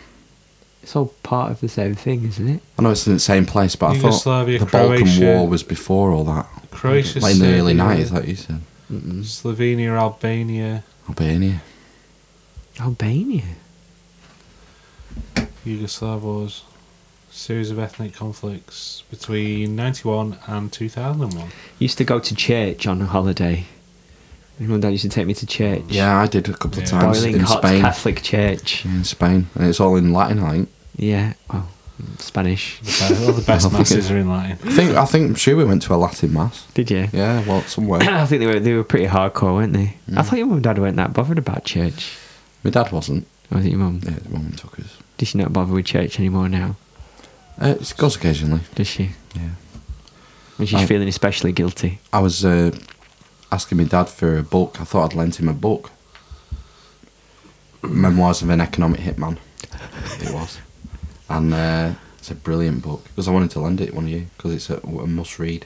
Speaker 2: It's all part of the same thing, isn't it?
Speaker 1: I know it's in the same place, but I thought
Speaker 3: Yugoslavia,
Speaker 1: the Balkan
Speaker 3: Croatia.
Speaker 1: War was before all that.
Speaker 3: Croatia.
Speaker 1: like in the early
Speaker 3: Serbia,
Speaker 1: 90s, like you said. Mm.
Speaker 3: Slovenia, Albania,
Speaker 1: Albania.
Speaker 2: Albania.
Speaker 3: Yugoslav wars. Series of ethnic conflicts between 91 and 2001.
Speaker 2: Used to go to church on holiday. Everyone dad used to take me to church.
Speaker 1: Yeah, I did a couple of
Speaker 3: Yeah.
Speaker 1: times
Speaker 2: boiling
Speaker 1: in
Speaker 2: hot
Speaker 1: Spain.
Speaker 2: Catholic church.
Speaker 1: Yeah, in Spain. And it's all in Latin, I think.
Speaker 2: Yeah, well, Spanish.
Speaker 3: The be- All the
Speaker 1: Oh,
Speaker 3: best masses are in Latin.
Speaker 1: I think, I think I'm sure we went to a Latin mass.
Speaker 2: Did you?
Speaker 1: Yeah, Mm. well, somewhere.
Speaker 2: I think they were they were pretty hardcore, weren't they? I thought your mum and dad weren't that bothered about church.
Speaker 1: My dad wasn't.
Speaker 2: Or was it your mum?
Speaker 1: Yeah, the woman took us.
Speaker 2: Does she not bother with church anymore now?
Speaker 1: Uh, it goes occasionally.
Speaker 2: Does she?
Speaker 1: Yeah.
Speaker 2: When she's
Speaker 1: I-
Speaker 2: feeling especially guilty.
Speaker 1: I was uh, asking my dad for a book. I thought I'd lent him a book. Memoirs of an Economic Hitman. It was. And uh, it's a brilliant book. Because I wanted to lend it to one of you. Because it's a, a must read.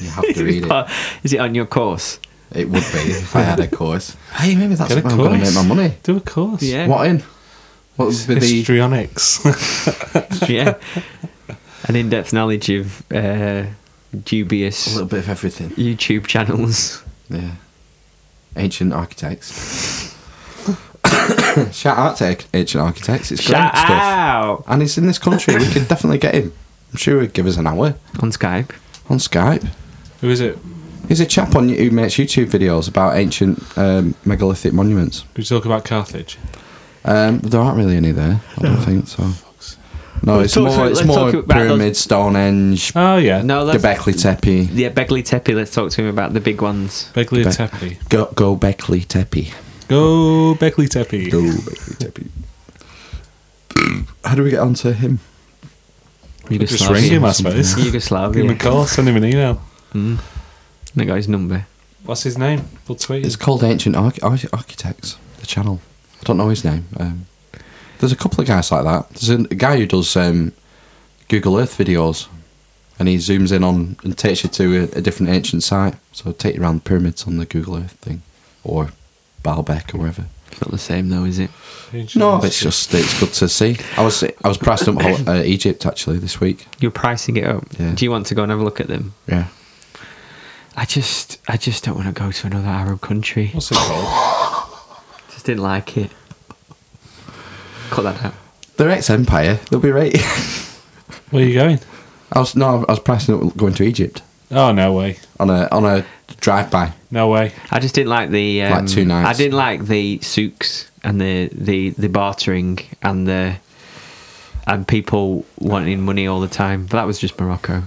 Speaker 1: You have to read it.
Speaker 2: Is it on your course?
Speaker 1: It would be if I had a course. Hey, maybe that's
Speaker 3: Get a
Speaker 1: where I'm going to
Speaker 3: course.
Speaker 1: make my money.
Speaker 3: Do a course.
Speaker 2: Yeah.
Speaker 1: What in? What would be the...
Speaker 3: Histrionics.
Speaker 2: yeah. An in-depth knowledge of uh,
Speaker 1: A
Speaker 2: dubious
Speaker 1: little bit of everything.
Speaker 2: YouTube channels.
Speaker 1: Yeah. Ancient architects. Shout out to Ac- ancient architects. It's great
Speaker 2: Shout
Speaker 1: stuff.
Speaker 2: out
Speaker 1: And it's in this country. We could definitely get him. I'm sure he'd give us an hour
Speaker 2: on Skype.
Speaker 1: on Skype.
Speaker 3: Who is it?
Speaker 1: He's a chap on who makes YouTube videos about ancient um, megalithic monuments.
Speaker 3: We talk about Carthage.
Speaker 1: Um, there aren't really any there. I don't think so. No,
Speaker 2: Let's
Speaker 1: it's
Speaker 2: talk
Speaker 1: more.
Speaker 2: through-
Speaker 1: it's
Speaker 2: let's
Speaker 1: more
Speaker 2: talk about those-
Speaker 1: pyramid, Stonehenge,
Speaker 3: Oh yeah.
Speaker 2: No, let's
Speaker 1: Göbekli Tepe,
Speaker 2: Yeah, Begley Tepe. Let's talk to him about the big ones.
Speaker 3: Begley
Speaker 1: Be-
Speaker 3: Tepe.
Speaker 1: Go, Göbekli Tepe,
Speaker 3: Go Begley Tepe.
Speaker 1: Göbekli Tepe. How do we get onto him?
Speaker 3: Just ring him, I suppose. Give him a
Speaker 2: Yugoslavia.
Speaker 3: call. Send him an email.
Speaker 2: Mm. They got his number.
Speaker 3: What's his name? We'll tweet.
Speaker 1: It's
Speaker 3: him.
Speaker 1: called Ancient Arch- Arch- Architects, the channel. I don't know his name. Um, there's a couple of guys like that. There's a, a guy who does um, Google Earth videos and he zooms in on and takes you to a, a different ancient site. So it'll take you around the pyramids on the Google Earth thing or Baalbek or wherever.
Speaker 2: It's not the same though, is it?
Speaker 1: No, it's just it's good to see. I was I was priced up hol- uh, Egypt actually this week.
Speaker 2: You're pricing it up.
Speaker 1: Yeah.
Speaker 2: Do you want to go and have a look at them?
Speaker 1: Yeah.
Speaker 2: I just, I just don't want to go to another Arab country.
Speaker 3: What's it called?
Speaker 2: Just didn't like it. Cut that out.
Speaker 1: They're ex-empire. They'll be right.
Speaker 3: Where are you going?
Speaker 1: I was no, I was pressing up going to Egypt
Speaker 3: Oh, no way.
Speaker 1: on a on a drive by.
Speaker 3: No way.
Speaker 2: I just didn't like the. Um,
Speaker 1: Like two nights.
Speaker 2: I didn't like the souks and the the the bartering and the and people wanting money all the time. But that was just Morocco.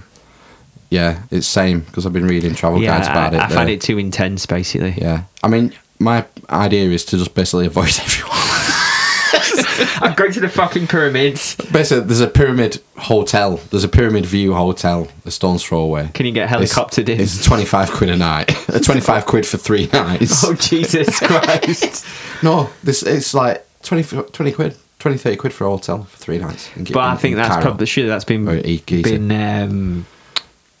Speaker 1: Yeah, it's same because I've been reading travel
Speaker 2: yeah,
Speaker 1: guides about
Speaker 2: I,
Speaker 1: it.
Speaker 2: I find
Speaker 1: there.
Speaker 2: it too intense, basically.
Speaker 1: Yeah, I mean, my idea is to just basically avoid everyone.
Speaker 2: I'm going to the fucking pyramids.
Speaker 1: Basically, there's a pyramid hotel. There's a pyramid view hotel a stone's throw away.
Speaker 2: Can you get
Speaker 1: It's-
Speaker 2: helicoptered in?
Speaker 1: It's 25 quid a night. 25 quid for three nights.
Speaker 2: Oh Jesus Christ!
Speaker 1: No, this it's like 20, f- 20 quid, 20, 30 quid for a hotel for three nights. in Gi-
Speaker 2: but I
Speaker 1: in-
Speaker 2: think
Speaker 1: in
Speaker 2: that's
Speaker 1: Cairo.
Speaker 2: probably sure that's been
Speaker 1: Or E- Giza.
Speaker 2: been um,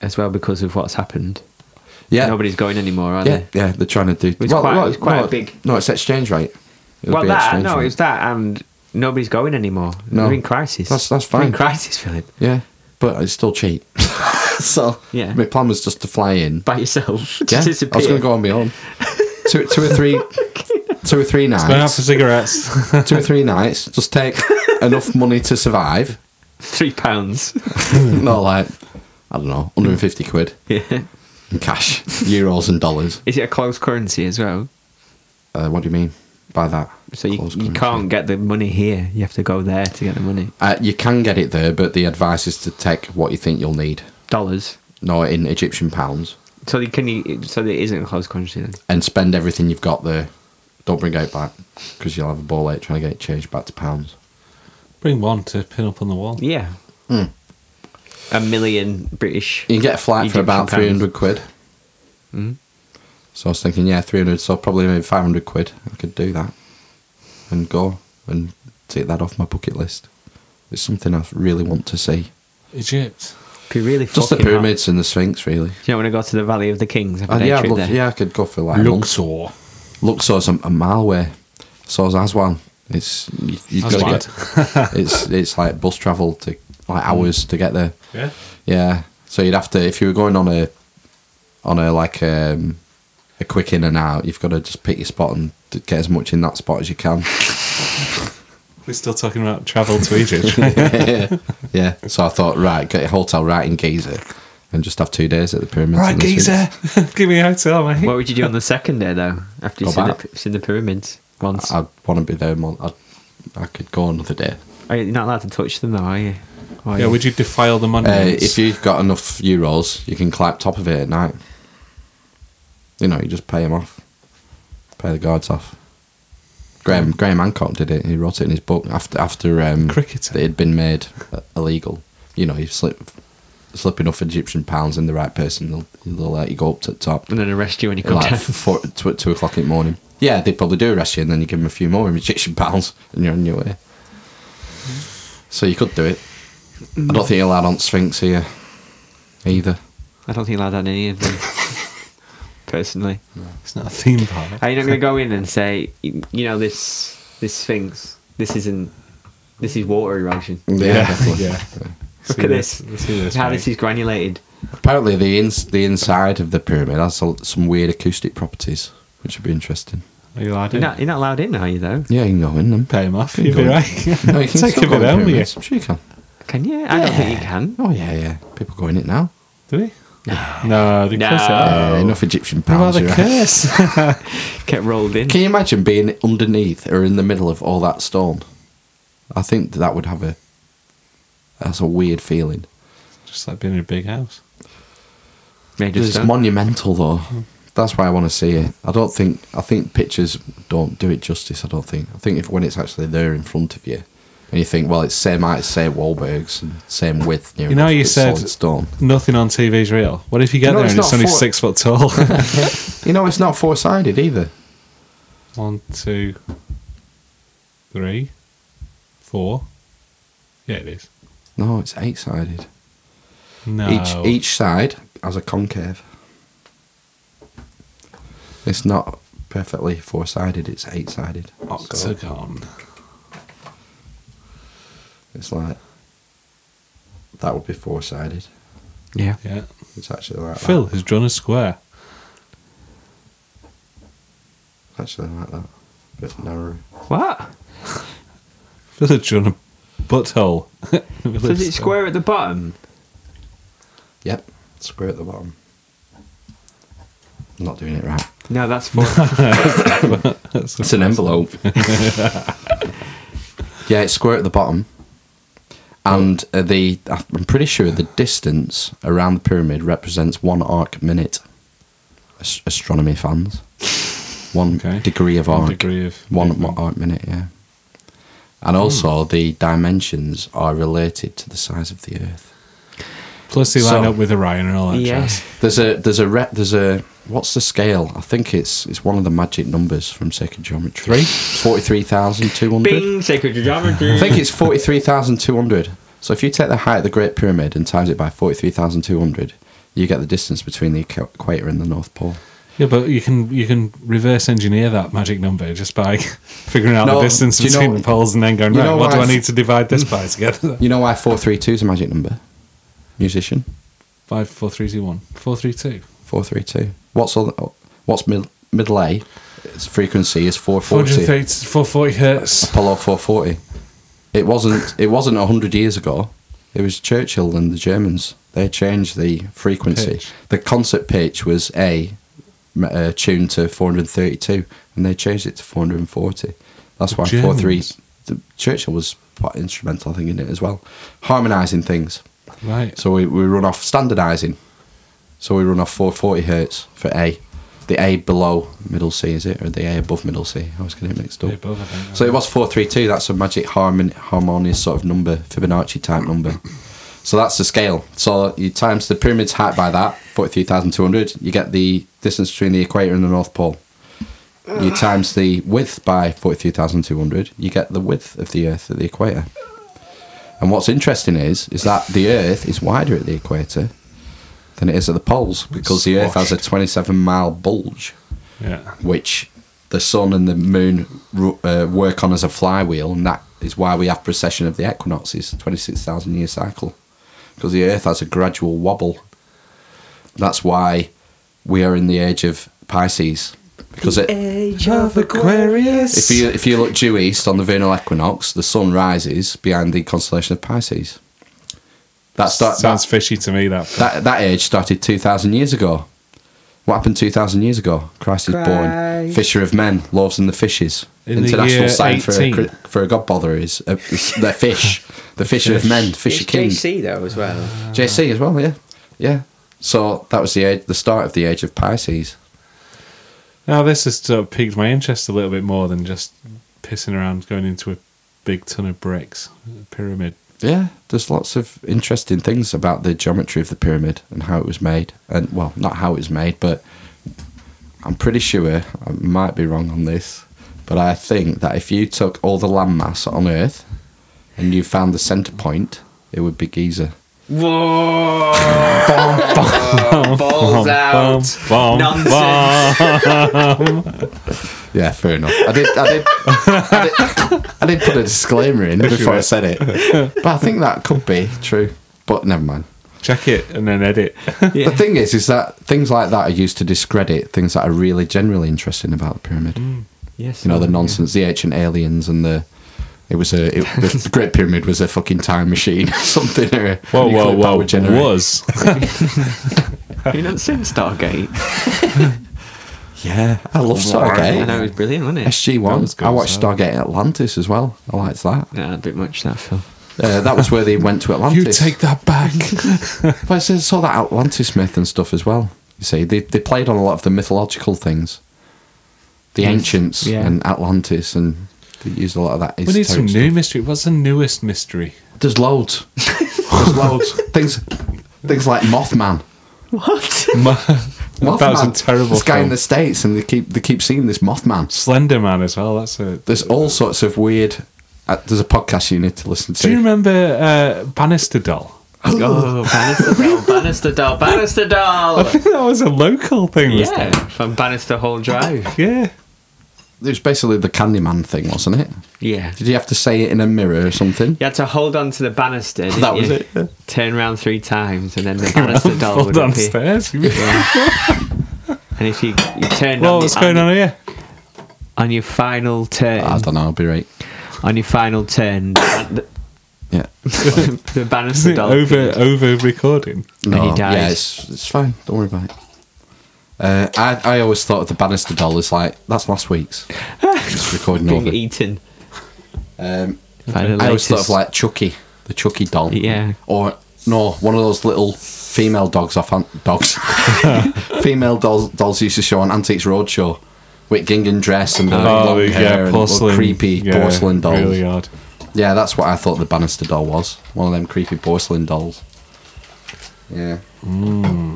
Speaker 2: as well because of what's happened.
Speaker 1: yeah.
Speaker 2: Nobody's going anymore, are
Speaker 1: yeah,
Speaker 2: they?
Speaker 1: yeah, they're trying to do.
Speaker 2: was quite- it was quite
Speaker 1: no,
Speaker 2: a big-
Speaker 1: No, it's exchange rate. It'll
Speaker 2: well,
Speaker 1: be
Speaker 2: that
Speaker 1: exchange
Speaker 2: no,
Speaker 1: rate.
Speaker 2: it's that, and nobody's going anymore.
Speaker 1: No.
Speaker 2: We're in crisis.
Speaker 1: That's- that's
Speaker 2: We're in
Speaker 1: fine.
Speaker 2: crisis, Philip.
Speaker 1: yeah, but it's still cheap. so
Speaker 2: Yeah.
Speaker 1: my plan was just to fly in.
Speaker 2: By yourself.
Speaker 1: Yeah,
Speaker 2: Just
Speaker 1: I was
Speaker 2: disappear.
Speaker 1: going to go on my own. two, two or three, two or three nights.
Speaker 3: Going out for cigarettes.
Speaker 1: two or three nights. Just take enough money to survive.
Speaker 2: Three pounds.
Speaker 1: Not like I don't know, 150 quid
Speaker 2: yeah.
Speaker 1: in cash, euros and dollars.
Speaker 2: Is it a closed currency as well?
Speaker 1: Uh, what do you mean by that?
Speaker 2: So you,
Speaker 1: Close
Speaker 2: you
Speaker 1: currency.
Speaker 2: can't get the money here. You have to go there to get the money.
Speaker 1: Uh, you can get it there, but the advice is to take what you think you'll need.
Speaker 2: Dollars.
Speaker 1: No, in Egyptian pounds,
Speaker 2: So you can you, so there isn't a closed currency then.
Speaker 1: and spend everything you've got there. Don't bring out back because you'll have a ball late trying to get it changed back to pounds.
Speaker 3: Bring one to pin up on the wall.
Speaker 2: Yeah.
Speaker 1: Hmm.
Speaker 2: A million British.
Speaker 1: You can get a flight for
Speaker 2: Egyptian
Speaker 1: about
Speaker 2: pounds.
Speaker 1: 300 quid.
Speaker 2: Mm.
Speaker 1: So I was thinking, yeah, 300, so probably maybe 500 quid. I could do that and go and take that off my bucket list. It's something I really want to see.
Speaker 3: Egypt.
Speaker 2: Be really
Speaker 1: Just the
Speaker 2: fucking hot.
Speaker 1: pyramids and the Sphinx, really.
Speaker 2: Do you not want to go to the Valley of the Kings? Have a
Speaker 1: Uh,
Speaker 2: day
Speaker 1: yeah, I'd
Speaker 2: trip
Speaker 1: love-
Speaker 2: there.
Speaker 1: yeah, I could go for like Looks.
Speaker 3: Luxor.
Speaker 1: Luxor's a, a mile away. So's Aswan. It's you, you've
Speaker 3: That's
Speaker 1: got to get. it's it's like bus travel to like hours to get there.
Speaker 3: Yeah.
Speaker 1: Yeah. So you'd have to if you were going on a on a like um a quick in and out, you've got to just pick your spot and d- get as much in that spot as you can.
Speaker 3: We're still talking about travel to Egypt.
Speaker 1: yeah. So I thought, right, get a hotel right in Giza and just have two days at the pyramids.
Speaker 3: right,
Speaker 1: and the
Speaker 3: geezer.
Speaker 1: Sphinx.
Speaker 3: Give me a hotel, mate.
Speaker 2: What would you do on the second day though? After
Speaker 1: Go
Speaker 2: you've seen the,
Speaker 1: back. Uh,
Speaker 2: p- seen the pyramids once,
Speaker 1: I'd want to be there. More, I'd, I could go another day.
Speaker 2: are you not allowed to touch them though? Are you? Are
Speaker 3: yeah,
Speaker 2: you?
Speaker 3: would you defile the
Speaker 1: Uh,
Speaker 3: monuments?
Speaker 1: if you've got enough euros, you can climb top of it at night. You know, you just pay them off, pay the guards off. Graham Graham Hancock did it. He wrote it in his book after after um,
Speaker 3: Cricketer.
Speaker 1: it had been made uh, illegal. You know, you slip slip enough Egyptian pounds in the right person, they'll, they'll let you go up to the top.
Speaker 2: and then arrest you when you come
Speaker 1: Like
Speaker 2: down.
Speaker 1: four, two, two o'clock in the morning. Yeah, they probably do arrest you, and then you give them a few more Egyptian pounds, and you're on your way. So you could do it. I don't think you're allowed on Sphinx here either.
Speaker 2: I don't think I'd had any of them. Personally,
Speaker 3: It's not a theme park.
Speaker 2: are you not going to go in and say, you, you know, this this Sphinx, this isn't, this is water erosion.
Speaker 3: Yeah.
Speaker 1: definitely.
Speaker 3: yeah.
Speaker 2: Look at this.
Speaker 3: See this.
Speaker 2: How
Speaker 3: mate.
Speaker 2: this is granulated.
Speaker 1: Apparently, the ins- the inside of the pyramid has a- some weird acoustic properties, which would be interesting.
Speaker 3: Are you allowed
Speaker 2: You're
Speaker 3: in?
Speaker 2: not, you're not allowed in, are you though?
Speaker 1: Yeah, you can go in them.
Speaker 3: Pay him off.
Speaker 1: You
Speaker 3: You'd be
Speaker 1: go.
Speaker 3: right.
Speaker 1: No, you can
Speaker 3: Take
Speaker 1: still
Speaker 3: him
Speaker 1: go in
Speaker 3: with him,
Speaker 1: pyramids. I'm sure you can.
Speaker 2: Can you? I don't think you can.
Speaker 1: Oh yeah, yeah. People go in it now.
Speaker 3: Do we? No, they
Speaker 2: No.
Speaker 3: curse it out.
Speaker 1: Yeah, enough Egyptian
Speaker 3: What about
Speaker 1: pounds.
Speaker 3: the
Speaker 1: you're right.
Speaker 3: curse?
Speaker 2: Get rolled in.
Speaker 1: Can you imagine being underneath or in the middle of all that stone? I think that would have a that's a weird feeling.
Speaker 3: Just like being in a big house.
Speaker 2: Major
Speaker 1: It's
Speaker 2: stone.
Speaker 1: monumental though. That's why I want to see it. I don't think I think pictures don't do it justice. I don't think. I think if when it's actually there in front of you, and you think, well, it's same height, as, say Wahlberg's, and same width.
Speaker 3: You know,
Speaker 1: enough,
Speaker 3: you
Speaker 1: it's
Speaker 3: said-
Speaker 1: solid stone.
Speaker 3: Nothing on TV is real. What if you get
Speaker 1: No,
Speaker 3: there
Speaker 1: it's
Speaker 3: and it's
Speaker 1: not
Speaker 3: only
Speaker 1: for-
Speaker 3: six foot tall?
Speaker 1: You know, it's not four sided either.
Speaker 3: One, two, three, four. Yeah, it is.
Speaker 1: No, it's eight sided.
Speaker 3: No.
Speaker 1: Each each side has a concave. It's not perfectly four sided, it's eight sided.
Speaker 3: Oh, octagon.
Speaker 1: It's like that would be four sided.
Speaker 2: Yeah.
Speaker 3: Yeah.
Speaker 1: It's actually like that.
Speaker 3: Phil has drawn a square.
Speaker 1: Actually, I like that. bit narrow.
Speaker 2: What?
Speaker 3: Village on a butthole.
Speaker 2: So is
Speaker 3: Village
Speaker 2: it square at the bottom?
Speaker 1: Yep. Square at the bottom. I'm not doing it right.
Speaker 2: No, that's for
Speaker 3: That's
Speaker 1: It's an envelope. yeah, it's square at the bottom. And uh, the I'm pretty sure the distance around the pyramid represents one arc minute. As- astronomy fans, one
Speaker 3: Okay.
Speaker 1: degree of
Speaker 3: One
Speaker 1: arc,
Speaker 3: degree of Hmm.
Speaker 1: one
Speaker 3: movement.
Speaker 1: arc minute, yeah. And also, the dimensions are related to the size of the Earth.
Speaker 3: Plus, they line
Speaker 1: So-
Speaker 3: up with Orion and all that
Speaker 2: Yeah.
Speaker 3: jazz.
Speaker 1: There's a there's a re- there's a what's the scale? I think it's it's one of the magic numbers from sacred geometry.
Speaker 3: Three?
Speaker 1: forty three thousand two hundred.
Speaker 2: Bing, sacred geometry.
Speaker 1: I think it's 43,200. So if you take the height of the Great Pyramid and times it by 43,200, you get the distance between the equ- equator and the North Pole.
Speaker 3: Yeah, but you can you can reverse engineer that magic number just by figuring out
Speaker 1: No,
Speaker 3: the distance
Speaker 1: do you know-
Speaker 3: between the poles and then going,
Speaker 1: you
Speaker 3: right,
Speaker 1: know
Speaker 3: what do
Speaker 1: why
Speaker 3: I
Speaker 1: I
Speaker 3: need
Speaker 1: f-
Speaker 3: to divide this by to get there?
Speaker 1: You know why 432 is a magic number? Musician?
Speaker 3: 5, 4, 3, 2, 1. 4, 3, 2.
Speaker 1: 432. What's all, what's mid, middle A? Its frequency is 440.
Speaker 3: 430, 440 hertz.
Speaker 1: Apollo 440. It wasn't it wasn't 100 years ago. It was Churchill and the Germans. They changed the frequency.
Speaker 3: Pitch.
Speaker 1: The concert pitch was A m- uh, tuned to 432 and they changed it to 440. That's
Speaker 3: The
Speaker 1: why 43
Speaker 3: Germans.
Speaker 1: the Churchill was quite instrumental I think in it as well. Harmonizing things.
Speaker 3: Right.
Speaker 1: So we, we run off standardizing. So we run off 440 hertz for A. The A below middle C is it or the A above middle C? I was getting it mixed up.
Speaker 3: Above, I think.
Speaker 1: So it was four three two. That's a magic harmon- harmonious sort of number, Fibonacci type number. So that's the scale. So you times the pyramid's height by that, forty three thousand two hundred. You get the distance between the equator and the North Pole. You times the width by forty three thousand two hundred. You get the width of the Earth at the equator. And what's interesting is is that the Earth is wider at the equator than it is at the poles because the Earth has a twenty seven mile bulge
Speaker 3: Yeah.
Speaker 1: which the sun and the moon ru- uh, work on as a flywheel, and that is why we have precession of the equinoxes, 26,000 year cycle, because the Earth has a gradual wobble. That's why we are in the age of Pisces, because it,
Speaker 2: Age of Aquarius.
Speaker 1: if you if you look due east on the vernal equinox, the sun rises behind the constellation of Pisces. That start,
Speaker 3: Sounds
Speaker 1: that,
Speaker 3: fishy to me, that.
Speaker 1: that that age started 2,000 years ago. What happened 2,000 years ago? Christ is born.
Speaker 2: Christ.
Speaker 1: Fisher of men, loaves and the fishes.
Speaker 3: In the
Speaker 1: International
Speaker 3: year
Speaker 1: sign for a,
Speaker 3: 18.
Speaker 1: cri- for a god bother is uh, is the fish. The fisher of
Speaker 3: fish.
Speaker 1: men, fisher
Speaker 2: It's
Speaker 1: king. JC.
Speaker 2: JC though as well.
Speaker 1: as well, yeah. Yeah. So that was the age, the start of the age of Pisces.
Speaker 3: Now, this has sort of piqued my interest a little bit more than just pissing around going into a big ton of bricks, a pyramid.
Speaker 1: Yeah, there's lots of interesting things about the geometry of the pyramid and how it was made. And, well, not how it was made, but I'm pretty sure, I might be wrong on this, but I think that if you took all the landmass on Earth and you found the centre point, it would be Giza.
Speaker 2: Whoa! Balls out.
Speaker 3: bum,
Speaker 2: Nonsense.
Speaker 1: Yeah, fair enough. I did, I did, I did, I did put a disclaimer in before I said it, but I think that could be true. But never mind.
Speaker 3: Check it and then edit.
Speaker 2: Yeah.
Speaker 1: The thing is, is that things like that are used to discredit things that are really generally interesting about the pyramid.
Speaker 3: Mm.
Speaker 2: Yes.
Speaker 1: You know, the nonsense, the ancient aliens, and the it was a it, the Great Pyramid was a fucking time machine or something. Or a
Speaker 3: Whoa,
Speaker 1: nuclear
Speaker 3: whoa, whoa.
Speaker 1: power generator.
Speaker 3: Was.
Speaker 2: Have you not seen Stargate?
Speaker 1: Yeah, I love
Speaker 2: I know it
Speaker 1: Stargate.
Speaker 2: was brilliant, wasn't it?
Speaker 1: SG
Speaker 3: That was
Speaker 1: One.
Speaker 3: good
Speaker 1: I
Speaker 3: as
Speaker 1: watched
Speaker 3: well.
Speaker 1: Stargate Atlantis as well. I liked that.
Speaker 2: Nah, a bit much that film.
Speaker 1: Uh, that was where they went to Atlantis.
Speaker 3: you take that back.
Speaker 1: But I said- saw that Atlantis myth and stuff as well. You see, they they played on a lot of the mythological things, the
Speaker 2: Yes,
Speaker 1: ancients
Speaker 2: yeah.
Speaker 1: and Atlantis, and they used a lot of that.
Speaker 3: we need some
Speaker 1: esoteric
Speaker 3: new
Speaker 1: stuff.
Speaker 3: mystery. What's the newest mystery?
Speaker 1: There's loads. There's loads. Things, things like Mothman.
Speaker 2: What?
Speaker 3: that
Speaker 1: Mothman.
Speaker 3: was a terrible
Speaker 1: This guy in
Speaker 3: film.
Speaker 1: the states, and they keep they keep seeing this Mothman.
Speaker 3: Slender Man as well. That's a.
Speaker 1: There's all sorts of weird. Uh, there's a podcast you need to listen to.
Speaker 3: Do you remember uh, Bannister Doll?
Speaker 2: Oh, Bannister Doll, Bannister Doll, Bannister
Speaker 3: I
Speaker 2: Doll!
Speaker 3: think that was a local thing. was
Speaker 2: Yeah, from Bannister Hall Drive.
Speaker 3: Yeah.
Speaker 1: it was basically the Candyman thing, wasn't it?
Speaker 2: Yeah.
Speaker 1: Did you have to say it in a mirror or something?
Speaker 2: You had to hold on to the banister. Didn't
Speaker 1: That
Speaker 2: you?
Speaker 1: was it, yeah.
Speaker 2: Turn round three times, and then the banister doll
Speaker 3: Fall
Speaker 2: would appear.
Speaker 3: downstairs.
Speaker 2: And if you, you turned
Speaker 3: Well,
Speaker 2: on,
Speaker 3: what's
Speaker 2: the,
Speaker 3: going
Speaker 2: and,
Speaker 3: on here?
Speaker 2: on your final turn,
Speaker 1: Ah, I don't know. I'll be right.
Speaker 2: on your final turn, the,
Speaker 1: Yeah.
Speaker 2: the
Speaker 3: Isn't
Speaker 2: banister
Speaker 3: it
Speaker 2: dollar.
Speaker 3: over over recording?
Speaker 2: No, he dies.
Speaker 1: Yeah, it's, it's fine. Don't worry about it. Uh, I, I always thought of the banister doll as like that's last week's. Just recording
Speaker 2: being
Speaker 1: over.
Speaker 2: eaten.
Speaker 1: Um,
Speaker 2: By E, the
Speaker 1: I always thought of
Speaker 2: latest-
Speaker 1: like Chucky, the Chucky doll.
Speaker 2: Yeah.
Speaker 1: Or no, one of those little female dogs off an- dogs. female dolls dolls used to show on Antiques Roadshow with gingham dress and the long hair and little creepy
Speaker 3: Oh, yeah,
Speaker 1: porcelain dolls.
Speaker 3: Really odd.
Speaker 1: Yeah, that's what I thought the banister doll was. One of them creepy porcelain dolls. Yeah. Hmm.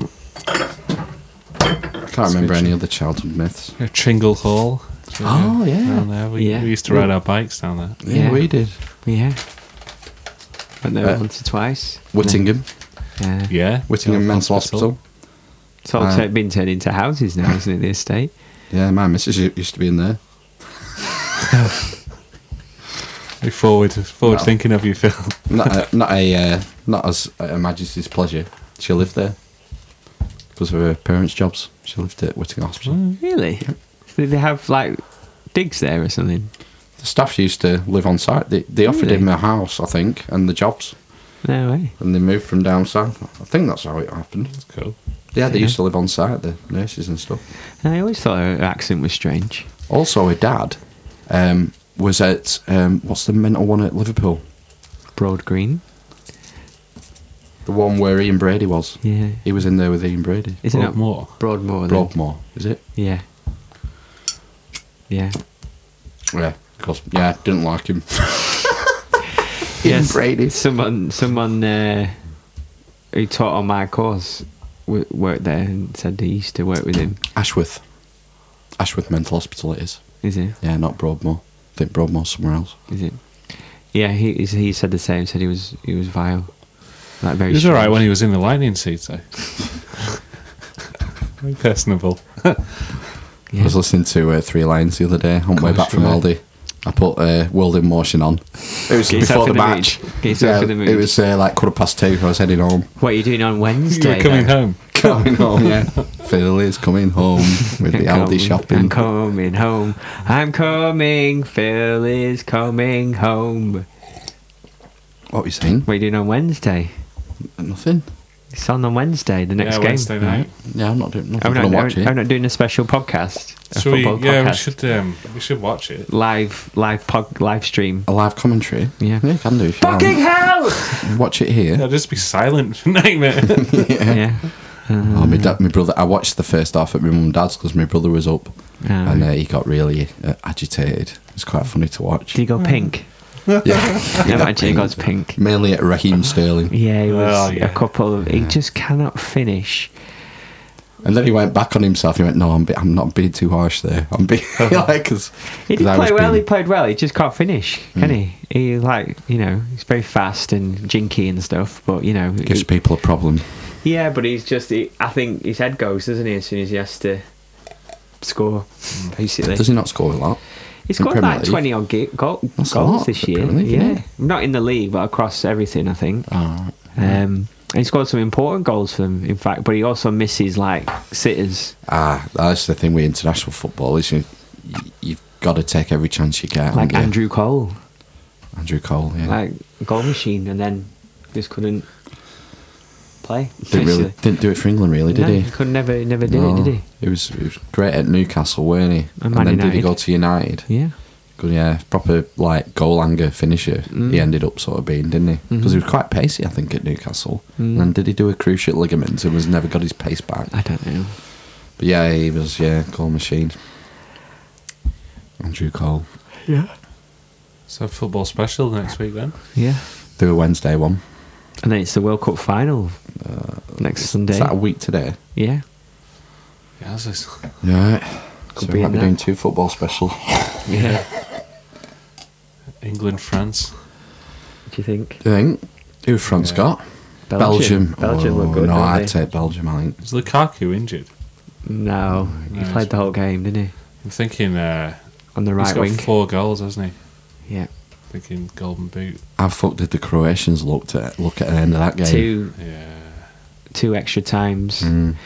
Speaker 1: I can't remember any other childhood myths.
Speaker 3: Yeah, Tringle Hall.
Speaker 1: Oh, yeah.
Speaker 3: Down there. We,
Speaker 2: Yeah.
Speaker 3: we used to ride our bikes down there.
Speaker 1: Yeah,
Speaker 2: Yeah.
Speaker 1: we did.
Speaker 2: Yeah. Went there
Speaker 1: Uh,
Speaker 2: once or twice.
Speaker 1: Whittingham,
Speaker 2: Yeah.
Speaker 3: Yeah.
Speaker 1: Whittingham
Speaker 3: Down
Speaker 1: Mental Hospital.
Speaker 2: It's all
Speaker 1: Uh,
Speaker 2: tur- been turned into houses now, isn't it? The estate.
Speaker 1: Yeah, my missus u- used to be in there.
Speaker 3: Very Forward, forward
Speaker 1: Well.
Speaker 3: thinking of you, Phil.
Speaker 1: Not a, not a uh, not as at Her Majesty's pleasure. She lived there because of her parents' jobs. She lived at Whittingham Hospital.
Speaker 2: Really? Did they have like digs there or something?
Speaker 1: The staff used to live on site. They, they offered
Speaker 2: Really?
Speaker 1: him a house, I think, and the jobs,
Speaker 2: No way.
Speaker 1: and they moved from down south. I think that's how it happened.
Speaker 3: That's cool.
Speaker 1: Yeah, they
Speaker 2: Yeah.
Speaker 1: used to live on site, the nurses and stuff.
Speaker 2: I always thought her accent was strange.
Speaker 1: Also, her dad um, was at um, what's the mental one at Liverpool?
Speaker 2: Broad green.
Speaker 1: The one where Ian Brady was.
Speaker 2: Yeah.
Speaker 1: He was in there with Ian Brady.
Speaker 2: Isn't it
Speaker 3: Broadmoor?
Speaker 2: Broadmoor? then?
Speaker 1: Broadmoor, is it?
Speaker 2: Yeah. Yeah.
Speaker 1: Yeah, because yeah, didn't like him.
Speaker 2: yes,
Speaker 1: Brady.
Speaker 2: Someone, someone uh, who taught on my course w- worked there and said they used to work with him.
Speaker 1: Ashworth, Ashworth Mental Hospital. It is.
Speaker 2: Is it?
Speaker 1: Yeah, not Broadmoor. I think Broadmoor's somewhere else.
Speaker 2: Is it? Yeah, he he's- he said the same. Said he was he was vile, like very.
Speaker 3: He was all right
Speaker 2: strange.
Speaker 3: when he was in the lightning seat, though. Very personable.
Speaker 1: I
Speaker 2: Yeah.
Speaker 1: was listening to uh, Three Lions the other day on the way
Speaker 2: course
Speaker 1: back from
Speaker 2: you were.
Speaker 1: Aldi. I put uh, World in Motion on. It was
Speaker 2: Get
Speaker 1: before
Speaker 2: yourself
Speaker 1: the
Speaker 2: in the mood.
Speaker 1: match.
Speaker 2: Get yourself
Speaker 1: Yeah,
Speaker 2: in the mood.
Speaker 1: It was uh, like quarter past two. I was heading home.
Speaker 2: What are you doing on
Speaker 3: You
Speaker 2: Wednesday?
Speaker 3: were coming
Speaker 2: though?
Speaker 3: home.
Speaker 1: Coming home, yeah. Phil is coming home with the
Speaker 2: I'm
Speaker 1: Aldi
Speaker 2: coming- I'm
Speaker 1: shopping.
Speaker 2: coming home. I'm coming. Phil is coming home.
Speaker 1: What were you saying?
Speaker 2: What are you doing on Wednesday?
Speaker 1: Nothing.
Speaker 2: It's on on Wednesday, the next
Speaker 3: yeah,
Speaker 2: game.
Speaker 3: Wednesday night.
Speaker 1: Yeah, I'm not doing nothing.
Speaker 2: I'm
Speaker 1: I'm
Speaker 2: not,
Speaker 1: gonna watch
Speaker 2: I'm,
Speaker 1: it.
Speaker 2: I'm not doing a special podcast. A
Speaker 3: Should we,
Speaker 2: football
Speaker 3: yeah, we
Speaker 2: podcast.
Speaker 3: should um, we should watch it.
Speaker 2: live live pod, live stream.
Speaker 1: A live commentary.
Speaker 2: Yeah.
Speaker 1: yeah, you can do. If you
Speaker 2: Fucking
Speaker 1: want.
Speaker 2: hell!
Speaker 1: Watch it here.
Speaker 3: I'll just be silent for nightmare.
Speaker 2: yeah.
Speaker 1: Oh, my, da- my brother. I watched the first half at my mum and dad's because my brother was up,
Speaker 2: Ah.
Speaker 1: and uh, he got really uh, agitated. It's quite funny to watch.
Speaker 2: Did he
Speaker 3: Hmm.
Speaker 2: go pink?
Speaker 1: yeah,
Speaker 2: No, actually, he goes pink.
Speaker 1: Mainly at Raheem Sterling,
Speaker 2: Yeah, he was
Speaker 3: Oh, yeah.
Speaker 2: a couple of. He just cannot finish.
Speaker 1: and then he went back on himself. He went, "No, I'm, be- I'm not being too harsh there. I'm being like, cause,
Speaker 2: Uh-huh. He
Speaker 1: 'cause
Speaker 2: did
Speaker 1: I
Speaker 2: play
Speaker 1: was
Speaker 2: well. He
Speaker 1: being- Hmm.
Speaker 2: played well. He just can't finish, can he? He like you know he's very fast and jinky and stuff. But you know,
Speaker 1: gives
Speaker 2: he-
Speaker 1: people a problem.
Speaker 2: yeah. But he's just. He, I think his head goes, doesn't he? As soon as he has to score, basically.
Speaker 1: Does he not score a lot?
Speaker 2: He's
Speaker 1: Hmm. in
Speaker 2: got
Speaker 1: Premier
Speaker 2: like
Speaker 1: League?
Speaker 2: twenty odd ga- go-
Speaker 1: That's a
Speaker 2: goals
Speaker 1: lot
Speaker 2: this
Speaker 1: for the
Speaker 2: year.
Speaker 1: Premier League, isn't
Speaker 2: yeah,
Speaker 1: it?
Speaker 2: not in the league, but across everything. I think.
Speaker 1: Oh,
Speaker 2: Um, and he scored some important goals for them, in fact, but he also misses like sitters.
Speaker 1: Ah, that's the thing with international football is you, you- you've got to take every chance you get.
Speaker 2: like
Speaker 1: haven't you?
Speaker 2: Andrew Cole,
Speaker 1: Andrew Cole, yeah.
Speaker 2: like goal machine, and then just couldn't play.
Speaker 1: didn't really
Speaker 2: basically.
Speaker 1: didn't do it for England, really, did
Speaker 2: no,
Speaker 1: he?
Speaker 2: Could never, never did
Speaker 1: No.
Speaker 2: it, did
Speaker 1: He was, he was great at Newcastle, weren't he?
Speaker 2: And
Speaker 1: And,
Speaker 2: Man
Speaker 1: then did he
Speaker 2: United.
Speaker 1: go to United?
Speaker 2: he? Yeah.
Speaker 1: Good, yeah, proper like goal anger finisher.
Speaker 2: Mm. Mm-hmm.
Speaker 1: He ended up sort of being, didn't he? Because he was quite pacey, I think, at Newcastle.
Speaker 2: Mm.
Speaker 1: And then did he do a cruciate ligament and was never got his pace back?
Speaker 2: I don't know.
Speaker 1: But yeah, he was yeah goal machine. Andrew Cole.
Speaker 2: Yeah.
Speaker 3: so football special next week then.
Speaker 2: Yeah.
Speaker 1: Do a Wednesday one.
Speaker 2: And then it's the World Cup final uh, next Sunday.
Speaker 1: Is that a week today?
Speaker 2: yeah.
Speaker 3: Yeah, that's just-
Speaker 1: Yeah. Could
Speaker 2: be
Speaker 1: we might
Speaker 2: in
Speaker 1: be
Speaker 2: there.
Speaker 1: doing two football specials.
Speaker 2: Yeah.
Speaker 3: England, France.
Speaker 2: what do you think?
Speaker 1: Do you think? Who France
Speaker 3: Yeah.
Speaker 1: got?
Speaker 2: Belgium.
Speaker 1: Belgium.
Speaker 2: Belgium look
Speaker 1: Oh,
Speaker 2: good,
Speaker 1: No,
Speaker 2: don't
Speaker 1: I'd
Speaker 2: they?
Speaker 1: take Belgium. I think.
Speaker 3: Is Lukaku injured?
Speaker 2: No, he
Speaker 3: Nice.
Speaker 2: played the whole game, didn't he?
Speaker 3: I'm thinking uh,
Speaker 2: On the
Speaker 3: he's
Speaker 2: right
Speaker 3: got
Speaker 2: wing.
Speaker 3: four goals, hasn't he?
Speaker 2: Yeah.
Speaker 3: Thinking golden boot.
Speaker 1: How fuck did the Croatians look at look at the end of that game?
Speaker 2: Two
Speaker 3: Yeah.
Speaker 2: two extra times.
Speaker 1: Mm.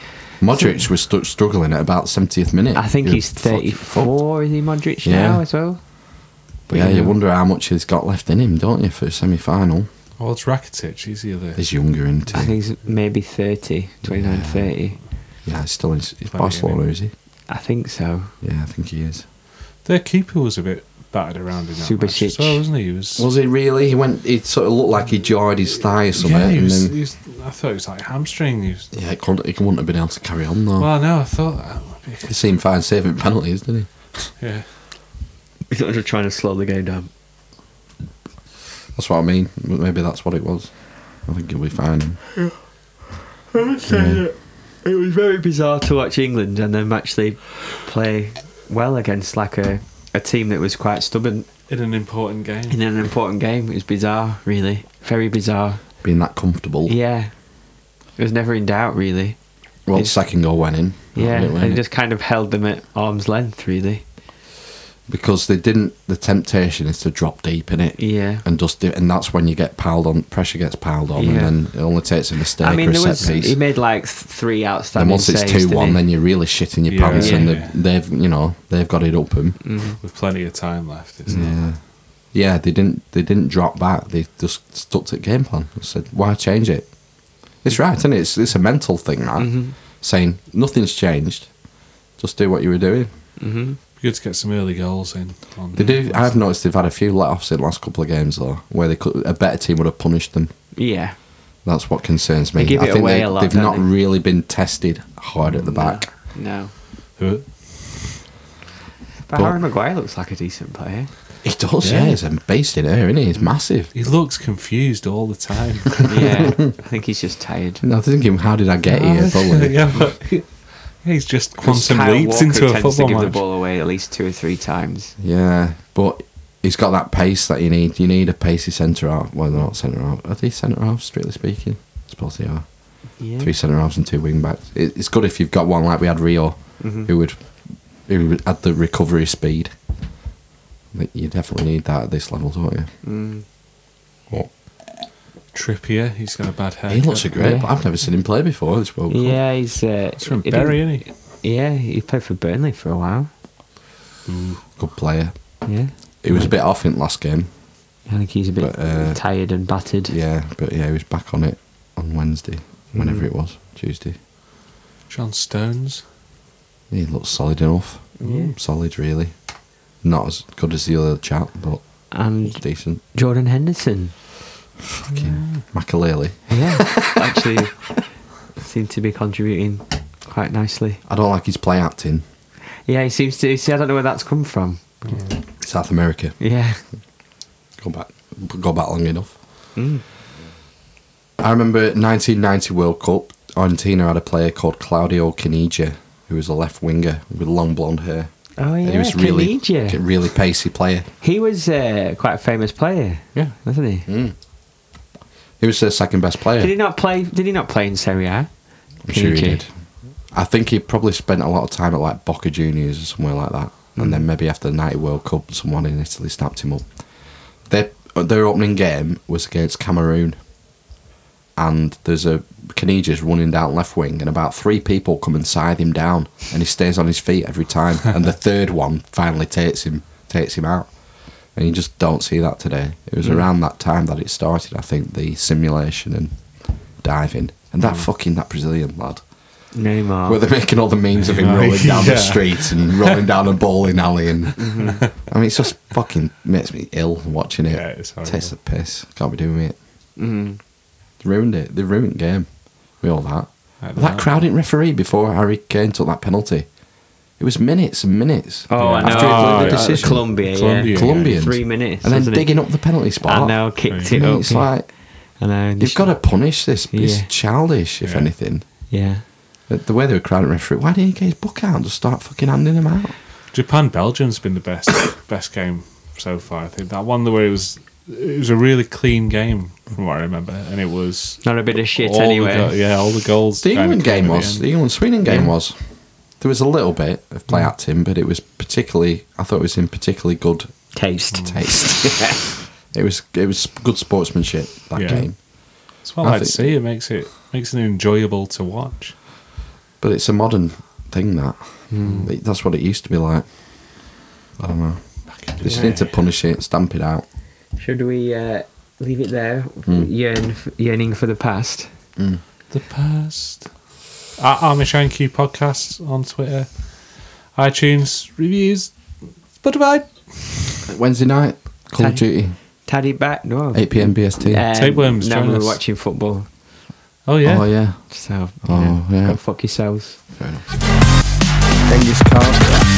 Speaker 1: Modric was stu- struggling at about 70th minute.
Speaker 2: I think
Speaker 1: He
Speaker 2: he's
Speaker 1: was fucking
Speaker 2: 34, is he, Modric
Speaker 1: Yeah.
Speaker 2: now as well?
Speaker 1: fucked. But yeah,
Speaker 2: Yeah.
Speaker 1: you wonder how much he's got left in him, don't you, for a semi final?
Speaker 3: Well, Oh, it's Rakitic. He's the other.
Speaker 1: He's younger, isn't
Speaker 2: I
Speaker 1: he?
Speaker 2: think he's maybe 30, 29, 30.
Speaker 1: Yeah, he's still in he's
Speaker 3: Plenty,
Speaker 1: Barcelona,
Speaker 3: isn't
Speaker 1: is he?
Speaker 2: I think so.
Speaker 1: Yeah, I think he is.
Speaker 3: Their keeper was a bit battered around in that match
Speaker 2: Subasic.
Speaker 3: as well, wasn't he? He was.
Speaker 1: Was he really? He went. He sort of looked like he jarred his thigh or something.
Speaker 3: yeah, he
Speaker 1: and
Speaker 3: was,
Speaker 1: then,
Speaker 3: he was- I thought it was like hamstring. He was,
Speaker 1: yeah, he, couldn't, he wouldn't have been able to carry on though.
Speaker 3: Well, no, I thought that would
Speaker 1: he seemed fine saving penalties, didn't he?
Speaker 3: be. Yeah.
Speaker 2: He's not just trying to slow the game down.
Speaker 1: That's what I mean. Maybe that's what it was. I think he'll be fine.
Speaker 2: I would say that it was very bizarre to watch England and them actually play well against like a, a team that was quite stubborn
Speaker 3: In an important game.
Speaker 2: in an important game. It was bizarre, really. Very bizarre.
Speaker 1: Being that comfortable.
Speaker 2: Yeah. It was never in doubt, really.
Speaker 1: Well,
Speaker 2: It's-
Speaker 1: second goal went in.
Speaker 2: Yeah,
Speaker 1: It went
Speaker 2: they
Speaker 1: in.
Speaker 2: just kind of held them at arm's length, really.
Speaker 1: because they didn't. The temptation is to drop deep in it.
Speaker 2: Yeah.
Speaker 1: And just do, and that's when you get piled on. Pressure gets piled on,
Speaker 2: Yeah.
Speaker 1: and then it only takes a mistake
Speaker 2: I mean,
Speaker 1: or a
Speaker 2: there
Speaker 1: set
Speaker 2: was
Speaker 1: piece.
Speaker 2: he made like th- three
Speaker 1: then
Speaker 2: outstanding
Speaker 1: once it's
Speaker 2: saves,
Speaker 1: two
Speaker 2: didn't
Speaker 1: one,
Speaker 2: he?
Speaker 1: then you're really shitting your
Speaker 3: Yeah.
Speaker 1: pants, and
Speaker 2: Yeah.
Speaker 1: they've, they've you know they've got it up 'em.
Speaker 2: Mm-hmm.
Speaker 3: With plenty of time left, isn't it?
Speaker 1: Yeah, yeah. They didn't. They didn't drop back. They just stuck to the game plan. They said, "Why change it?" It's right, isn't it? It's, it's a mental thing, that
Speaker 2: Mhm.
Speaker 1: Saying nothing's changed. Just do what you were doing.
Speaker 2: Mhm.
Speaker 3: Good to get some early goals in. On
Speaker 1: They do. I've noticed they've had a few let-offs in the last couple of games though, where they could, a better team would have punished them.
Speaker 2: Yeah.
Speaker 1: That's what concerns me.
Speaker 2: They give
Speaker 1: I
Speaker 2: it
Speaker 1: think
Speaker 2: away
Speaker 1: they,
Speaker 2: a lot,
Speaker 1: they've
Speaker 2: don't
Speaker 1: not
Speaker 2: they?
Speaker 1: really been tested hard at the back.
Speaker 2: No.
Speaker 3: Who-
Speaker 2: But,
Speaker 1: But-
Speaker 2: Harry Maguire looks like a decent player.
Speaker 1: He does,
Speaker 3: Yeah.
Speaker 1: yeah. He's a beast in air, isn't he? He's massive.
Speaker 3: He looks confused all the time.
Speaker 2: Yeah. I think he's just tired.
Speaker 1: And I'm thinking, how did I get here? Probably.
Speaker 3: yeah, but he- he's just quantum
Speaker 2: Kyle
Speaker 3: leaps
Speaker 2: Walker
Speaker 3: into a
Speaker 2: tends
Speaker 3: football
Speaker 2: to give the
Speaker 3: match.
Speaker 2: ball away at least two or three times.
Speaker 1: Yeah, but he's got that pace that you need. You need a pacey centre half. Well, they're not centre half. Are they centre halves, strictly speaking? I suppose they are.
Speaker 2: Yeah.
Speaker 1: Three centre halves and two wing backs. It, it's good if you've got one like we had Rio,
Speaker 2: Mm-hmm.
Speaker 1: who would who would add the recovery speed. I think You definitely need that at this level, don't you?
Speaker 2: Mm.
Speaker 3: Trippier, he's got a bad head.
Speaker 1: He looks a great.
Speaker 2: Uh, Yeah.
Speaker 1: but I've never seen him play before this World Cup.
Speaker 2: Yeah, he's. Uh,
Speaker 3: He's from
Speaker 2: he didn't-
Speaker 3: Bury, isn't he?
Speaker 2: Yeah, he played for Burnley for a while.
Speaker 1: good player.
Speaker 2: Yeah.
Speaker 1: He was a bit off in the last game.
Speaker 2: I think he's a bit
Speaker 1: But, uh,
Speaker 2: tired and battered.
Speaker 1: Yeah, but yeah, he was back on it on Wednesday, whenever
Speaker 2: Mm-hmm.
Speaker 1: it was, Tuesday.
Speaker 3: John Stones.
Speaker 1: He looked solid enough.
Speaker 2: Yeah.
Speaker 1: Solid, really. Not as good as the other chap, but
Speaker 2: And
Speaker 1: decent.
Speaker 2: Jordan Henderson.
Speaker 1: Fucking Makaleli.
Speaker 2: Yeah. actually seemed to be contributing quite nicely.
Speaker 1: I don't like his play acting.
Speaker 2: Yeah, he seems to. See, I don't know where that's come from.
Speaker 1: South America.
Speaker 2: Yeah.
Speaker 1: Go back. Go back long enough.
Speaker 3: Hmm.
Speaker 2: Mm.
Speaker 1: I remember 1990 World Cup. Argentina had a player called Claudio Caniggia, who was a left winger with long blonde hair.
Speaker 2: Oh,
Speaker 1: And
Speaker 2: yeah.
Speaker 1: he was really,
Speaker 2: Caniggia.
Speaker 1: really pacey player.
Speaker 2: He was uh, quite a famous player,
Speaker 1: Yeah.
Speaker 2: wasn't he?
Speaker 1: Mm. He was their second best player.
Speaker 2: Did he not play? Did he not play in Serie A?
Speaker 1: I'm sure he
Speaker 2: Caniggia?
Speaker 1: did. I think he probably spent a lot of time at like Boca Juniors or somewhere like that, and then maybe after the '90 World Cup, someone in Italy snapped him up. Their their opening game was against Cameroon, and there's a Caniggia's running down left wing, and about three people come and scythe him down, and he stays on his feet every time, and the third one finally takes him takes him out. And you just don't see that today. It was around that time that it started, I think, the simulation and diving. And that fucking that Brazilian lad.
Speaker 2: Neymar.
Speaker 1: Where they're making all the memes of him
Speaker 3: Yeah.
Speaker 1: rolling down
Speaker 3: Yeah. Mm-hmm.
Speaker 1: the streets and rolling down a bowling alley, and I mean, it's just fucking makes me ill watching it.
Speaker 3: Yeah, it's horrible.
Speaker 1: Tastes the piss. Can't be doing it.
Speaker 2: Mm.
Speaker 1: Ruined it. They ruined game. We all that.
Speaker 3: I don't
Speaker 1: That
Speaker 3: know.
Speaker 1: crowding referee before Harry Kane took that penalty. It was minutes and minutes.
Speaker 2: Oh, I know.
Speaker 1: After he'd learned
Speaker 3: Oh,
Speaker 1: the
Speaker 3: yeah.
Speaker 1: decision.
Speaker 2: Colombia,
Speaker 3: Colombia.
Speaker 2: Colombia.
Speaker 1: Colombians.
Speaker 2: Three minutes,
Speaker 1: And then
Speaker 2: wasn't it?
Speaker 1: digging up the penalty spot.
Speaker 2: I know, kicked
Speaker 1: I
Speaker 2: it
Speaker 1: mean,
Speaker 2: up.
Speaker 1: It's like
Speaker 2: I know. and
Speaker 1: you've
Speaker 2: she-
Speaker 1: got to punish this. It's
Speaker 2: Yeah.
Speaker 1: childish, if
Speaker 3: Yeah.
Speaker 1: anything.
Speaker 2: Yeah.
Speaker 1: The- The way they were crowding referee. Why didn't he get his book out and just start fucking handing them out?
Speaker 3: Japan Belgium's been the best best game so far. I think that one where it was it was a really clean game from what I remember, and it was
Speaker 2: Not a bit of shit
Speaker 1: Oh,
Speaker 3: all the
Speaker 2: anyway.
Speaker 3: go- yeah, all the goals.
Speaker 1: The
Speaker 3: kinda
Speaker 1: England
Speaker 3: came
Speaker 1: game
Speaker 3: at the
Speaker 1: was
Speaker 3: end.
Speaker 1: the England Sweden game
Speaker 2: Yeah. Mm.
Speaker 1: was. There was a little bit of play acting, but it was particularly. I thought it was in particularly good Mm.
Speaker 2: Taste.
Speaker 1: taste. it was it was good sportsmanship that
Speaker 3: Yeah.
Speaker 1: game.
Speaker 3: It's what
Speaker 1: I
Speaker 3: I'd
Speaker 1: think-
Speaker 3: see. It makes it makes it enjoyable to watch.
Speaker 1: But it's a modern thing that.
Speaker 2: Mm.
Speaker 1: It- that's what it used to be like. I don't know. They just need to punish it, stamp it out.
Speaker 2: Should we uh, leave it there?
Speaker 1: Mm.
Speaker 2: Yearn f- yearning for the past.
Speaker 3: The past. At Amish Anki podcast on Twitter, iTunes reviews, Spotify.
Speaker 1: Wednesday night, Call of
Speaker 2: Time.
Speaker 1: Duty,
Speaker 2: Taddy back. No.
Speaker 1: 8 pm BST.
Speaker 2: Um,
Speaker 3: Tapeworms,
Speaker 2: Now
Speaker 3: join
Speaker 2: we're
Speaker 3: us.
Speaker 2: watching football.
Speaker 3: Oh yeah.
Speaker 1: Oh, yeah.
Speaker 2: So.
Speaker 1: Oh,
Speaker 2: yeah.
Speaker 1: yeah.
Speaker 2: Go fuck yourselves.
Speaker 1: Fair enough.
Speaker 2: Genghis Khan.